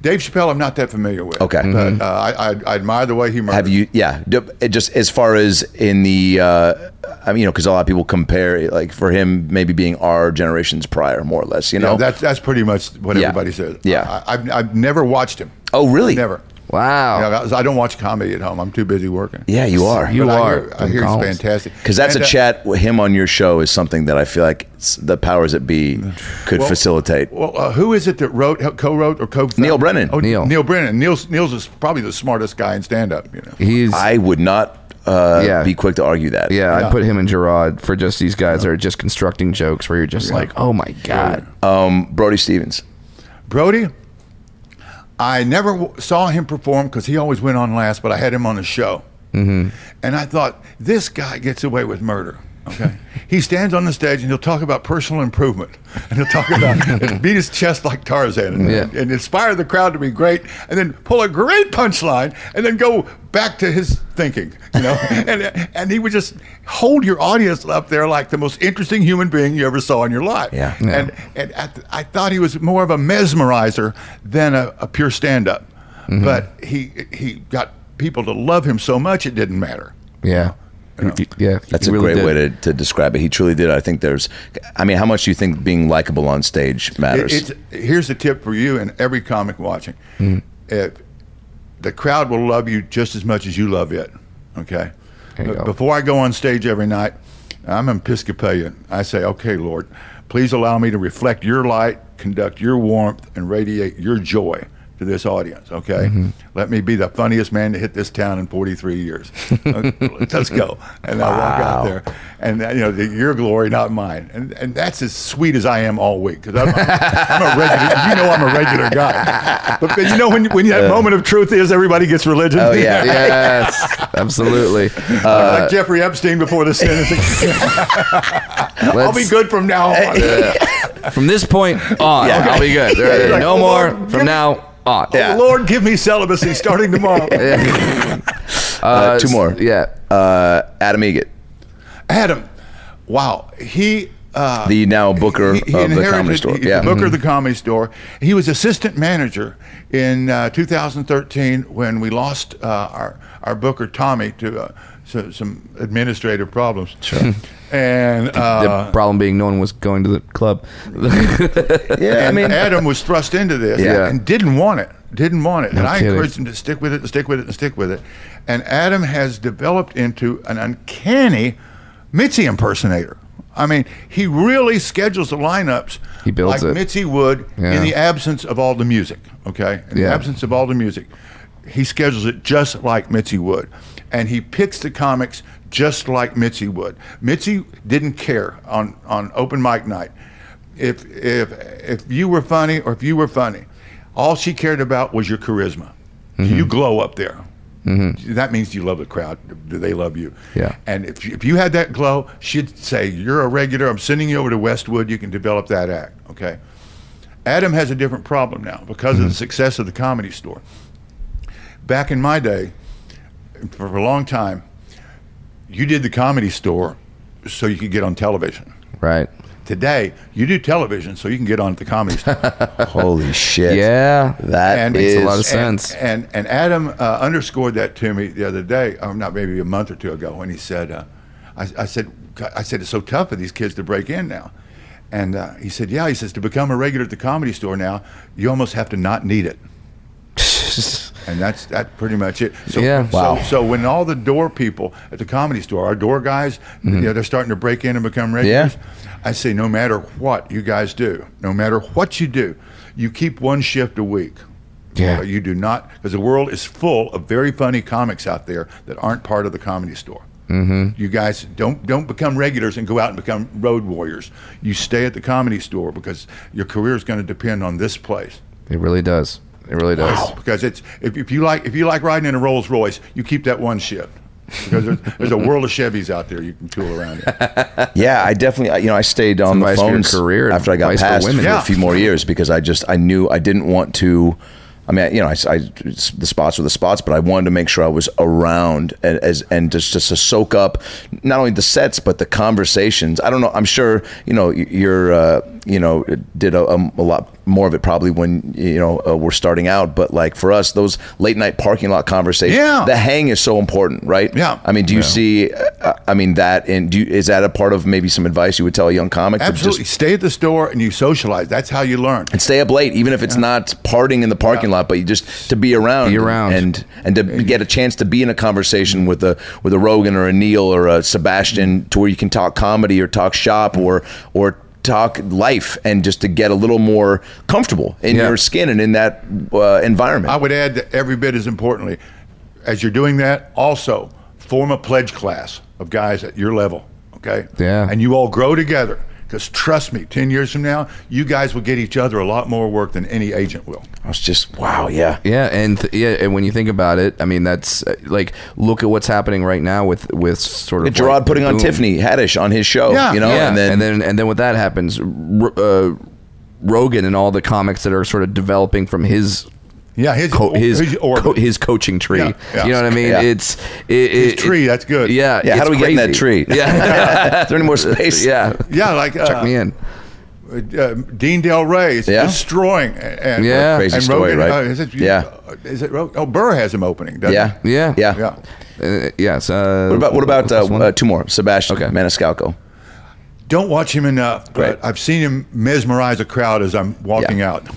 Speaker 5: Dave Chappelle, I'm not that familiar with.
Speaker 2: Okay. Mm-hmm.
Speaker 5: But uh, I, I I admire the way he murders.
Speaker 2: Have you? Yeah. d- it Just as far as in the, uh, I mean, you know, because a lot of people compare, like for him, maybe being our generations prior, more or less. You know.
Speaker 5: Yeah, that's that's pretty much what
Speaker 2: Yeah.
Speaker 5: everybody says.
Speaker 2: Yeah.
Speaker 5: I, I've I've never watched him.
Speaker 2: oh, really?
Speaker 5: Never.
Speaker 3: wow.
Speaker 5: Yeah, I- I don't watch comedy at home. I'm too busy working.
Speaker 2: Yeah, you are.
Speaker 3: You
Speaker 5: But I
Speaker 3: are.
Speaker 5: hear- I hear
Speaker 3: McDonald's.
Speaker 5: it's fantastic.
Speaker 2: Because that's
Speaker 5: And,
Speaker 2: a
Speaker 5: uh,
Speaker 2: chat. with Him on your show is something that I feel like s- the powers that be could
Speaker 5: Well-
Speaker 2: facilitate.
Speaker 5: Well, uh, who is it that wrote, helped- co-wrote, or co?
Speaker 2: Neil Brennan.
Speaker 5: Oh,
Speaker 3: Neil.
Speaker 5: Neil. Neil Brennan. Neil's Neil's is probably the smartest guy in stand-up. You know.
Speaker 3: He's
Speaker 2: I would not uh,
Speaker 3: Yeah.
Speaker 2: be quick to argue that.
Speaker 3: Yeah, I put him and Gerard for just these guys that are just constructing jokes where you're just like, oh my god.
Speaker 2: Um, Brody Stevens.
Speaker 5: Brody. I never w- saw him perform because he always went on last, but I had him on the show, mm-hmm. and I thought this guy gets away with murder. Okay, he stands on the stage and he'll talk about personal improvement, and he'll talk about beat his chest like Tarzan, and,
Speaker 3: Yeah.
Speaker 5: and inspire the crowd to be great, and then pull a great punchline, and then go back to his thinking, you know, and and he would just hold your audience up there like the most interesting human being you ever saw in your life.
Speaker 2: Yeah.
Speaker 5: and and I, th- I thought he was more of a mesmerizer than a, a pure stand-up,
Speaker 3: Mm-hmm.
Speaker 5: but he he got people to love him so much it didn't matter.
Speaker 3: yeah. Yeah.
Speaker 2: That's
Speaker 3: he
Speaker 2: a great
Speaker 3: really did.
Speaker 2: way to, to describe it. He truly did. I think there's. I mean, how much do you think being likable on stage
Speaker 5: It-
Speaker 2: matters?
Speaker 5: it's, here's a tip for you and every comic watching.
Speaker 3: Mm-hmm.
Speaker 5: If the crowd will love you just as much as you love it. Okay.
Speaker 3: There you
Speaker 5: But
Speaker 3: go.
Speaker 5: Before I go on stage every night, I'm an Episcopalian. I say, okay, Lord, please allow me to reflect your light, conduct your warmth, and radiate your joy to this audience. Okay,
Speaker 2: Mm-hmm.
Speaker 5: let me be the funniest man to hit this town in 43 years. Okay, Let's go, and I walk out there, and uh, you know, the, your glory, not mine, and and that's as sweet as I am all week because I'm, I'm a regular. You know, I'm a regular guy, but, but you know when when that moment of truth is, everybody gets religion.
Speaker 2: Oh, yeah.
Speaker 3: yes, absolutely. Uh,
Speaker 5: I'm like Jeffrey Epstein before the sentencing. I'll be
Speaker 3: let's-
Speaker 5: good from now on.
Speaker 3: From this point on,
Speaker 2: Yeah.
Speaker 3: I'll be good. There-
Speaker 5: Like,
Speaker 3: no
Speaker 5: hold
Speaker 3: more
Speaker 5: on,
Speaker 3: from
Speaker 5: give-
Speaker 3: now on.
Speaker 2: Yeah.
Speaker 5: Lord, give me celibacy starting tomorrow.
Speaker 2: Uh, two
Speaker 3: s-
Speaker 2: more.
Speaker 3: Yeah.
Speaker 2: Uh, Adam Egget,
Speaker 5: Adam, wow, he uh,
Speaker 2: the now Booker
Speaker 5: he- he
Speaker 2: of the
Speaker 5: inherited-
Speaker 2: Comedy Store.
Speaker 5: he-
Speaker 2: yeah. Mm-hmm.
Speaker 5: Booker of the Comedy Store. He was assistant manager in uh, 2013 when we lost uh, our our Booker Tommy to uh, so, some administrative problems. Sure. and
Speaker 3: The
Speaker 5: uh,
Speaker 3: problem being, no one was going to the club.
Speaker 2: Yeah, I
Speaker 5: and
Speaker 2: mean,
Speaker 5: Adam was thrust into this
Speaker 2: Yeah.
Speaker 5: and didn't want it. Didn't want it. and I
Speaker 3: kidding.
Speaker 5: encouraged him to stick with it and stick with it and stick with it. And Adam has developed into an uncanny Mitzi impersonator. I mean, he really schedules the lineups
Speaker 3: He builds
Speaker 5: like
Speaker 3: it.
Speaker 5: Mitzi would
Speaker 3: Yeah.
Speaker 5: in the absence of all the music. Okay? In
Speaker 3: Yeah.
Speaker 5: the absence of all the music. He schedules it just like Mitzi would. And he picks the comics just like Mitzi would. Mitzi didn't care on, on open mic night if if if you were funny or if you were funny, all she cared about was your charisma. Do you glow up there? That means you love the crowd. Do they love you?
Speaker 3: Yeah.
Speaker 5: And if you, if you had that glow, she'd say, "You're a regular. I'm sending you over to Westwood. You can develop that act." Okay. Adam has a different problem now because of the success of the comedy store. Back in my day, for a long time, you did the comedy store so you could get on television.
Speaker 3: right.
Speaker 5: Today, you do television so you can get on at the comedy store.
Speaker 2: holy shit.
Speaker 3: Yeah.
Speaker 2: That
Speaker 5: And-
Speaker 3: Makes a
Speaker 2: is-
Speaker 3: lot of
Speaker 5: and,
Speaker 3: sense.
Speaker 5: and and Adam uh, underscored that to me the other day, or not maybe a month or two ago, when he said, uh, I, "I said, "God," I said it's so tough for these kids to break in now." And uh, he said, "Yeah." He says to become a regular at the comedy store now, you almost have to not need it. And that's that's pretty much it. So,
Speaker 3: Yeah.
Speaker 5: so,
Speaker 3: Wow.
Speaker 5: So when all the door people at the comedy store, our door guys, you know, they're starting to break in and become regulars. I say, no matter what you guys do, no matter what you do, you keep one shift a week. Uh,
Speaker 3: Yeah.
Speaker 5: You do not, because the world is full of very funny comics out there that aren't part of the comedy store. Mm-hmm. You guys don't don't become regulars and go out and become road warriors. You stay at the comedy store because your career is going to depend on this place.
Speaker 3: It really does. It really does.
Speaker 5: Because it's if, if you like if you like riding in a Rolls Royce, you keep that one shift. Because there's, there's a world of Chevys out there you can tool around. In.
Speaker 2: Yeah, I definitely, I- you know, I stayed on the
Speaker 3: advice for your
Speaker 2: phones
Speaker 3: career and
Speaker 2: after I got
Speaker 3: advice for
Speaker 2: passed for,
Speaker 3: women.
Speaker 5: Yeah.
Speaker 2: a few more years because I just, I knew I didn't want to. I mean, you know, I, I- the spots were the spots, but I wanted to make sure I was around and as and just just to soak up not only the sets but the conversations. I don't know. I'm sure you know y- you're uh, you know did a, um, a lot more of it probably when you know uh, we're starting out, but like for us, those late night parking lot conversations,
Speaker 5: Yeah.
Speaker 2: the hang is so important, right?
Speaker 5: Yeah.
Speaker 2: I mean, do you see? Uh, I mean, that and do you, is that a part of maybe some advice you would tell a young comic? to just-
Speaker 5: Absolutely, stay at the store and you socialize. That's how you learn.
Speaker 2: and stay up late, even if it's not partying in the parking lot, but you just to be around,
Speaker 3: Be around.
Speaker 2: and and to get a chance to be in a conversation with a with a Rogan or a Neil or a Sebastian,
Speaker 3: Mm-hmm.
Speaker 2: to where you can talk comedy or talk shop or or talk life, and just to get a little more comfortable in
Speaker 3: Yeah.
Speaker 2: your skin and in that uh, environment.
Speaker 5: I would add that every bit as importantly, as you're doing that, also form a pledge class of guys at your level. Okay.
Speaker 3: Yeah.
Speaker 5: And you all grow together. Because trust me, ten years from now, you guys will get each other a lot more work than any agent will.
Speaker 2: I was just wow, yeah.
Speaker 3: Yeah, and th- yeah, and when you think about it, I mean, that's uh, like look at what's happening right now with with sort of
Speaker 2: Gerard
Speaker 3: like,
Speaker 2: putting on
Speaker 3: boom.
Speaker 2: Tiffany Haddish on his show,
Speaker 5: Yeah.
Speaker 2: you know,
Speaker 3: yeah,
Speaker 2: and then
Speaker 3: and then and then what that happens, R- uh, Rogan and all the comics that are sort of developing from his.
Speaker 5: Yeah, his
Speaker 3: Co- his his,
Speaker 5: orbit.
Speaker 3: co- his coaching tree.
Speaker 5: Yeah, yeah.
Speaker 3: You know what I mean?
Speaker 2: Yeah.
Speaker 3: It's it,
Speaker 5: His
Speaker 3: it-
Speaker 5: tree, that's good.
Speaker 3: Yeah,
Speaker 2: Yeah, how
Speaker 3: it's
Speaker 2: do we get in that
Speaker 3: crazy.
Speaker 2: tree? Yeah. Is there any more space?
Speaker 3: Yeah,
Speaker 5: yeah, like uh,
Speaker 3: yeah. Me in.
Speaker 5: uh, Dean Del Rey is
Speaker 2: Yeah.
Speaker 5: destroying. And,
Speaker 3: Yeah. Crazy
Speaker 5: and
Speaker 2: story,
Speaker 5: Rogan,
Speaker 2: right?
Speaker 5: uh, is it,
Speaker 2: Yeah.
Speaker 5: Is it Rogan? Oh, Burr has him opening. Doesn't
Speaker 2: Yeah.
Speaker 5: He?
Speaker 3: Yeah.
Speaker 2: Yeah.
Speaker 5: Yeah. yeah.
Speaker 3: Uh, yes. Uh,
Speaker 2: What about what about uh,
Speaker 3: what's one?
Speaker 2: uh, two more? Sebastian
Speaker 3: Okay.
Speaker 2: Maniscalco.
Speaker 5: Don't watch him enough, but
Speaker 2: Right.
Speaker 5: I've seen him mesmerize a crowd as I'm walking
Speaker 2: Yeah.
Speaker 5: out.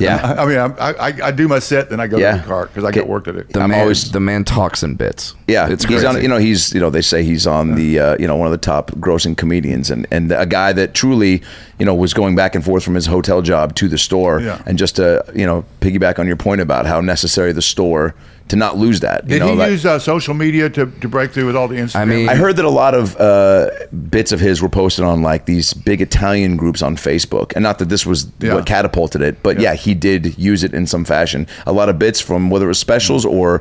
Speaker 2: Yeah.
Speaker 5: I, I mean, I'm- I, I I do my set, then I go
Speaker 2: Yeah.
Speaker 5: to the car because I
Speaker 2: Okay.
Speaker 5: get work to do.
Speaker 3: the
Speaker 2: I'm
Speaker 3: man,
Speaker 2: always-
Speaker 3: the man talks in bits.
Speaker 2: Yeah,
Speaker 3: it's
Speaker 2: he's
Speaker 3: crazy.
Speaker 2: on. You know, he's you know they say he's on the uh, you know one of the top grossing comedians and and a guy that truly you know, was going back and forth from his hotel job to the store.
Speaker 5: Yeah.
Speaker 2: And just to, you know, piggyback on your point about how necessary the store to not lose that. you
Speaker 5: Did
Speaker 2: know,
Speaker 5: he
Speaker 2: like-
Speaker 5: use uh, social media to, to break through with all the Instagram?
Speaker 3: I mean-
Speaker 2: I heard that a lot of uh, bits of his were posted on like these big Italian groups on Facebook, and not that this was
Speaker 5: Yeah.
Speaker 2: what catapulted it, but yeah. he did use it in some fashion. A lot of bits from whether it was specials or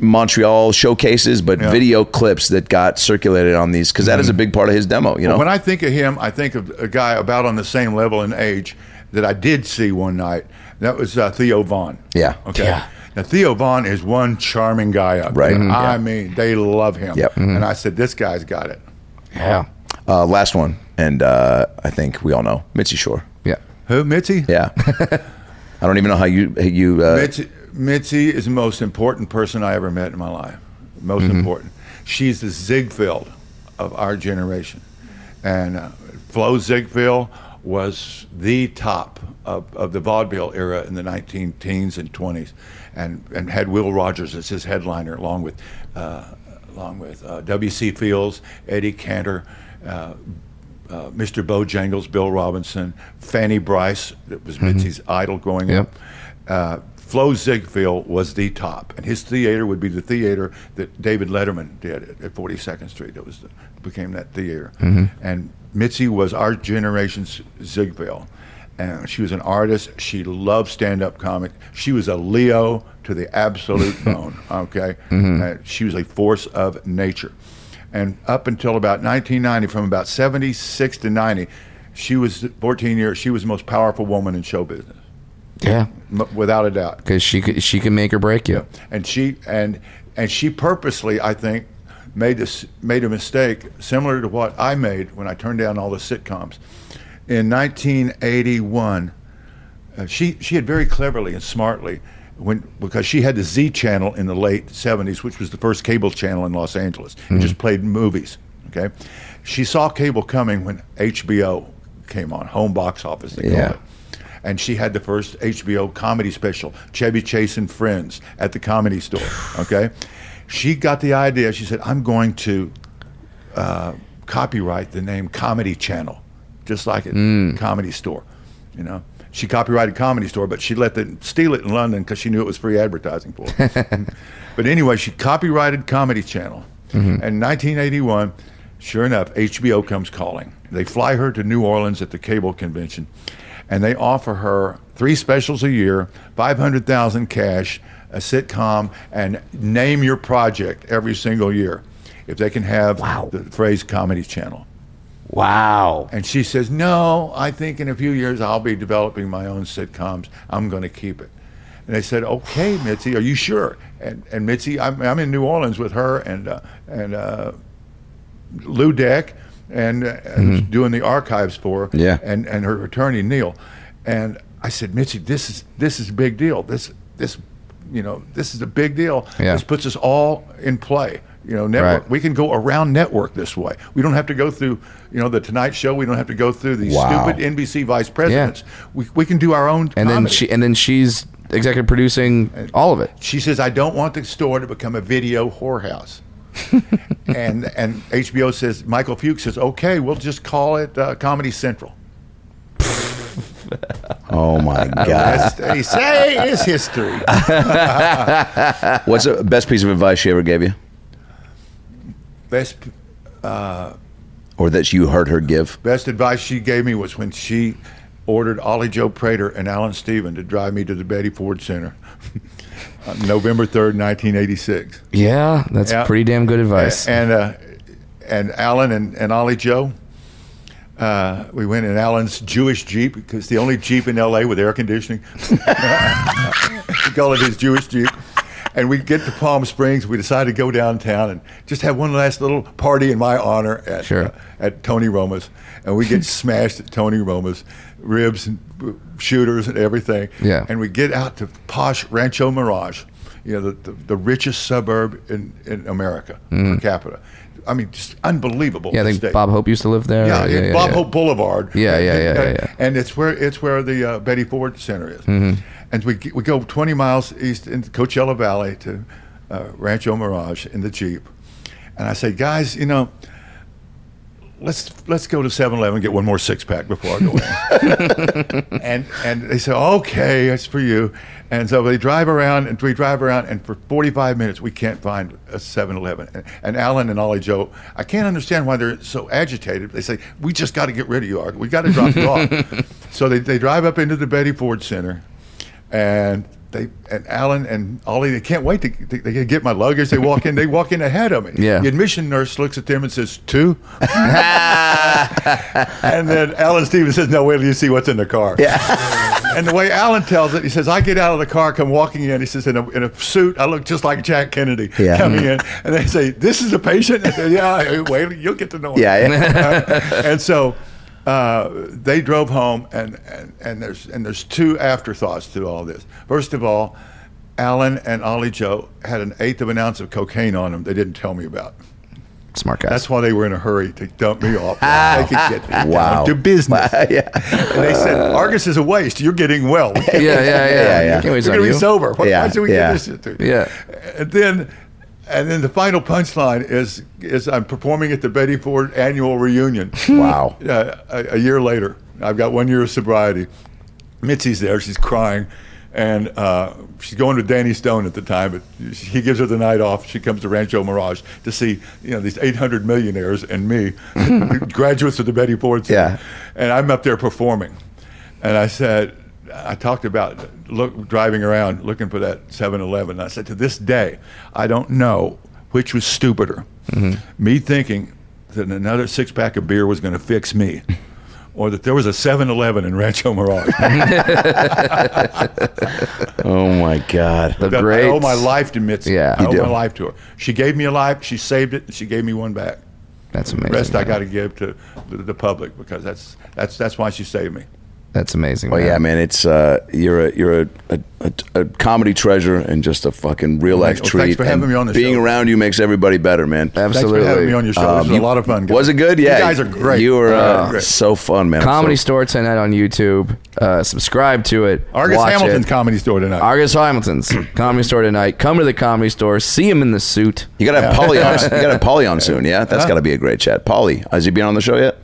Speaker 2: Montreal showcases, but
Speaker 5: Yeah. Mm-hmm.
Speaker 2: video clips that got circulated on these because is a big part of his demo. You know,
Speaker 5: When I think of him, I think of a guy about on the same level in age that I did see one night. That was uh, Theo Vaughn.
Speaker 2: Yeah.
Speaker 5: Okay. Now Theo Vaughn is one charming guy up
Speaker 2: Right.
Speaker 5: there.
Speaker 2: Mhm.
Speaker 5: I mean, they love him.
Speaker 2: Yep. Mhm.
Speaker 5: And I said, this guy's got it.
Speaker 3: Yeah.
Speaker 2: uh, last one, and uh, I think we all know Mitzi Shore.
Speaker 3: Yeah.
Speaker 5: Who, Mitzi?
Speaker 2: Yeah, I don't even know how you how you. Uh,
Speaker 5: Mitzi, Mitzi is the most important person I ever met in my life. Most important. She's the Ziegfeld of our generation. And uh, Flo Ziegfeld was the top of, of the vaudeville era in the 19 teens and 20s and, and had Will Rogers as his headliner along with, uh, along with uh, W.C. Fields, Eddie Cantor, uh, uh, Mr. Bojangles, Bill Robinson, Fanny Bryce, that was Mitzi's idol growing
Speaker 3: Yep.
Speaker 5: up. Uh, Flo Ziegfeld was the top, and his theater would be the theater that David Letterman did at, at 42nd Street. That was the, became that theater, and Mitzi was our generation's Ziegfeld, and she was an artist. She loved stand-up comic. She was a Leo to the absolute bone. Okay, Uh, she was a force of nature and up until about 1990, from about 76 to 90, she was 14 years. She was the most powerful woman in show business,
Speaker 3: Yeah.
Speaker 5: m- without a doubt.
Speaker 3: Because she could, she can make or break you.
Speaker 5: And she and and she purposely, I think, made this made a mistake similar to what I made when I turned down all the sitcoms in 1981. Uh, she she had very cleverly and smartly. When, because she had the Z channel in the late 70s, which was the first cable channel in Los Angeles. It just played movies. Okay, she saw cable coming when HBO came on, home box office. They
Speaker 3: Yeah.
Speaker 5: call it and she had the first HBO comedy special, Chevy Chase and Friends, at the comedy store. Okay, she got the idea. She said, "I'm going to uh, copyright the name Comedy Channel, just like it, Comedy Store." You know, she copyrighted Comedy Store, but she let them steal it in London because she knew it was free advertising for. Her. but anyway, she copyrighted Comedy Channel, and 1981. Sure enough, HBO comes calling. They fly her to New Orleans at the cable convention and they offer her three specials a year, five hundred thousand cash, a sitcom, and name your project every single year, if they can have the phrase Comedy Channel.
Speaker 1: Wow.
Speaker 5: And she says, "No, I think in a few years I'll be developing my own sitcoms. I'm going to keep it." And they said, "Okay, Mitzi, are you sure?" And and Mitzi, I'm, I'm in New Orleans with her and uh, and uh, Lou Deck and, uh, and doing the archives for her,
Speaker 2: Yeah.
Speaker 5: and and her attorney Neil, and I said, Mitzi, this is this is a big deal. This this you know this is a big deal.
Speaker 3: Yeah.
Speaker 5: This puts us all in play. You know, network.
Speaker 3: Right.
Speaker 5: We can go around network this way. We don't have to go through you know the Tonight Show. We don't have to go through these
Speaker 2: Wow.
Speaker 5: stupid NBC vice presidents. We we can do our own.
Speaker 3: And then
Speaker 5: comedy.
Speaker 3: she and then she's executive producing all of it.
Speaker 5: She says, I don't want the store to become a video whorehouse. and and HBO says, Michael Fuchs says, okay, we'll just call it uh, Comedy Central.
Speaker 2: oh my god!
Speaker 5: That's, they say is history.
Speaker 2: What's the best piece of advice she ever gave you,
Speaker 5: Best
Speaker 2: or that you heard her give?
Speaker 5: best advice she gave me was when she ordered Ollie Joe Prater and Alan Stephen to drive me to the Betty Ford Center, uh, November third, nineteen eighty six.
Speaker 3: Yeah, that's
Speaker 5: Yeah.
Speaker 3: pretty damn good advice.
Speaker 5: And uh, and Alan and, and Ollie Joe, uh, we went in Alan's Jewish Jeep because the only Jeep in L.A. with air conditioning. we call it his Jewish Jeep. And we get to Palm Springs. We decide to go downtown and just have one last little party in my honor at
Speaker 3: Sure.
Speaker 5: uh, at Tony Roma's. And we get smashed at Tony Roma's, ribs and uh, shooters and everything.
Speaker 3: Yeah.
Speaker 5: And we get out to posh Rancho Mirage, you know, the, the, the richest suburb in, in America per capita. I mean, just unbelievable.
Speaker 3: Mm. yeah, I think
Speaker 5: state.
Speaker 3: Bob Hope used to live there.
Speaker 5: Yeah,
Speaker 3: Or-
Speaker 5: yeah, Bob
Speaker 3: yeah.
Speaker 5: Hope Boulevard.
Speaker 3: Yeah, yeah,
Speaker 5: And-
Speaker 3: yeah,
Speaker 5: and-
Speaker 3: yeah. Mm-hmm.
Speaker 5: And it's where it's where the uh, Betty Ford Center is. And we g- we go 20 miles east in Coachella Valley to uh, Rancho Mirage in the Jeep, and I say, guys, you know, let's let's go to 7-Eleven and get one more six pack before I go in. and and they said, okay, that's for you. And so they drive around and we drive around and for 45 minutes we can't find a 7-Eleven. And, and Alan and Ollie Joe, I can't understand why they're so agitated. They say, we just got to get rid of you. Art. We got to drop you off. So they, they drive up into the Betty Ford Center and they and Alan and Ollie they can't wait to they, they get my luggage. They walk in, they walk in ahead of me.
Speaker 3: Yeah.
Speaker 5: The admission nurse looks at them and says two, and then Alan Stevens says, "No, wait till you see what's in the car." Yeah. and the way Alan tells it, he says, "I get out of the car, come walking in." He says, "In a, in a suit, I look just like Jack Kennedy
Speaker 7: Yeah.
Speaker 5: coming in," and they say, "This is a patient." I say, yeah, wait, you'll get to know him.
Speaker 7: Yeah, yeah.
Speaker 5: and so uh, they drove home, and, and, and there's and there's two afterthoughts to all this. First of all, Alan and Ollie Joe had an eighth of an ounce of cocaine on them. They didn't tell me about.
Speaker 3: Smart guys.
Speaker 5: That's why they were in a hurry to dump me off. they could get me
Speaker 7: Wow.
Speaker 5: down to business.
Speaker 7: yeah.
Speaker 5: And they said, "Argus is a waste. You're getting well. We can't-
Speaker 3: yeah, yeah, yeah,
Speaker 7: Yeah,
Speaker 3: yeah.
Speaker 7: yeah.
Speaker 3: You can't
Speaker 5: We're
Speaker 3: waste
Speaker 5: going
Speaker 3: on
Speaker 5: to be
Speaker 3: you.
Speaker 5: sober. Why,
Speaker 7: Yeah,
Speaker 5: why should we
Speaker 7: yeah.
Speaker 5: get this shit through?
Speaker 3: Yeah.
Speaker 5: And then, and then the final punchline is is I'm performing at the Betty Ford annual reunion.
Speaker 7: Wow.
Speaker 5: uh, a, a year later, I've got one year of sobriety. Mitzi's there. She's crying. And uh, she's going to Danny Stone at the time, but he gives her the night off. She comes to Rancho Mirage to see, you know, these 800 millionaires and me, graduates of the Betty Ford. Center.
Speaker 7: Yeah.
Speaker 5: And I'm up there performing. And I said, I talked about look driving around looking for that 7-Eleven. I said, to this day, I don't know which was stupider,
Speaker 3: Mm-hmm.
Speaker 5: me thinking that another six pack of beer was going to fix me, or that there was a 7-Eleven in Rancho Mirage.
Speaker 7: Oh my God.
Speaker 3: The
Speaker 5: That
Speaker 3: great.
Speaker 5: I owe my life to Mitzi.
Speaker 3: Yeah.
Speaker 5: I
Speaker 3: You
Speaker 5: owe
Speaker 3: do.
Speaker 5: my life to her. She gave me a life. She saved it. And she gave me one back.
Speaker 3: That's amazing.
Speaker 5: Rest I
Speaker 3: man.
Speaker 5: got to give to the, the public because that's that's that's why she saved me.
Speaker 3: That's amazing.
Speaker 7: Well,
Speaker 3: man.
Speaker 7: oh, yeah, man, it's uh, you're a you're a, a, a, a comedy treasure and just a fucking real life
Speaker 5: Well, thanks
Speaker 7: treat.
Speaker 5: for having
Speaker 7: and
Speaker 5: me on the
Speaker 7: being
Speaker 5: show.
Speaker 7: around you makes everybody better, man. Um,
Speaker 5: Thanks for having me on
Speaker 3: Absolutely.
Speaker 5: your show. this was
Speaker 7: you-
Speaker 5: a lot of fun. guys.
Speaker 7: Was it good? Yeah,
Speaker 5: you guys are great.
Speaker 7: You were
Speaker 5: guys are
Speaker 7: uh,
Speaker 5: great.
Speaker 7: so fun, man. I'm
Speaker 3: Comedy
Speaker 7: so-
Speaker 3: Store tonight on YouTube. Uh, subscribe to it.
Speaker 5: Argus
Speaker 3: Watch
Speaker 5: Hamilton's
Speaker 3: it.
Speaker 5: comedy store tonight.
Speaker 3: Argus Hamilton's Comedy Store tonight. Come to the Comedy Store. See him in the suit.
Speaker 7: You gotta have Polly on. You gotta have Polly on soon. Yeah, that's gotta be a great chat. Polly, has he been on the show yet?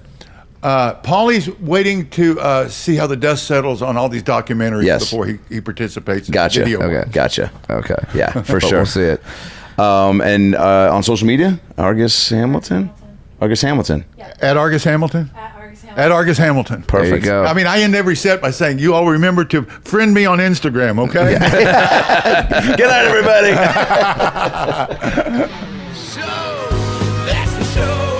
Speaker 5: uh, Paulie's waiting to uh, see how the dust settles on all these documentaries
Speaker 7: Yes.
Speaker 5: before he, he participates. in
Speaker 7: Gotcha.
Speaker 5: Video
Speaker 3: Okay.
Speaker 5: work.
Speaker 7: Gotcha.
Speaker 3: Okay.
Speaker 7: Yeah, for
Speaker 3: But
Speaker 7: sure.
Speaker 3: We'll see it.
Speaker 7: Um, and uh, on social media, Argus Hamilton. Argus Hamilton.
Speaker 5: At Argus Hamilton. At Argus Hamilton. At Argus Hamilton.
Speaker 3: There you
Speaker 7: Perfect.
Speaker 3: go.
Speaker 5: I mean, I end every set by saying, "You all remember to friend me on Instagram, okay?"
Speaker 7: Good night, everybody.
Speaker 4: That's the show.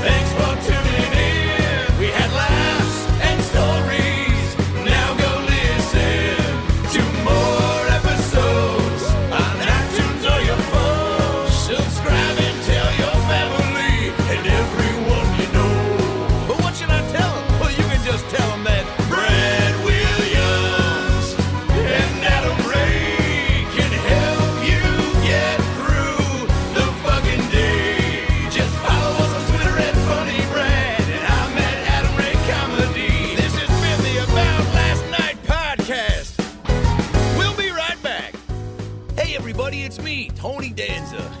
Speaker 4: Thanks for tuning in. We had laughs and stories. Now go listen to more episodes on iTunes or your phone. Subscribe and tell your family and everyone you know. But what should I tell them? Well, you can just tell them that Brad Williams and Adam Ray can help you get through the fucking day. Just follow us on Twitter at Funny Brad, and I'm at Adam Ray Comedy. This has been the About Last Night podcast. We'll be right back. Hey, everybody, it's me, Tony Danza.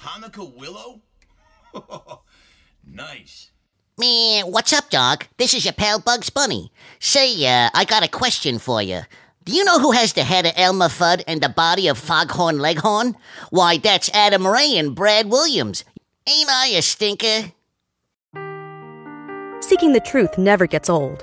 Speaker 4: Hanukkah Willow? nice.
Speaker 8: Man, what's up, dog? This is your pal Bugs Bunny. Say, uh, I got a question for you. Do you know who has the head of Elmer Fudd and the body of Foghorn Leghorn? Why, that's Adam Ray and Brad Williams. Ain't I a stinker?
Speaker 9: Seeking the truth never gets old.